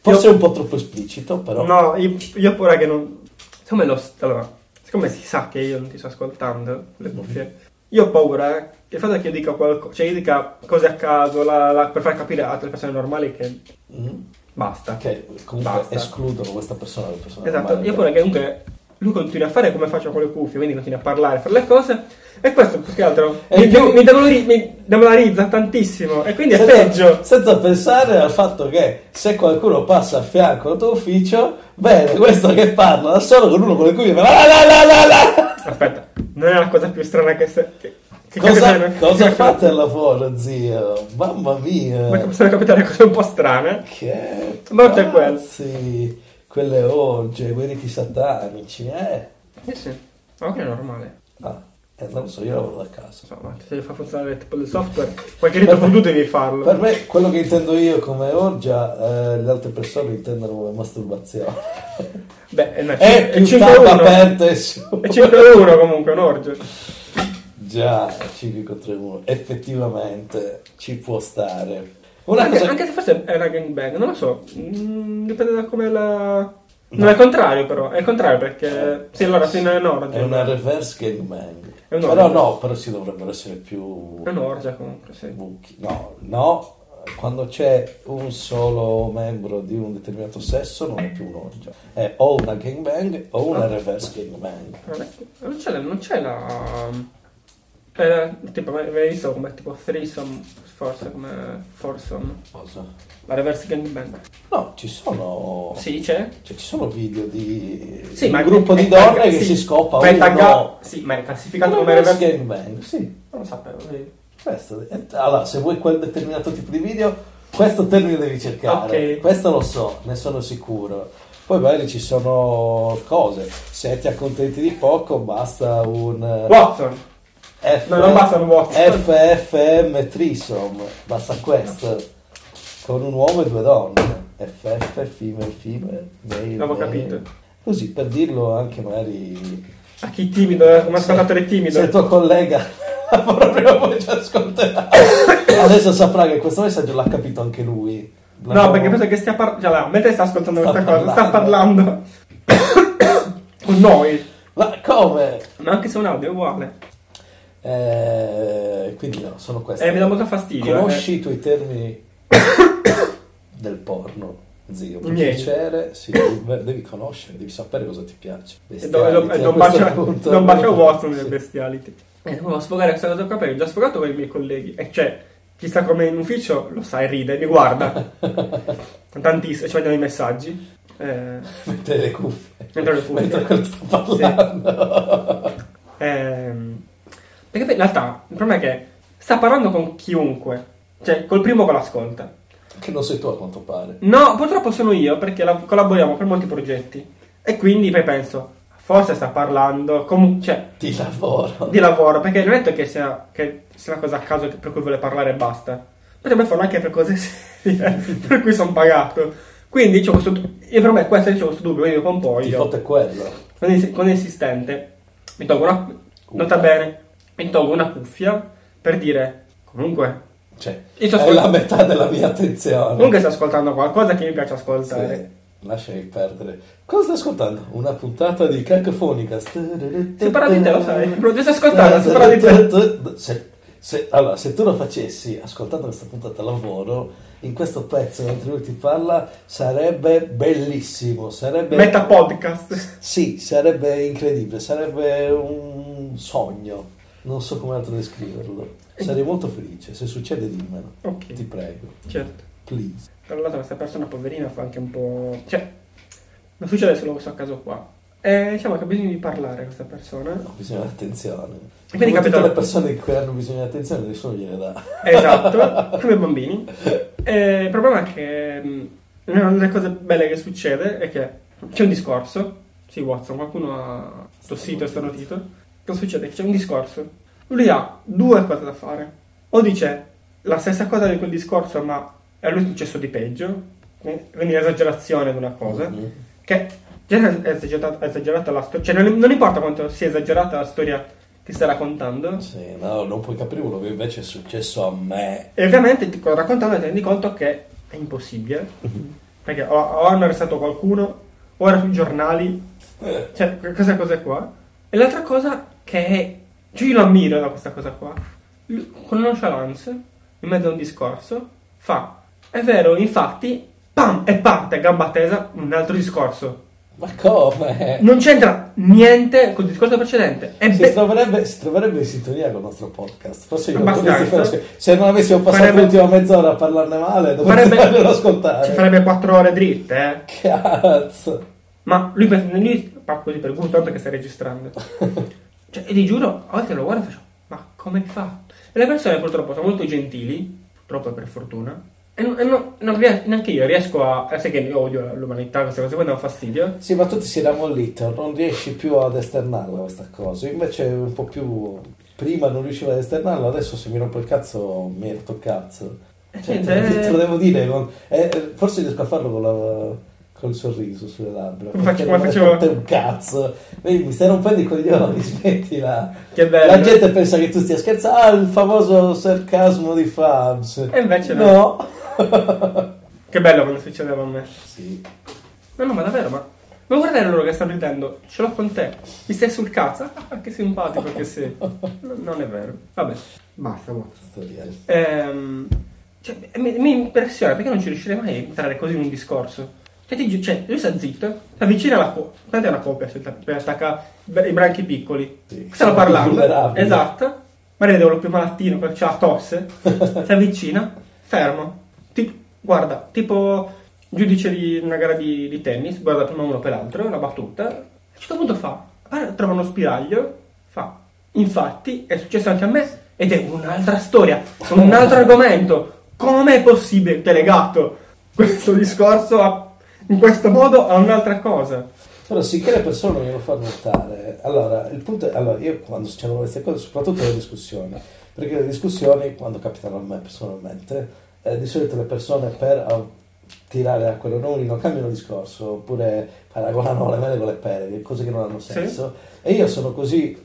Speaker 1: Forse è un po' troppo esplicito, però...
Speaker 2: No, io, io ho paura che non. Siccome, lo, st- allora, siccome si sa che io non ti sto ascoltando
Speaker 1: Mhm.
Speaker 2: le cuffie, io ho paura che il fatto che io dica qualcosa, cioè io dica cose a caso la- la- per far capire alle persone normali che
Speaker 1: Mm?
Speaker 2: basta.
Speaker 1: Ok, comunque
Speaker 2: Basta.
Speaker 1: escludono questa persona dalla persona
Speaker 2: Esatto,
Speaker 1: normale.
Speaker 2: io vorrei che comunque lui continui a fare come faccio con le cuffie, quindi continui a parlare, a fare le cose, e questo più che altro
Speaker 1: E
Speaker 2: mi,
Speaker 1: in Eh, più- Certo.
Speaker 2: mi demolori- mi demolarizza tantissimo, e quindi è
Speaker 1: Senza-
Speaker 2: peggio.
Speaker 1: Senza pensare al fatto che se qualcuno passa a fianco al tuo ufficio, bene, questo che parla da solo con uno con le cuffie fa la la la la la.
Speaker 2: Aspetta, non è la cosa più strana che... se- che, che
Speaker 1: Cosa,
Speaker 2: capitano-
Speaker 1: cosa
Speaker 2: che-
Speaker 1: fate al lavoro, zio? Mamma
Speaker 2: Ma che
Speaker 1: mia.
Speaker 2: possono capitare cose un po' strane.
Speaker 1: Che
Speaker 2: Morte è quella.
Speaker 1: Sì, quelle orge, quei riti satanici, eh.
Speaker 2: Eh sì, ma che è normale.
Speaker 1: Ah, eh, non lo so, io lavoro da casa.
Speaker 2: Insomma, se devi far funzionare tipo del software, qualche rito tu devi farlo.
Speaker 1: Per me, quello che intendo io come orgia, eh, le altre persone intendono come masturbazione.
Speaker 2: Beh, è, una-
Speaker 1: Eh, È
Speaker 2: è
Speaker 1: più tab
Speaker 2: 5-1.
Speaker 1: aperto e su.
Speaker 2: È 5-1 comunque, un orgio.
Speaker 1: Già, 5 contro 1, effettivamente ci può stare. Una
Speaker 2: Anche,
Speaker 1: cosa
Speaker 2: anche se forse è una gangbang, non lo so. Mm, dipende da come la. Non è il contrario, però. È il contrario perché. Sì, allora sì, non è un'orgia.
Speaker 1: è una reverse gangbang.
Speaker 2: È un'orgia.
Speaker 1: Però no, però si dovrebbero essere più
Speaker 2: È un'orgia comunque, sì.
Speaker 1: buchi. No, no, quando c'è un solo membro di un determinato sesso non è più un'orgia. È o una gangbang o
Speaker 2: Ah.
Speaker 1: una reverse gangbang.
Speaker 2: Non, è- non c'è, la- non c'è la. è la- tipo, ma- avevi visto come tipo threesome, forse come foursome,
Speaker 1: Cosa?
Speaker 2: la reverse gangbang.
Speaker 1: No, ci sono...
Speaker 2: Sì, c'è.
Speaker 1: Cioè, ci sono video di
Speaker 2: Sì,
Speaker 1: un
Speaker 2: ma-
Speaker 1: gruppo
Speaker 2: è-
Speaker 1: di
Speaker 2: è-
Speaker 1: donne
Speaker 2: sì.
Speaker 1: che si scopa
Speaker 2: Ma è taggato-
Speaker 1: uno
Speaker 2: Sì, ma è classificato
Speaker 1: una
Speaker 2: come
Speaker 1: reverse
Speaker 2: reverse.
Speaker 1: gangbang, sì.
Speaker 2: Non lo sapevo, vedi.
Speaker 1: Questo, eh, allora, se vuoi quel determinato tipo di video, questo termine devi cercare.
Speaker 2: Ok.
Speaker 1: Questo lo so, ne sono sicuro. Poi magari ci sono cose. Se ti accontenti di poco, basta un eh,
Speaker 2: Watson.
Speaker 1: F-
Speaker 2: No, non basta un Watson.
Speaker 1: FFM Trisom. Basta questo. Con un uomo e due donne. FF, female, female, male,
Speaker 2: L'avevo
Speaker 1: male.
Speaker 2: capito.
Speaker 1: Così, per dirlo anche magari...
Speaker 2: A chi timido, eh, come ascoltatore timido.
Speaker 1: Se il tuo collega proprio poi ci ascolterà, adesso saprà che questo messaggio l'ha capito anche lui.
Speaker 2: No, perché penso che stia parlando. Cioè, là, mentre sta ascoltando
Speaker 1: Sta
Speaker 2: questa cosa, sta parlando con noi.
Speaker 1: Ma come?
Speaker 2: Ma anche se un audio è uguale.
Speaker 1: Eh, quindi no, sono questi.
Speaker 2: Eh, mi dà molto fastidio. eh.
Speaker 1: Conosci i tuoi termini del porno, zio. Per
Speaker 2: Miei.
Speaker 1: piacere, sì, devi, devi conoscere, devi sapere cosa ti piace.
Speaker 2: eh. E do- e do-
Speaker 1: Bestiality,
Speaker 2: e non
Speaker 1: a questo
Speaker 2: bacia,
Speaker 1: punto.
Speaker 2: non bacia Watson nel
Speaker 1: Sì.
Speaker 2: bestiality. Eh, devo sfogare questa cosa qua perché ho già sfogato con i miei colleghi. E cioè, chi sta con me in ufficio lo sa e ride, mi guarda. Tantissimo, ci mandano i messaggi. Eh,
Speaker 1: Mettere le cuffie.
Speaker 2: mentre le cuffie.
Speaker 1: Mentre quello sta
Speaker 2: Sì.
Speaker 1: parlando.
Speaker 2: Ehm, perché poi in realtà il problema è che sta parlando con chiunque, cioè col primo che l'ascolta.
Speaker 1: Che non sei tu a quanto pare.
Speaker 2: No, purtroppo sono io perché la- collaboriamo per molti progetti e quindi poi penso, forse sta parlando comu- cioè,
Speaker 1: Ti lavoro.
Speaker 2: di lavoro, perché non è detto che sia, che sia una cosa a caso che- per cui vuole parlare e basta. Potrebbe farlo anche per cose serie, per cui sono pagato. Quindi c'ho questo, io per me questo c'ho questo dubbio, quindi dopo un po'
Speaker 1: Ti
Speaker 2: io...
Speaker 1: fotte quello.
Speaker 2: con, il, con insistente mi tolgo una nota bene mi tolgo una cuffia per dire comunque
Speaker 1: Cioè,
Speaker 2: Io ti
Speaker 1: è
Speaker 2: ascolto-
Speaker 1: la metà della mia attenzione.
Speaker 2: comunque sto ascoltando qualcosa che mi piace ascoltare
Speaker 1: Sì, lasciami perdere. Cosa stai ascoltando? Una puntata di Cacofonica.
Speaker 2: Se parla di te, lo sai. Però ti stai ascoltando, se parla di
Speaker 1: Se, se- allora, se tu lo facessi ascoltando questa puntata al lavoro, in questo pezzo mentre lui ti parla sarebbe bellissimo, sarebbe...
Speaker 2: Meta podcast.
Speaker 1: Sì, sarebbe incredibile, sarebbe un sogno. Non so come altro descriverlo. Sarei molto felice. Se succede, dimmelo.
Speaker 2: Ok,
Speaker 1: Ti prego,
Speaker 2: certo.
Speaker 1: please.
Speaker 2: Tra l'altro questa persona poverina fa anche un po'... Cioè, non succede solo questo caso qua. Eh, diciamo che ha bisogno di parlare questa persona.
Speaker 1: No, bisogna fare attenzione.
Speaker 2: Quindi
Speaker 1: Come tutte
Speaker 2: capitano-
Speaker 1: le persone che hanno bisogno di attenzione, nessuno gliene dà.
Speaker 2: Esatto, come bambini. Eh, il problema è che mh, una delle cose belle che succede è che c'è un discorso. Sì, Watson, qualcuno ha tossito e starnutito. Cosa succede? Che c'è un discorso. Lui ha due cose da fare. O dice la stessa cosa di quel discorso, ma a lui è successo di peggio. eh, Quindi l'esagerazione di una cosa
Speaker 1: Mhm.
Speaker 2: che già è esagerata, è esagerata la storia, cioè non, non importa quanto sia esagerata la storia che stai raccontando,
Speaker 1: Sì, no, non puoi capire quello che invece è successo a me.
Speaker 2: e ovviamente ti raccontando ti rendi conto che è impossibile, perché o, o hanno arrestato qualcuno, o era sui giornali,
Speaker 1: Eh,
Speaker 2: cioè que- questa cosa qua. E l'altra cosa che è, cioè io lo ammiro da questa cosa qua, Lui, con nonchalance, in mezzo a un discorso, fa, è vero, infatti, pam, e parte a gamba tesa un altro discorso.
Speaker 1: Ma come?
Speaker 2: non c'entra niente col discorso precedente. È
Speaker 1: Si
Speaker 2: be-
Speaker 1: troverebbe, si troverebbe in sintonia con il nostro podcast. Forse io
Speaker 2: Abbastanza.
Speaker 1: se, se non avessimo passato
Speaker 2: Farebbe-
Speaker 1: l'ultima mezz'ora a parlarne male, dovremmo
Speaker 2: farebbe-
Speaker 1: farlo
Speaker 2: ci
Speaker 1: ascoltare.
Speaker 2: farebbe 4 ore dritte, eh.
Speaker 1: Cazzo.
Speaker 2: Ma lui, per- lui fa così per gusto, tanto che sta registrando. Cioè, e ti giuro, a volte lo guardo e faccio, ma come hai fatto? E le persone purtroppo sono molto gentili, purtroppo e per fortuna, e, non- e non- non ries- neanche io riesco a... eh, Sai che io odio l'umanità, queste cose qua danno fastidio. eh.
Speaker 1: Sì, ma tu ti sei rammollito, non riesci più ad esternarla questa cosa. Invece è un po' più... Prima non riuscivo ad esternarla, adesso se mi rompo il cazzo mi metto cazzo.
Speaker 2: E
Speaker 1: Cioè,
Speaker 2: niente,
Speaker 1: te, te lo
Speaker 2: eh,
Speaker 1: devo dire, non- eh, eh, forse riesco a farlo con la- col sorriso sulle labbra.
Speaker 2: Come
Speaker 1: perché
Speaker 2: faccio-
Speaker 1: non
Speaker 2: come
Speaker 1: hai
Speaker 2: facevo-
Speaker 1: fatto un cazzo. Vedi, mi stai rompendo i coglioni, smettila.
Speaker 2: che bello.
Speaker 1: La gente pensa che tu stia scherzando. Ah, il famoso sarcasmo di Fabs.
Speaker 2: E invece no.
Speaker 1: no.
Speaker 2: Che bello quando succedeva a me.
Speaker 1: Sì.
Speaker 2: No, no, ma davvero, ma... Ma guardare loro che stanno ridendo, ce l'ho con te, mi stai sul cazzo, ah, che simpatico che sei. No, non è vero, vabbè.
Speaker 4: Basta, Watson.
Speaker 1: Storia.
Speaker 2: Ehm, cioè, mi, mi impressiona perché non ci riuscirei mai a entrare così in un discorso. Cioè, ti gi- cioè, lui sta zitto, si avvicina alla coppia, prende una coppia, si atta- attacca i i branchi piccoli,
Speaker 1: Sì.
Speaker 2: stanno parlando,
Speaker 1: Vulnerabili.
Speaker 2: esatto, magari devo più malattino perché c'ha la tosse, si avvicina, fermo, Ti- guarda, tipo giudice di una gara di, di tennis, guarda prima uno per l'altro, una battuta, a un certo punto fa, guarda, trova uno spiraglio, fa, infatti è successo anche a me ed è un'altra storia, con un altro argomento, come è possibile che è legato questo discorso a- in questo modo a un'altra cosa?
Speaker 1: Però sicché le persone non glielo fanno notare. Allora, il punto è, allora, io quando succedono queste cose, soprattutto le discussioni, perché le discussioni, quando capitano a me personalmente, eh, di solito le persone per ah, tirare a quello non non cambiano discorso, oppure paragonano le mele con le pere, cose che non hanno
Speaker 2: Sì.
Speaker 1: senso. E io sono così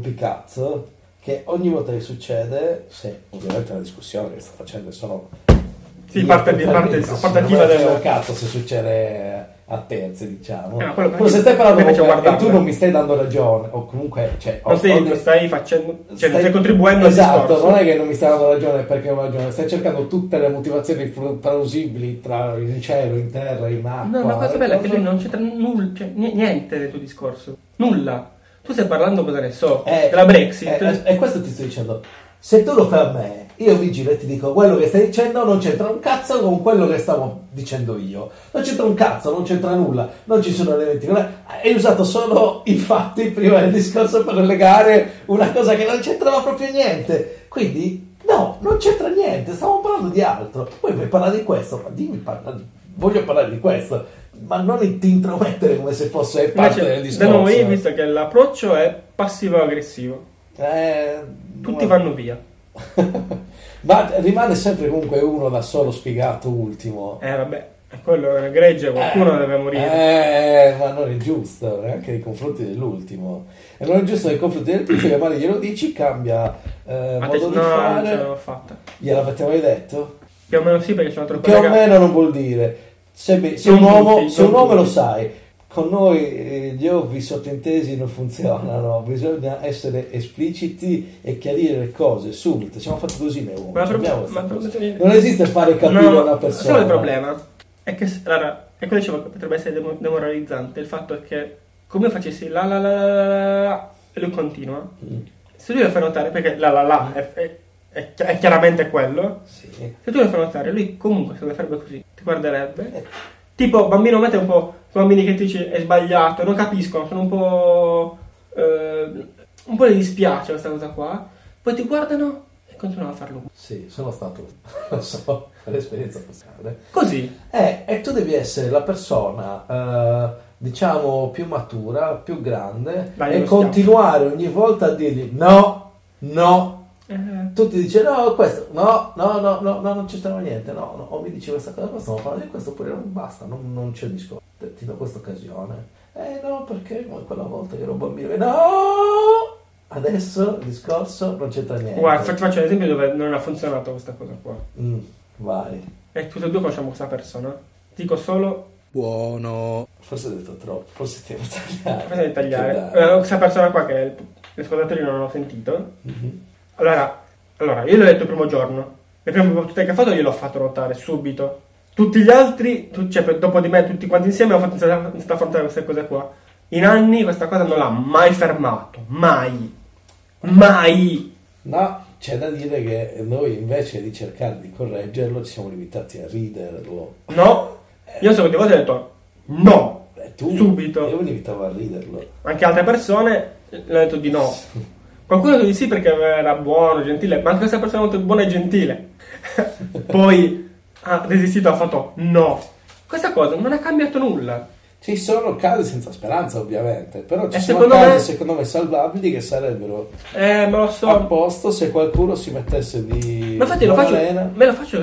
Speaker 1: rompicazzo che ogni volta che succede, se ovviamente la discussione che sto facendo sono
Speaker 2: Sì, parte- parte- parte attiva
Speaker 1: del
Speaker 2: del-
Speaker 1: cazzo se succede a terze, diciamo.
Speaker 2: Eh, ma quello-
Speaker 1: Però se stai parlando
Speaker 2: invece
Speaker 1: con me e
Speaker 2: guardarlo.
Speaker 1: tu non mi stai dando ragione, o comunque, cioè,
Speaker 2: Non
Speaker 1: ho-
Speaker 2: stai,
Speaker 1: ho
Speaker 2: non
Speaker 1: de-
Speaker 2: stai facendo, cioè, non
Speaker 1: stai-
Speaker 2: stai contribuendo al
Speaker 1: esatto,
Speaker 2: discorso.
Speaker 1: non è che non mi stai dando ragione perché ho ragione, stai cercando tutte le motivazioni fru- plausibili tra in cielo, in terra, in acqua. eh,
Speaker 2: No, la cosa bella è che lui
Speaker 1: Cosa-
Speaker 2: non c'entra nulla, cioè, ni- niente nel tuo discorso. Nulla. Tu stai parlando, cosa ne so,
Speaker 1: Eh,
Speaker 2: della Brexit.
Speaker 1: eh, eh, E questo ti sto dicendo. Se tu lo fai a me, io mi giro e ti dico quello che stai dicendo non c'entra un cazzo con quello che stavo dicendo io. Non c'entra un cazzo, non c'entra nulla, non ci sono elementi. Non è- Hai usato solo i fatti prima del discorso per legare una cosa che non c'entrava proprio niente. Quindi, no, non c'entra niente, stavamo parlando di altro. Poi vuoi parlare di questo, ma dimmi, parla di- voglio parlare di questo. Ma non ti intromettere come se fosse parte del
Speaker 2: Invece, da
Speaker 1: discorso.
Speaker 2: noi, visto che l'approccio è passivo-aggressivo,
Speaker 1: Eh,
Speaker 2: tutti
Speaker 1: guarda.
Speaker 2: vanno via.
Speaker 1: Ma rimane sempre comunque uno da solo sfigato ultimo.
Speaker 2: Eh, vabbè, quello è una greggia, qualcuno deve morire.
Speaker 1: Eh, ma non è giusto, neanche nei confronti dell'ultimo. E non è giusto nei confronti del tizio che magari glielo dici, cambia eh,
Speaker 2: Ma te-
Speaker 1: modo di
Speaker 2: no, non ce
Speaker 1: fare.
Speaker 2: l'avevo fatta.
Speaker 1: Gliel'avete mai detto?
Speaker 2: Più o meno sì, perché c'è un altro
Speaker 1: Che o
Speaker 2: collega.
Speaker 1: meno non vuol dire. Se, se
Speaker 2: Non
Speaker 1: un uomo,
Speaker 2: tutti,
Speaker 1: se un
Speaker 2: non
Speaker 1: uomo lo
Speaker 2: tutti.
Speaker 1: sai,
Speaker 5: con noi eh, gli ovvi sottintesi non funzionano, bisogna essere espliciti e chiarire le cose subito. Siamo fatti così noi uomini.
Speaker 2: Ma il
Speaker 5: abbiamo
Speaker 2: problema.
Speaker 5: questa
Speaker 2: ma il
Speaker 5: cosa.
Speaker 2: problema-
Speaker 5: Non esiste fare capire
Speaker 2: No,
Speaker 5: a una persona.
Speaker 2: solo il problema è che allora, e quello dicevo che potrebbe essere demo- demoralizzante il fatto è che come facessi la la la la, la, la, e lui continua
Speaker 5: Mm,
Speaker 2: se lui lo fa notare perché la la
Speaker 1: Mm.
Speaker 2: la è, è- è chi- è chiaramente quello
Speaker 5: Sì.
Speaker 2: se tu lo fai notare lui comunque se lo farebbe così ti guarderebbe
Speaker 1: Eh.
Speaker 2: tipo bambino mette un po' quei bambini che ti dice è sbagliato non capiscono sono un po' eh, un po' gli dispiace questa cosa qua poi ti guardano e continuano a farlo
Speaker 1: Sì, sono stato, lo so, l'esperienza personale.
Speaker 2: così
Speaker 1: Eh, e tu devi essere la persona, eh, diciamo, più matura, più grande
Speaker 2: Dai,
Speaker 1: e
Speaker 2: lo stiamo.
Speaker 1: continuare ogni volta a dirgli no, no.
Speaker 2: eh.
Speaker 1: Tu ti dici no, questo, no, no, no, no, no, non ci stiamo niente, no, no, o mi dici questa cosa, qua stiamo parlando di questo, oppure non basta, non, non c'è discorso, ti do questa occasione. Eh no, perché come quella volta che ero bambino, eh, no! Adesso il discorso non c'entra niente.
Speaker 2: Guarda, fa- ti faccio un esempio dove non ha funzionato questa cosa qua.
Speaker 1: Mm, vai.
Speaker 2: E tutti e due conosciamo questa persona. Dico solo,
Speaker 1: Forse ho detto troppo, forse ti devo tagliare.
Speaker 2: cosa devi tagliare?
Speaker 1: Che dai.
Speaker 2: Eh, questa persona qua che gli ascoltatori non hanno sentito.
Speaker 1: Mhm.
Speaker 2: Allora, allora, io l'ho detto il primo giorno. Le prime battute che ha fatto gliel'ho fatto notare subito. Tutti gli altri, tu- cioè per- dopo di me, tutti quanti insieme, hanno fatto- hanno iniziato a affrontare queste cose qua. In anni questa cosa non l'ha mai fermato. Mai. Mai.
Speaker 1: No, c'è da dire che noi invece di cercare di correggerlo ci siamo limitati a riderlo.
Speaker 2: No. Io sono di volte ho detto no.
Speaker 1: Eh, tu,
Speaker 2: Subito.
Speaker 1: Io mi limitavo a riderlo.
Speaker 2: anche altre persone l'hanno detto di no. Qualcuno di sì perché era buono, gentile, ma anche questa persona molto buona e gentile. Poi ha resistito, ha fatto no. Questa cosa non ha cambiato nulla.
Speaker 1: Ci sono casi senza speranza, ovviamente, però ci sono
Speaker 2: E Eh, secondo
Speaker 1: casi,
Speaker 2: me-
Speaker 1: secondo me, salvabili che sarebbero
Speaker 2: Eh, me lo so.
Speaker 1: a posto se qualcuno si mettesse di
Speaker 2: ma infatti lo faccio,
Speaker 1: buona lena.
Speaker 2: me lo faccio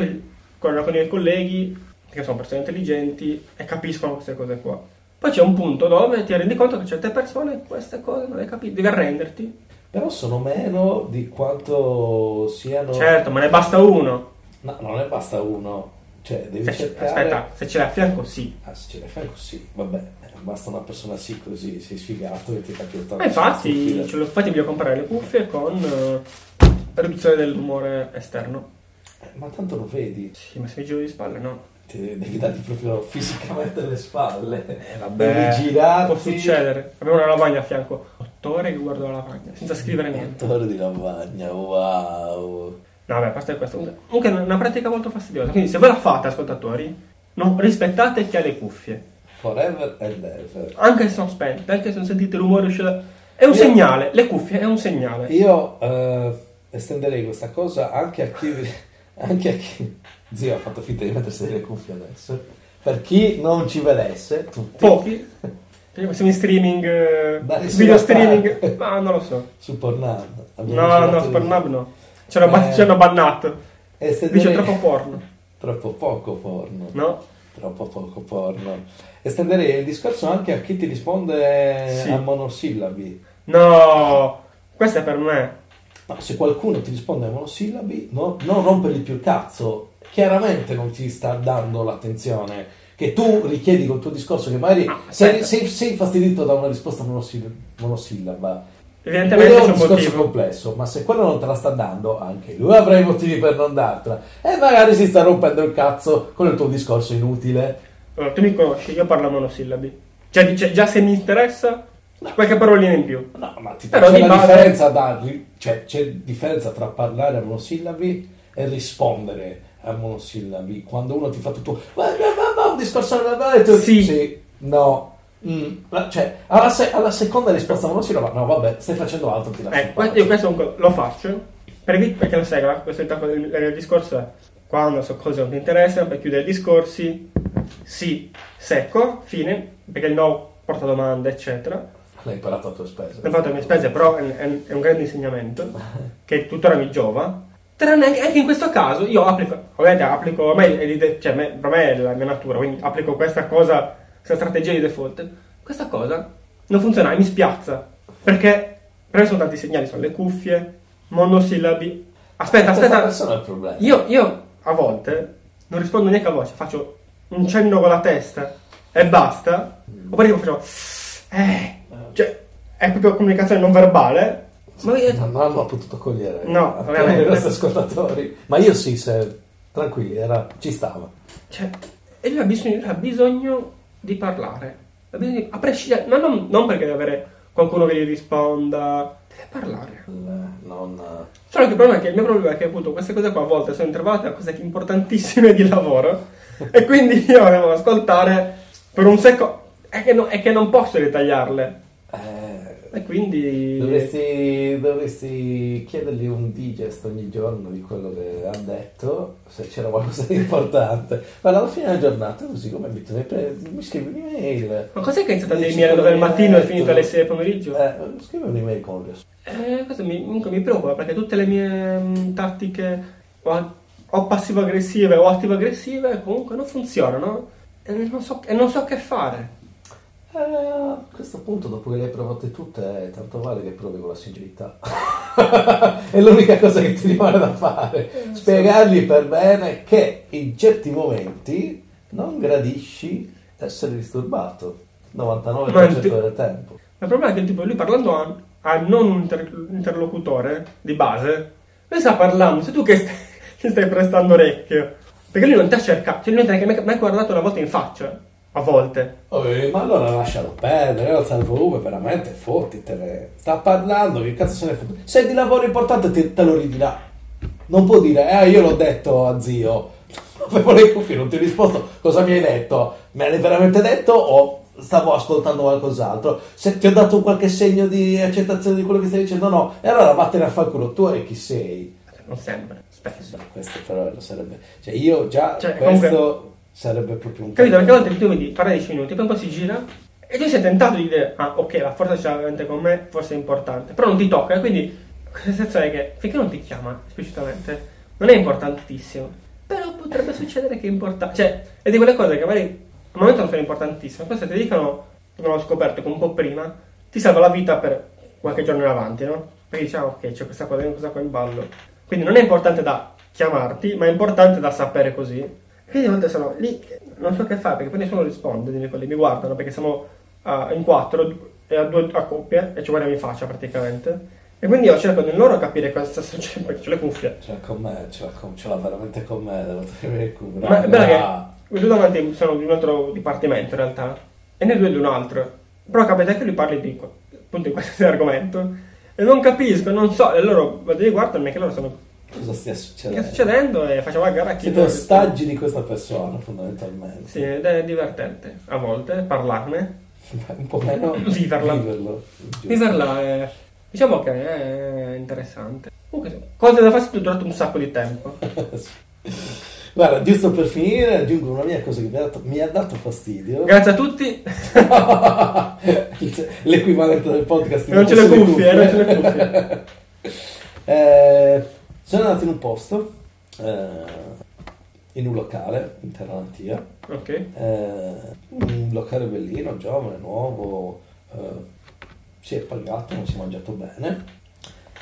Speaker 2: con, con i miei colleghi, che sono persone intelligenti e capiscono queste cose qua. Poi c'è un punto dove ti rendi conto che certe persone queste cose non le capiscono, devi arrenderti.
Speaker 1: Però sono meno di quanto siano...
Speaker 2: Certo, ma ne basta uno.
Speaker 1: No, non ne basta uno. Cioè, devi
Speaker 2: Se-
Speaker 1: cercare...
Speaker 2: Aspetta, se ce l'hai a fianco sì.
Speaker 1: Ah, se ce le fai così, vabbè, eh, basta una persona sì così, sei sfigato e ti capito tanto.
Speaker 2: Ma Eh, infatti,
Speaker 1: Stupida.
Speaker 2: ce l'ho, infatti voglio comprare le cuffie con eh, riduzione del rumore esterno.
Speaker 1: Eh, ma tanto lo vedi,
Speaker 2: Sì, ma se mi giro di spalle, no.
Speaker 1: ti devi darti proprio fisicamente le spalle.
Speaker 2: Beh,
Speaker 1: devi girarti.
Speaker 2: Eh, Può succedere. Abbiamo una lavagna a fianco. Otto ore che guardo la lavagna, senza scrivere niente.
Speaker 1: Attore di lavagna, wow.
Speaker 2: No, vabbè, a parte questo. comunque- Comunque è una pratica molto fastidiosa. Quindi se ve la fate, ascoltatori, non rispettate chi ha le cuffie.
Speaker 1: Forever and ever.
Speaker 2: Anche se sono spente, anche se non sentite il rumore uscire... È un
Speaker 1: Io-
Speaker 2: segnale, le cuffie è un segnale.
Speaker 1: Io eh, estenderei questa cosa anche a chi... Anche a chi... Zio ha fatto finta di mettersi delle cuffie adesso. Per chi non ci vedesse, tutti,
Speaker 2: Pochi. Siamo in streaming, eh,
Speaker 1: Da nessuna
Speaker 2: video
Speaker 1: parte.
Speaker 2: streaming, ma non lo so.
Speaker 1: su Pornhub. abbiamo
Speaker 2: No,
Speaker 1: girato
Speaker 2: no,
Speaker 1: il-
Speaker 2: Pornhub no. Ci hanno, ba-
Speaker 1: Eh.
Speaker 2: ci hanno bannato.
Speaker 1: Estenderei...
Speaker 2: Dice troppo porno.
Speaker 1: Troppo poco porno.
Speaker 2: No?
Speaker 1: Troppo poco porno. Estenderei il discorso anche a chi ti risponde
Speaker 2: Sì.
Speaker 1: a monosillabi.
Speaker 2: No! Questa è per me.
Speaker 1: Ma se qualcuno ti risponde a monosillabi, no- non rompergli più il cazzo. Chiaramente non ti sta dando l'attenzione che tu richiedi col tuo discorso, che magari
Speaker 2: Ah,
Speaker 1: sei,
Speaker 2: aspetta.
Speaker 1: sei, sei infastidito da una risposta monosillaba. monosillaba.
Speaker 2: Evidentemente
Speaker 1: Quello è
Speaker 2: c'è
Speaker 1: un
Speaker 2: un
Speaker 1: discorso
Speaker 2: motivo.
Speaker 1: complesso, ma se quello non te la sta dando, anche lui avrà i motivi per non dartela. E magari si sta rompendo il cazzo con il tuo discorso inutile.
Speaker 2: Allora, tu mi conosci, io parlo a monosillabi. Cioè, dice, già se mi interessa, qualche parolina in più.
Speaker 1: No, ma ti
Speaker 2: Però
Speaker 1: c'è
Speaker 2: di
Speaker 1: la
Speaker 2: base-
Speaker 1: differenza da, cioè c'è differenza tra parlare a monosillabi e rispondere a monosillabi. Quando uno ti fa tutto "Ma- ma- ma- ma", un discorso alla mano e tu
Speaker 2: Sì.
Speaker 1: no. Mm, ma- cioè, alla, se- alla seconda risposta monosillaba, no, vabbè, stai facendo altro, ti lascio. in
Speaker 2: Eh, questo-
Speaker 1: pace.
Speaker 2: io questo è un co- lo faccio per evi- perché lo sai, la- questo è il tacco del, del discorso è quando so cose non ti interessano per chiudere i discorsi, sì, secco, fine, perché il no porta domande, eccetera.
Speaker 1: L'hai imparato a tue spese.
Speaker 2: Ho fatto le mie spese, però è, è- è un grande insegnamento che tuttora mi giova. Tranne anche, anche in questo caso, io applico, ovviamente applico, ormai è, l'ide- cioè, me- per me è la mia natura, quindi applico questa cosa, questa strategia di default. Questa cosa non funziona e mi spiazza, perché per me sono tanti segnali, sono le cuffie, monosillabi. Aspetta,
Speaker 1: Questa
Speaker 2: aspetta,
Speaker 1: persona è il problema.
Speaker 2: io, io a volte non rispondo neanche a voce, faccio un cenno con la testa. e basta, oppure tipo facevo, eh, cioè, è proprio comunicazione non verbale. Ma io-
Speaker 1: Ma non l'ho potuto cogliere.
Speaker 2: No,
Speaker 1: Eh,
Speaker 2: ovviamente.
Speaker 1: i nostri ascoltatori. Ma io sì, se... tranquilli, era... ci stava.
Speaker 2: Cioè, e lui ha bisogno, lui ha bisogno di parlare. Ha bisogno di- a prescindere, no, non, non perché deve avere qualcuno che gli risponda, deve parlare.
Speaker 1: Il- Non...
Speaker 2: Solo che il problema è che il mio problema è che appunto queste cose qua a volte sono intervate a cose importantissime di lavoro e quindi io devo ascoltare per un secondo. È che, no- è che non posso ritagliarle.
Speaker 1: eh,
Speaker 2: E quindi.
Speaker 1: Dovresti, dovresti chiedergli un digest ogni giorno di quello che ha detto, se c'era qualcosa di importante. Ma alla fine della giornata, così come mi, pre- mi scrivi un'email.
Speaker 2: Ma cos'è che hai iniziato a
Speaker 1: Dici,
Speaker 2: dormire dove il mattino e è finito
Speaker 1: eh,
Speaker 2: alle 6 del pomeriggio?
Speaker 1: Eh, scrivi un'email con un riassunto.
Speaker 2: Eh, questo mi, comunque mi preoccupa perché tutte le mie mm, tattiche o, o passivo-aggressive o attivo-aggressive comunque non funzionano e non so, e non so che fare.
Speaker 1: Eh, a questo punto, dopo che le hai provate tutte, eh, tanto vale che provi con la sincerità. È l'unica cosa che ti rimane da fare. Spiegargli per bene che in certi momenti non gradisci essere disturbato. 99%
Speaker 2: Ma
Speaker 1: del tempo.
Speaker 2: Ma il problema è che tipo, lui parlando a, a non un inter- interlocutore di base, lui sta parlando, sei tu che stai, gli stai prestando orecchio. Perché lui non ti ha cercato, cioè lui non ti ha neanche mai guardato una volta in faccia, a volte.
Speaker 6: Oh, eh, ma allora lascialo perdere, alza il volume, veramente fottitene. Sta parlando, che cazzo se ne fotte. Se è di lavoro importante te, te lo ridirà. Non può dire, eh, io l'ho detto a zio. Avevo le cuffie, non ti ho risposto. Cosa mi hai detto? Me l'hai veramente detto o stavo ascoltando qualcos'altro? Se ti ho dato un qualche segno di accettazione di quello che stai dicendo, no. E allora vattene a far culo, tu e chi sei?
Speaker 2: Non sempre, spesso.
Speaker 6: Questo però lo sarebbe... Cioè io già
Speaker 2: Cioè,
Speaker 6: questo
Speaker 2: comunque-
Speaker 6: sarebbe proprio un...
Speaker 2: Capito? Perché a volte tu vedi, parla 10 minuti, poi un po' si gira e tu sei tentato di dire, ah ok, la forza ce l'ha veramente con me, forse è importante, però non ti tocca, quindi questa sensazione è che finché non ti chiama esplicitamente, non è importantissimo, però potrebbe succedere che è importante, cioè è di quelle cose che magari al momento non sono importantissime, poi se ti dicono, non l'ho scoperto che un po' prima, ti salva la vita per qualche giorno in avanti, no? Perché diciamo, ok, c'è questa cosa, questa qua in ballo, quindi non è importante da chiamarti, ma è importante da sapere così. Quindi a volte sono lì, che non so che fare, perché poi nessuno risponde, di quelli mi guardano, perché siamo ah, in quattro, e a due a coppie, e ci guardiamo in faccia praticamente. E quindi io cerco nel loro capire cosa sta succedendo, perché ho le cuffie.
Speaker 6: Ce l'ha Cioè, con me, ce l'ha, con- ce l'ha veramente con me, devo tenere il culo.
Speaker 2: Ma è bello
Speaker 6: Ah.
Speaker 2: che i due davanti sono di un altro dipartimento in realtà, e noi due di un altro. Però capita che lui parli di, que- appunto, di questo argomento, e non capisco, non so, e loro vado lì e guardano, perché loro sono...
Speaker 6: Cosa stia
Speaker 1: Eh.
Speaker 2: Che sta
Speaker 6: succedendo?
Speaker 2: succedendo? E facciamo la gara a chi...
Speaker 6: Siete ostaggi di questa persona, fondamentalmente.
Speaker 2: Sì, ed è divertente, a volte, parlarne.
Speaker 6: Un po' meno
Speaker 2: Viverla.
Speaker 6: viverlo. Giusto.
Speaker 2: Viverla è... Diciamo che è interessante. Comunque, sì, cose da farsi è durato un sacco di tempo.
Speaker 6: Guarda, giusto per finire, aggiungo una mia cosa che mi ha dato, mi ha dato fastidio.
Speaker 2: Grazie a tutti.
Speaker 6: L'equivalente del podcast.
Speaker 2: Non ce le
Speaker 6: sulle
Speaker 2: cuffie, non ce le cuffie.
Speaker 6: Eh, sono andato in un posto, eh, in un locale, in Terra Antia.
Speaker 2: Ok.
Speaker 6: Eh, un locale bellino, giovane, nuovo, eh, si è pagato, non si è mangiato bene.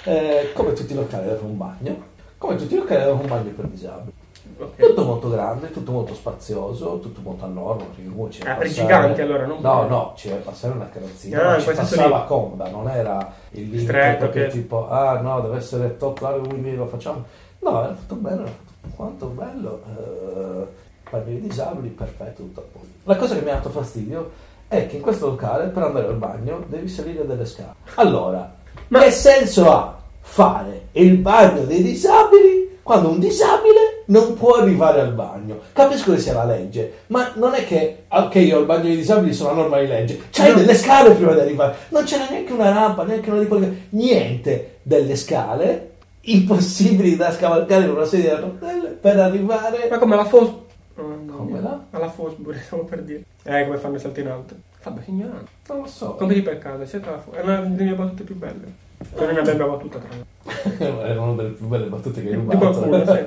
Speaker 6: Eh, come tutti i locali aveva un bagno, come tutti i locali aveva un bagno per disabili.
Speaker 2: ok.
Speaker 1: Tutto molto grande, tutto molto spazioso, tutto molto a norma, perché comunque c'era
Speaker 2: Ah, per i giganti allora, non
Speaker 1: No, no, ci deve passare una carrozzina,
Speaker 2: Ah,
Speaker 1: ma ci
Speaker 2: questo
Speaker 1: passava
Speaker 2: lì.
Speaker 1: comoda, non era il limite
Speaker 2: Stretto,
Speaker 1: proprio
Speaker 2: che-
Speaker 1: tipo, ah no, deve essere top largo, quindi lo facciamo. No, era tutto bello, era tutto quanto bello, eh, per i disabili, perfetto, tutto a posto. La cosa che mi ha dato fastidio è che in questo locale, per andare al bagno, devi salire delle scale. Allora,
Speaker 2: Ma-
Speaker 1: che senso ha fare il bagno dei disabili quando un disabile non può arrivare al bagno? Capisco che sia la legge, ma non è che, "Ah, ok, io il bagno dei disabili sono la norma di legge. C'hai
Speaker 2: No.
Speaker 1: delle scale prima di arrivare. Non c'era neanche una rampa, neanche una di quelle... Niente delle scale impossibili da scavalcare con una sedia a rotelle per arrivare...
Speaker 2: Ma come la Fos... Oh, no.
Speaker 1: Come la?
Speaker 2: Alla Fosbury, stavo per dire. Eh, come fanno i salti in alto. Vabbè, ignorante.
Speaker 1: Non lo so.
Speaker 2: Compiti per caso, cerca la Fosbury. È una delle mie battute più belle. Cioè, Non è una bella battuta, tra l'altro.
Speaker 1: Era una delle più belle battute che hai
Speaker 2: Di
Speaker 1: rubato.
Speaker 2: qualcuno, sì.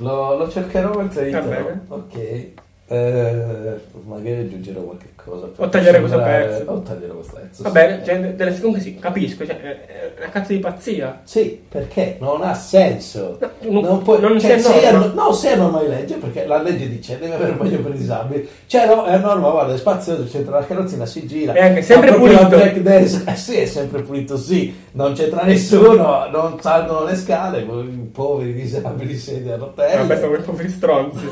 Speaker 1: Lo, lo cercherò mentre
Speaker 2: Va
Speaker 1: interrompo.
Speaker 2: bene.
Speaker 1: Ok. Eh, magari aggiungerò qualche cosa. per
Speaker 2: tagliare questo
Speaker 1: sembrare-
Speaker 2: pezzo.
Speaker 1: O tagliare questo pezzo.
Speaker 2: Va
Speaker 1: sì.
Speaker 2: bene, cioè, delle- comunque sì, capisco, cioè, è una cazzo di pazzia.
Speaker 1: Sì, perché non ha senso.
Speaker 2: No, non-
Speaker 1: puoi-
Speaker 2: non
Speaker 1: cioè,
Speaker 2: c'è
Speaker 1: se è
Speaker 2: norma.
Speaker 1: no- no, se è norma di legge, perché la legge dice deve avere un bagno per i disabili. Cioè, no, è norma, guarda, è spazioso, c'entra la carrozzina, si gira.
Speaker 2: E anche sempre
Speaker 1: Ma proprio
Speaker 2: pulito.
Speaker 1: La black dance, eh sì, è sempre pulito, sì. Non c'entra nessuno, non salgono le scale, i poveri disabili sedi a rotelle.
Speaker 2: Vabbè, sono quei poveri stronzi.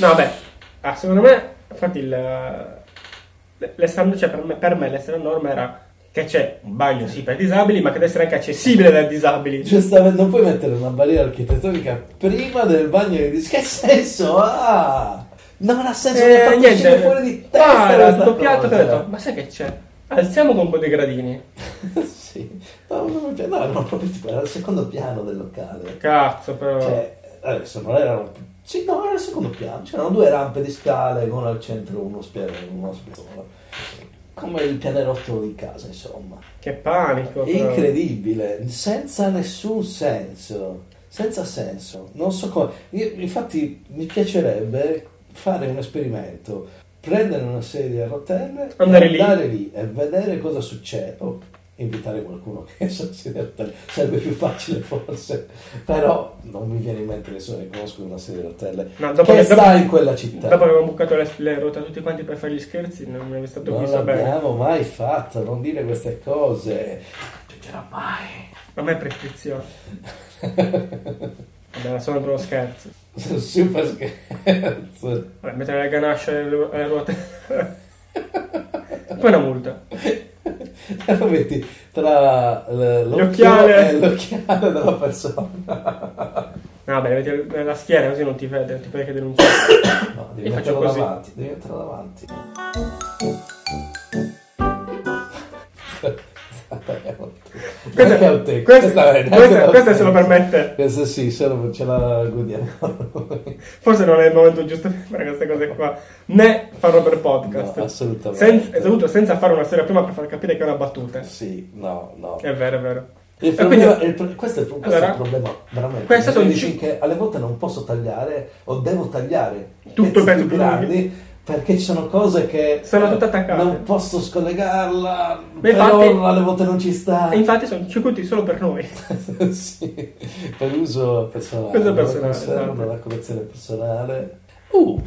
Speaker 2: No, vabbè, ah, secondo me, infatti, il, le- le stand- cioè, per, me, per me l'essere a norma era che c'è un bagno sì per disabili, ma che deve essere anche accessibile dai disabili.
Speaker 1: Cioè, sta- non puoi mettere una barriera architettonica prima del bagno di dis- Che senso ha? Non ha senso, mi ha fatto uscire fuori di testa.
Speaker 2: Eh, ah, era
Speaker 1: questa
Speaker 2: tutto piatto che ho
Speaker 1: cosa.
Speaker 2: detto, ma sai che c'è? Alziamo con un po' di gradini.
Speaker 1: sì. No, non mi piace. No, no, proprio tipo, era al secondo piano del locale.
Speaker 2: Cazzo, però.
Speaker 1: Cioè, adesso non era un... Sì, no, era al secondo piano. C'erano due rampe di scale, una al centro, uno spiano, uno spiano. Come il pianerottolo di casa, insomma.
Speaker 2: Che panico. però.
Speaker 1: Incredibile, senza nessun senso, senza senso. Non so come. Io- infatti, mi piacerebbe fare un esperimento: prendere una sedia a rotelle,
Speaker 2: Andare
Speaker 1: e
Speaker 2: lì.
Speaker 1: andare lì e vedere cosa succede. O invitare qualcuno che sa sedia a rotelle sarebbe più facile, forse. Però non mi viene in mente nessuno che conosco con una sedia a rotelle
Speaker 2: No, dopo
Speaker 1: che
Speaker 2: che-
Speaker 1: sta in quella città.
Speaker 2: Dopo avevamo bucato le, le ruote a tutti quanti per fare gli scherzi, non mi è stato
Speaker 1: non
Speaker 2: qui sapere.
Speaker 1: l'abbiamo mai fatta, non dire queste cose. Non c'era mai.
Speaker 2: A me è prescrizione. Vabbè, era solo per lo scherzo.
Speaker 1: Super scherzo.
Speaker 2: Vabbè, mettere le ganasce alle, ru- alle ruote. Poi una multa.
Speaker 1: E lo metti tra l- l'occhio
Speaker 2: occhiale.
Speaker 1: e l'occhiale della persona.
Speaker 2: No, vabbè, le metti nella schiena così non ti vede, non ti puoi che denunciare.
Speaker 1: No, devi
Speaker 2: Io faccio
Speaker 1: metterlo
Speaker 2: così.
Speaker 1: davanti, devi metterlo davanti.
Speaker 2: Questa-
Speaker 1: Questa è un te.
Speaker 2: questa-
Speaker 1: è-
Speaker 2: questa- questa
Speaker 1: è-
Speaker 2: se lo permette.
Speaker 1: Questa sì, se lo, ce la godiamo.
Speaker 2: Forse non è il momento giusto per fare queste cose qua. Né farlo per podcast.
Speaker 1: No, assolutamente.
Speaker 2: Senza, e soprattutto senza fare una storia prima per far capire che è una battuta.
Speaker 1: Sì, no, no.
Speaker 2: È vero, è vero.
Speaker 1: Il
Speaker 2: E
Speaker 1: problema-
Speaker 2: quindi-
Speaker 1: il pro- questo è il, pro- questo
Speaker 2: Allora,
Speaker 1: è il problema veramente.
Speaker 2: questo sono
Speaker 1: Mi
Speaker 2: cin-
Speaker 1: dici che alle volte non posso tagliare o devo tagliare
Speaker 2: Tutto il
Speaker 1: pezzi
Speaker 2: pezzo
Speaker 1: più
Speaker 2: più lungo.
Speaker 1: grandi perché ci sono cose che
Speaker 2: Sono tutte attaccate.
Speaker 1: Non posso scollegarla,
Speaker 2: Beh,
Speaker 1: però
Speaker 2: infatti-
Speaker 1: alle volte non ci sta.
Speaker 2: E infatti sono circuiti solo per noi.
Speaker 1: Sì, per uso personale.
Speaker 2: Uso personale,
Speaker 1: Conservo
Speaker 2: esatto.
Speaker 1: la collezione personale. Uh,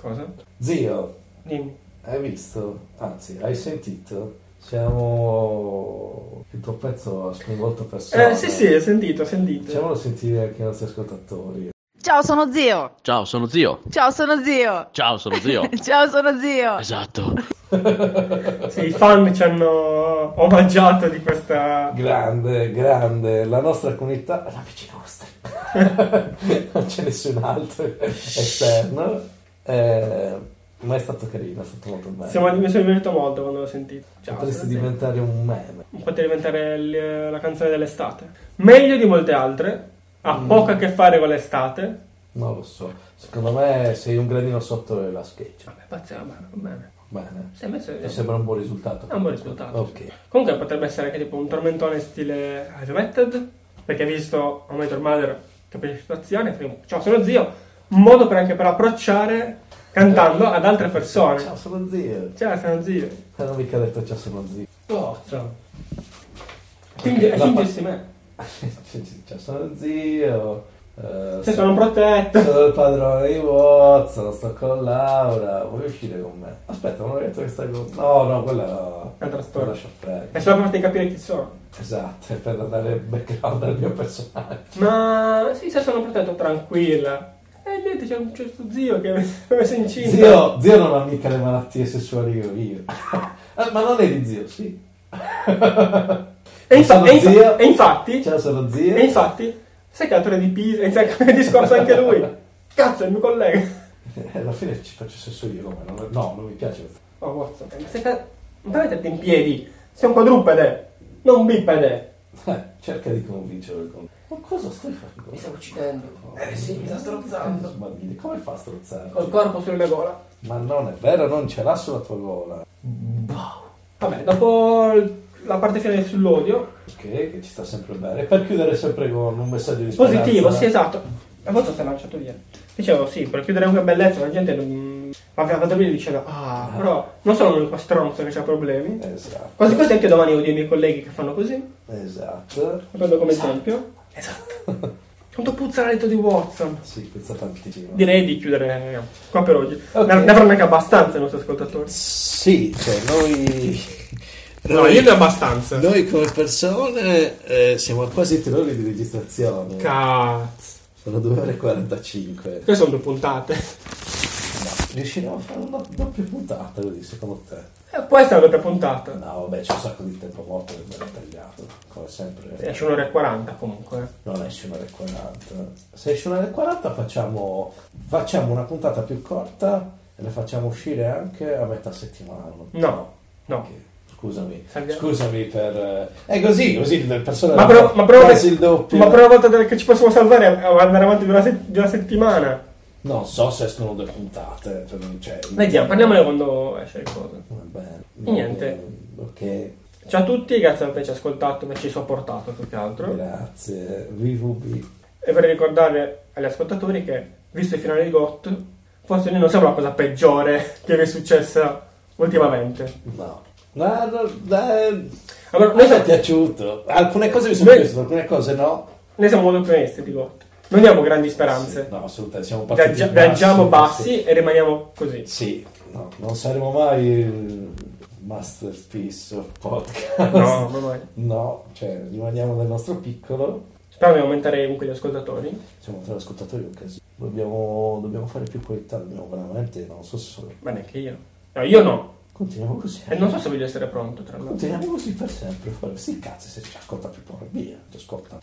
Speaker 2: Cosa?
Speaker 1: zio,
Speaker 2: Dimmi.
Speaker 1: hai visto? Anzi, hai sentito? Siamo il tuo pezzo ha sconvolto persone.
Speaker 2: Eh, sì, sì, ho sentito, ho sentito.
Speaker 1: Facciamolo sentire anche ai nostri ascoltatori.
Speaker 7: Ciao, sono zio.
Speaker 8: Ciao, sono zio.
Speaker 7: Ciao, sono zio.
Speaker 8: Ciao, sono zio.
Speaker 7: Ciao, sono zio.
Speaker 8: esatto.
Speaker 2: Sì, i fan ci hanno omaggiato di questa.
Speaker 1: Grande, grande, la nostra comunità è la vicina vostra. non c'è nessun altro esterno, eh, ma è stato carino, è stato molto bello.
Speaker 2: Siamo- mi sono divertito molto quando l'ho sentito. Ciao,
Speaker 1: Potresti
Speaker 2: sono zio.
Speaker 1: diventare un meme.
Speaker 2: Potete diventare il- la canzone dell'estate. Meglio di molte altre. Ha
Speaker 1: Mm.
Speaker 2: poco a che fare con l'estate.
Speaker 1: Non lo so, secondo me sei un gradino sotto la sketch.
Speaker 2: Vabbè, pazzesco, va bene.
Speaker 1: Bene,
Speaker 2: Si è messo.
Speaker 1: mi sembra un buon risultato.
Speaker 2: È un buon risultato.
Speaker 1: Ok.
Speaker 2: Comunque potrebbe essere anche tipo un tormentone stile Have You Metted? Perché hai visto How I Met Your Mother capisci la situazione, primo, ciao sono zio, un modo per anche per approcciare cantando ad altre
Speaker 1: Ciao,
Speaker 2: persone.
Speaker 1: sono zio.
Speaker 2: Ciao sono zio.
Speaker 1: Non ho mica detto ciao, sono zio.
Speaker 2: Ciao. Quindi è
Speaker 1: La pa-
Speaker 2: fingersi me.
Speaker 1: ciao, sono zio. eh,
Speaker 2: Se sono protetto.
Speaker 1: Sono il padrone di Watson, sto con Laura, vuoi uscire con me? Aspetta, non ho detto che stai con... No, no, quella... Quella
Speaker 2: Altra storia. È
Speaker 1: scioppella.
Speaker 2: solo per farti capire chi sono.
Speaker 1: Esatto, è per dare il background al mio personaggio.
Speaker 2: Ma sì, se sono protetto, tranquilla. E niente, c'è un certo zio che mi ha messo incinta.
Speaker 1: Zio, zio non ha mica le malattie sessuali che ho io. Ah, Ma non eri zio, sì.
Speaker 2: E, infa-
Speaker 1: sono
Speaker 2: e infa-
Speaker 1: zio.
Speaker 2: e infatti...
Speaker 1: Ciao, sono zio.
Speaker 2: E infatti, eh, sai che l'attore di Pisa inizia a cambiare discorso anche lui. Cazzo, è il mio collega.
Speaker 1: Eh, alla fine ci faccio sesso io, come? Non- No, non mi piace questo.
Speaker 2: Oh, Watson, ma sei ca- non puoi metterti in piedi. Sei un quadrupede, non un bipede.
Speaker 1: Eh, cerca di convincerlo. con- Ma cosa stai facendo? Mi
Speaker 2: uccidendo.
Speaker 1: Eh,
Speaker 3: eh,
Speaker 1: sbagli. Come fa a strozzare?
Speaker 2: corpo sulla mia gola.
Speaker 1: Ma non è vero, non ce l'ha sulla tua gola.
Speaker 2: Vabbè, dopo il- la parte finale sull'odio,
Speaker 1: Ok, che ci sta sempre bene. Per chiudere sempre con un messaggio di speranza.
Speaker 2: positivo, sì, esatto. La volta si è lanciato via. Dicevo, sì, per chiudere una bellezza la gente non... Ma va a dormire dicendo, ah, però non sono l'unico stronzo che ha problemi.
Speaker 1: Esatto.
Speaker 2: Quasi quasi anche domani odio i miei colleghi che fanno così. Lo
Speaker 1: Esatto.
Speaker 2: prendo come esempio. Esatto. Quanto puzza il letto di Watson.
Speaker 1: Sì, pezza tantissimo.
Speaker 2: Direi di chiudere eh, qua per oggi.
Speaker 1: Ok.
Speaker 2: Ne- Ne avranno anche abbastanza i nostri ascoltatori.
Speaker 9: Sì, cioè noi...
Speaker 10: No, io ne ho abbastanza.
Speaker 9: Noi come persone eh, siamo a quasi...
Speaker 1: Quasi tre ore di registrazione.
Speaker 10: Cazzo.
Speaker 1: Sono 2 ore e 45.
Speaker 10: Queste sono due puntate.
Speaker 1: Riusciremo a fare una doppia puntata così, secondo te?
Speaker 2: Eh, può essere un'altra puntata.
Speaker 1: No, vabbè, c'è un sacco di tempo morto che me l'ho tagliato. Come sempre.
Speaker 2: Esce un'ora Eh, e 40 comunque. eh.
Speaker 1: Non esce un'ora e 40. Se esce un'ora e 40 facciamo, facciamo una puntata più corta e la facciamo uscire anche a metà settimana.
Speaker 2: No, no.
Speaker 1: Scusami,
Speaker 2: Salviamo.
Speaker 1: scusami per... eh, È così, così le persone...
Speaker 2: Ma, però- ma, però-
Speaker 1: quasi il doppio.
Speaker 2: ma però una volta che ci possiamo salvare è andare avanti di una, se- di una settimana.
Speaker 1: Non so se escono due puntate. per- Cioè,
Speaker 2: Vediamo, parliamone quando esce il coso.
Speaker 1: Va bene.
Speaker 2: E niente.
Speaker 1: Ok,
Speaker 2: Ciao a tutti, grazie per averci ascoltato, averci sopportato più che altro.
Speaker 1: grazie. VVB.
Speaker 2: E vorrei ricordare agli ascoltatori che, visto il finale di GOT, forse noi non siamo la cosa peggiore che vi è successa ultimamente.
Speaker 1: No. No, no, eh,
Speaker 2: Allora,
Speaker 1: a me
Speaker 2: noi
Speaker 1: è
Speaker 2: siamo,
Speaker 1: piaciuto. Alcune cose mi sono
Speaker 2: Noi-
Speaker 1: piaciute, alcune cose no.
Speaker 2: noi siamo molto optimisti di GOT. Non abbiamo grandi speranze.
Speaker 1: No, assolutamente, siamo partiti
Speaker 2: Viaggia- viaggiamo
Speaker 1: Sì,
Speaker 2: bassi e rimaniamo così.
Speaker 1: Sì, no, non saremo mai il masterpiece of podcast.
Speaker 2: No, ma mai.
Speaker 1: No, cioè, rimaniamo nel nostro piccolo.
Speaker 2: Speriamo di aumentare comunque gli ascoltatori.
Speaker 1: Siamo tra gli ascoltatori un casino. Dobbiamo, dobbiamo fare più qualità, dobbiamo veramente, non so se sono...
Speaker 2: Ma neanche io. No, io no.
Speaker 1: Continuiamo così.
Speaker 2: E Eh, non so se voglio essere pronto, tra l'altro.
Speaker 1: Continuiamo così per sempre. Fare... Sì, cazzo, se ci ascolta più porre via, ti ascolta.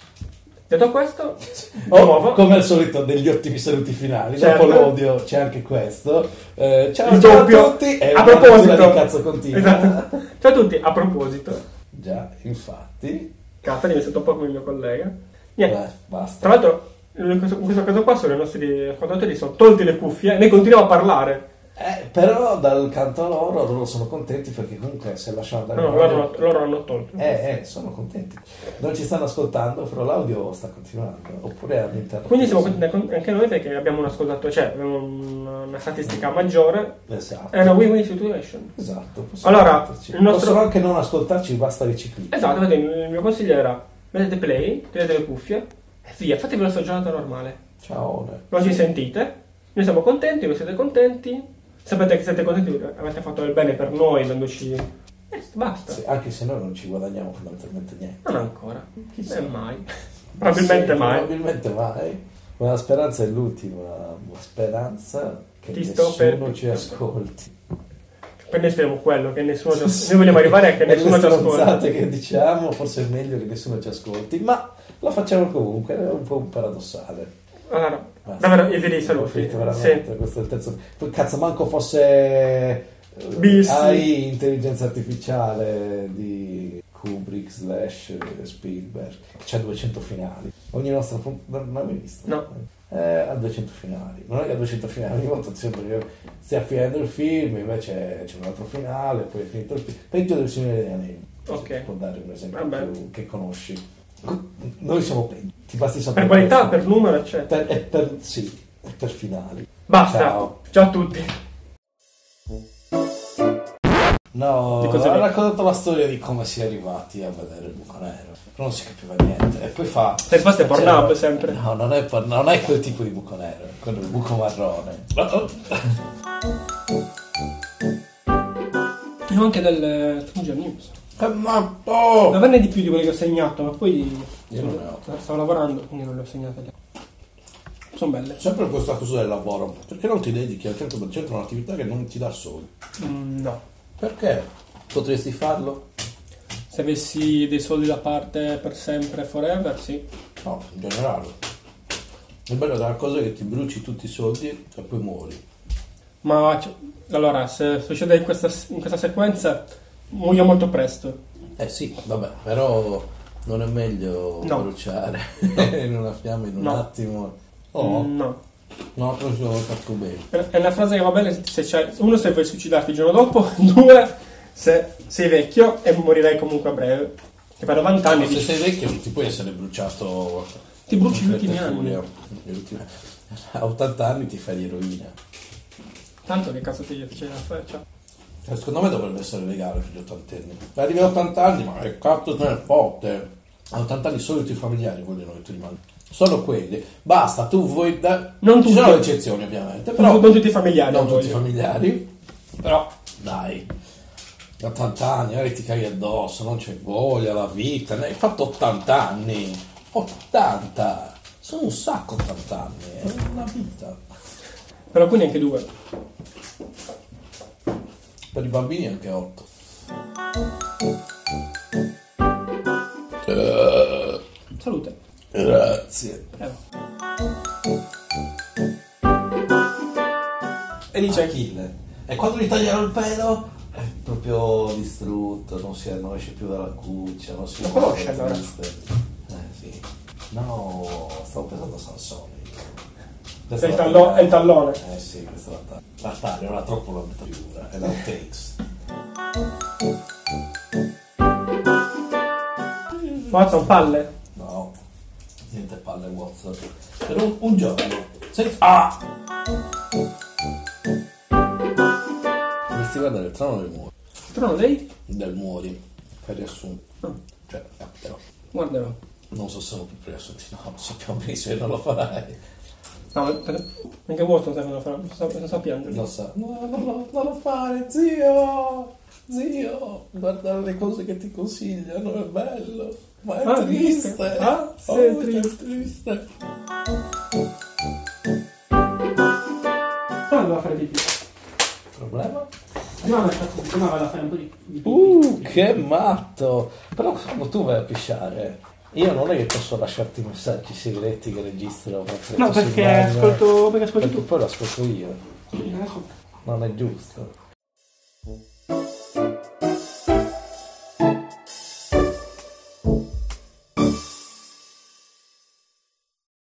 Speaker 2: Detto questo, di
Speaker 1: Oh,
Speaker 2: nuovo,
Speaker 1: come al solito degli ottimi saluti finali,
Speaker 2: Certo.
Speaker 1: dopo l'odio c'è anche questo. Eh, ciao,
Speaker 2: il
Speaker 1: ciao
Speaker 2: doppio.
Speaker 1: a tutti e
Speaker 2: a
Speaker 1: una
Speaker 2: proposito.
Speaker 1: natura di cazzo continua.
Speaker 2: Esatto. Ciao a tutti, a proposito.
Speaker 1: Già, infatti.
Speaker 2: Cazzo, mi sento un po' come il mio collega. Niente.
Speaker 1: Beh, basta.
Speaker 2: Tra l'altro, in questo, in questo caso qua sono i nostri ascoltatori, sono tolti le cuffie, noi continuiamo a parlare.
Speaker 1: Eh, però dal canto loro, loro sono contenti perché comunque se lasciano andare
Speaker 2: No, no,
Speaker 1: l'audio-
Speaker 2: loro, loro hanno tolto.
Speaker 1: Eh, eh, sono contenti. Non ci stanno ascoltando, però l'audio sta continuando. Oppure hanno interrotto.
Speaker 2: Quindi siamo contenti anche noi perché abbiamo un ascoltatore, cioè abbiamo un- una statistica maggiore.
Speaker 1: Esatto.
Speaker 2: È una win-win situation.
Speaker 1: Esatto. Possono
Speaker 2: Allora,
Speaker 1: ascoltarci.
Speaker 2: il nostro-
Speaker 1: Possono anche non ascoltarci, basta che ci clicchi.
Speaker 2: Esatto, vedete, il mio consiglio era mettete play, tenete le cuffie e via, fatevi la sua giornata normale.
Speaker 1: Ciao. eh.
Speaker 2: Non ci sentite, noi siamo contenti, voi siete contenti, sapete che siete contenti, avete fatto del bene per noi dandoci... E basta.
Speaker 1: Sì, anche se noi non ci guadagniamo fondamentalmente niente.
Speaker 2: Non ancora.
Speaker 1: Chissà.
Speaker 2: Eh, mai. Probabilmente
Speaker 1: Sì,
Speaker 2: mai.
Speaker 1: Probabilmente mai. Ma la speranza è l'ultima. La speranza che
Speaker 2: Ti sto
Speaker 1: nessuno
Speaker 2: per-
Speaker 1: ci ascolti.
Speaker 2: Per noi speriamo quello, che nessuno ci ascolta. Noi vogliamo arrivare a che
Speaker 1: E le
Speaker 2: nessuno ci ascolta.
Speaker 1: stronzate che diciamo, forse è meglio che nessuno ci ascolti, ma la facciamo comunque, è un po' un paradossale.
Speaker 2: Allora,
Speaker 1: Basta.
Speaker 2: davvero, io direi
Speaker 1: Ho
Speaker 2: saluti.
Speaker 1: finito
Speaker 2: Sì.
Speaker 1: veramente, questo è il terzo. Poi, Cazzo, manco fosse eh,
Speaker 2: Bis.
Speaker 1: AI, intelligenza artificiale di Kubrick slash Spielberg. C'ha 200 finali. Ogni nostra punt- non l'hai mai visto?
Speaker 2: No.
Speaker 1: Eh, ha 200 finali. Ma non è che ha 200 finali, ogni volta sembra che stia finendo il film, invece c'è un altro finale, poi è finito il film. Peggio del Signore degli Anelli. Se
Speaker 2: Ok.
Speaker 1: ti Può dare un esempio
Speaker 2: Vabbè.
Speaker 1: più- che conosci. Noi siamo peggio. Ti basti sapere.
Speaker 2: Per qualità,
Speaker 1: questo.
Speaker 2: per numero, eccetera.
Speaker 1: Per- e per, sì, e per finali.
Speaker 2: Basta.
Speaker 1: Ciao.
Speaker 2: Ciao a tutti.
Speaker 1: No,
Speaker 2: cose
Speaker 1: ha
Speaker 2: vere.
Speaker 1: raccontato la storia di come si è arrivati a vedere il buco nero. Però non si capiva niente. E poi fa.
Speaker 2: Per questo è Pornhub,
Speaker 1: Cioè,
Speaker 2: sempre.
Speaker 1: No, non è, por- non è quel tipo di buco nero, è quello del buco marrone.
Speaker 9: oh,
Speaker 3: Parliamo anche del Tungia News.
Speaker 1: Eh, Ma oh!
Speaker 3: Ma venne di più di quelli che ho segnato, ma poi
Speaker 1: Io non ne ho.
Speaker 3: stavo lavorando, quindi non le ho segnate. Sono belle.
Speaker 9: Sempre questa cosa del lavoro, perché non ti dedichi al 100% a un'attività che non ti dà soldi?
Speaker 3: no.
Speaker 9: Perché? Potresti farlo?
Speaker 3: Se avessi dei soldi da parte per sempre, forever, sì.
Speaker 9: No, in generale. Il bello della cosa è che ti bruci tutti i soldi
Speaker 1: cioè
Speaker 9: e poi muori.
Speaker 3: Ma c- allora, se succede in questa, in questa sequenza, muoio molto presto.
Speaker 9: Eh sì, vabbè, però non è meglio
Speaker 3: No.
Speaker 9: bruciare in una fiamma in un
Speaker 3: No.
Speaker 9: attimo. Oh,
Speaker 3: No.
Speaker 9: no, però ci ho fatto bene.
Speaker 3: È una frase che va bene se c'è. Uno, se vuoi suicidarti il giorno dopo. Due, se sei vecchio e morirai comunque a breve.
Speaker 2: Che per 90 anni
Speaker 1: Se
Speaker 2: dici,
Speaker 1: Ah, sei vecchio non ti puoi essere bruciato
Speaker 2: ti bruci
Speaker 1: in
Speaker 2: gli
Speaker 1: fretta
Speaker 2: ultimi
Speaker 1: e
Speaker 2: anni.
Speaker 1: furia. Gli ultimi- A 80 anni ti fai l'eroina.
Speaker 2: Tanto che cazzo ti c'è da fare? Cioè,
Speaker 1: Eh, Secondo me dovrebbe essere legale per gli ottantenni. Arrivi a 80 anni, ma che cazzo te ne fotte? A 80 anni solo i tuoi familiari vogliono che tu rimani. Solo quelli. Basta, tu vuoi... Da...
Speaker 2: Non
Speaker 1: Ci sono
Speaker 2: tutti.
Speaker 1: eccezioni ovviamente, però...
Speaker 2: però, non tutti i familiari.
Speaker 1: non
Speaker 2: voglio.
Speaker 1: tutti i familiari.
Speaker 2: Però
Speaker 1: Dai. A 80 anni, magari ti caghi addosso, non c'è voglia, la vita. Ne hai fatto 80 anni. 80! Sono un sacco 80 anni, è una vita.
Speaker 2: per alcuni anche due.
Speaker 1: Per i bambini anche 8.
Speaker 2: Salute.
Speaker 1: Grazie.
Speaker 2: Eh,
Speaker 1: E dice Achille. E quando gli tagliano il pelo è proprio distrutto, non, si, non esce più dalla cuccia, non si
Speaker 2: Lo conosce,
Speaker 1: non si-
Speaker 2: allora?
Speaker 1: Eh sì. No, stavo pensando a Sansone.
Speaker 2: È
Speaker 1: Questa
Speaker 2: il,
Speaker 1: la-
Speaker 2: tallo- è il tallone.
Speaker 1: Eh sì, questa è la taglia. La taglia non ha troppo la metragliura, eh, è la takes.
Speaker 2: Watson, palle.
Speaker 1: No, niente palle Watson. Per un, un giorno. Sei... Ah! Dovresti guardare il trono del muori.
Speaker 2: Il trono dei?
Speaker 1: Del muori. Fai riassunto. Cioè, eh, però...
Speaker 2: Guarderò.
Speaker 1: Non so se sono più riassunti, no, lo sappiamo benissimo che non lo farai.
Speaker 2: No, perché- anche Watson sa cosa farà. Non sa, non sa piangere.
Speaker 1: Lo sa. No, no, no, non lo fare, zio! Zio! Guardare le cose che ti consigliano è bello, ma è
Speaker 2: Ah,
Speaker 1: triste!
Speaker 2: triste. Ah, sì, è
Speaker 1: Oh, che
Speaker 2: triste.
Speaker 1: triste!
Speaker 3: Però andava a fare pipì.
Speaker 1: Problema?
Speaker 3: Prima mi attacco, prima vado a fare un po' di di pipì.
Speaker 1: Uh, che matto! Però quando tu vai a pisciare, io non è che posso lasciarti messaggi segreti che registro mentre
Speaker 3: No,
Speaker 1: tu sei in
Speaker 3: perché
Speaker 1: bagno,
Speaker 3: ascolto, perché ascolto
Speaker 1: Perché
Speaker 3: tu.
Speaker 1: poi lo ascolto io. Non è giusto.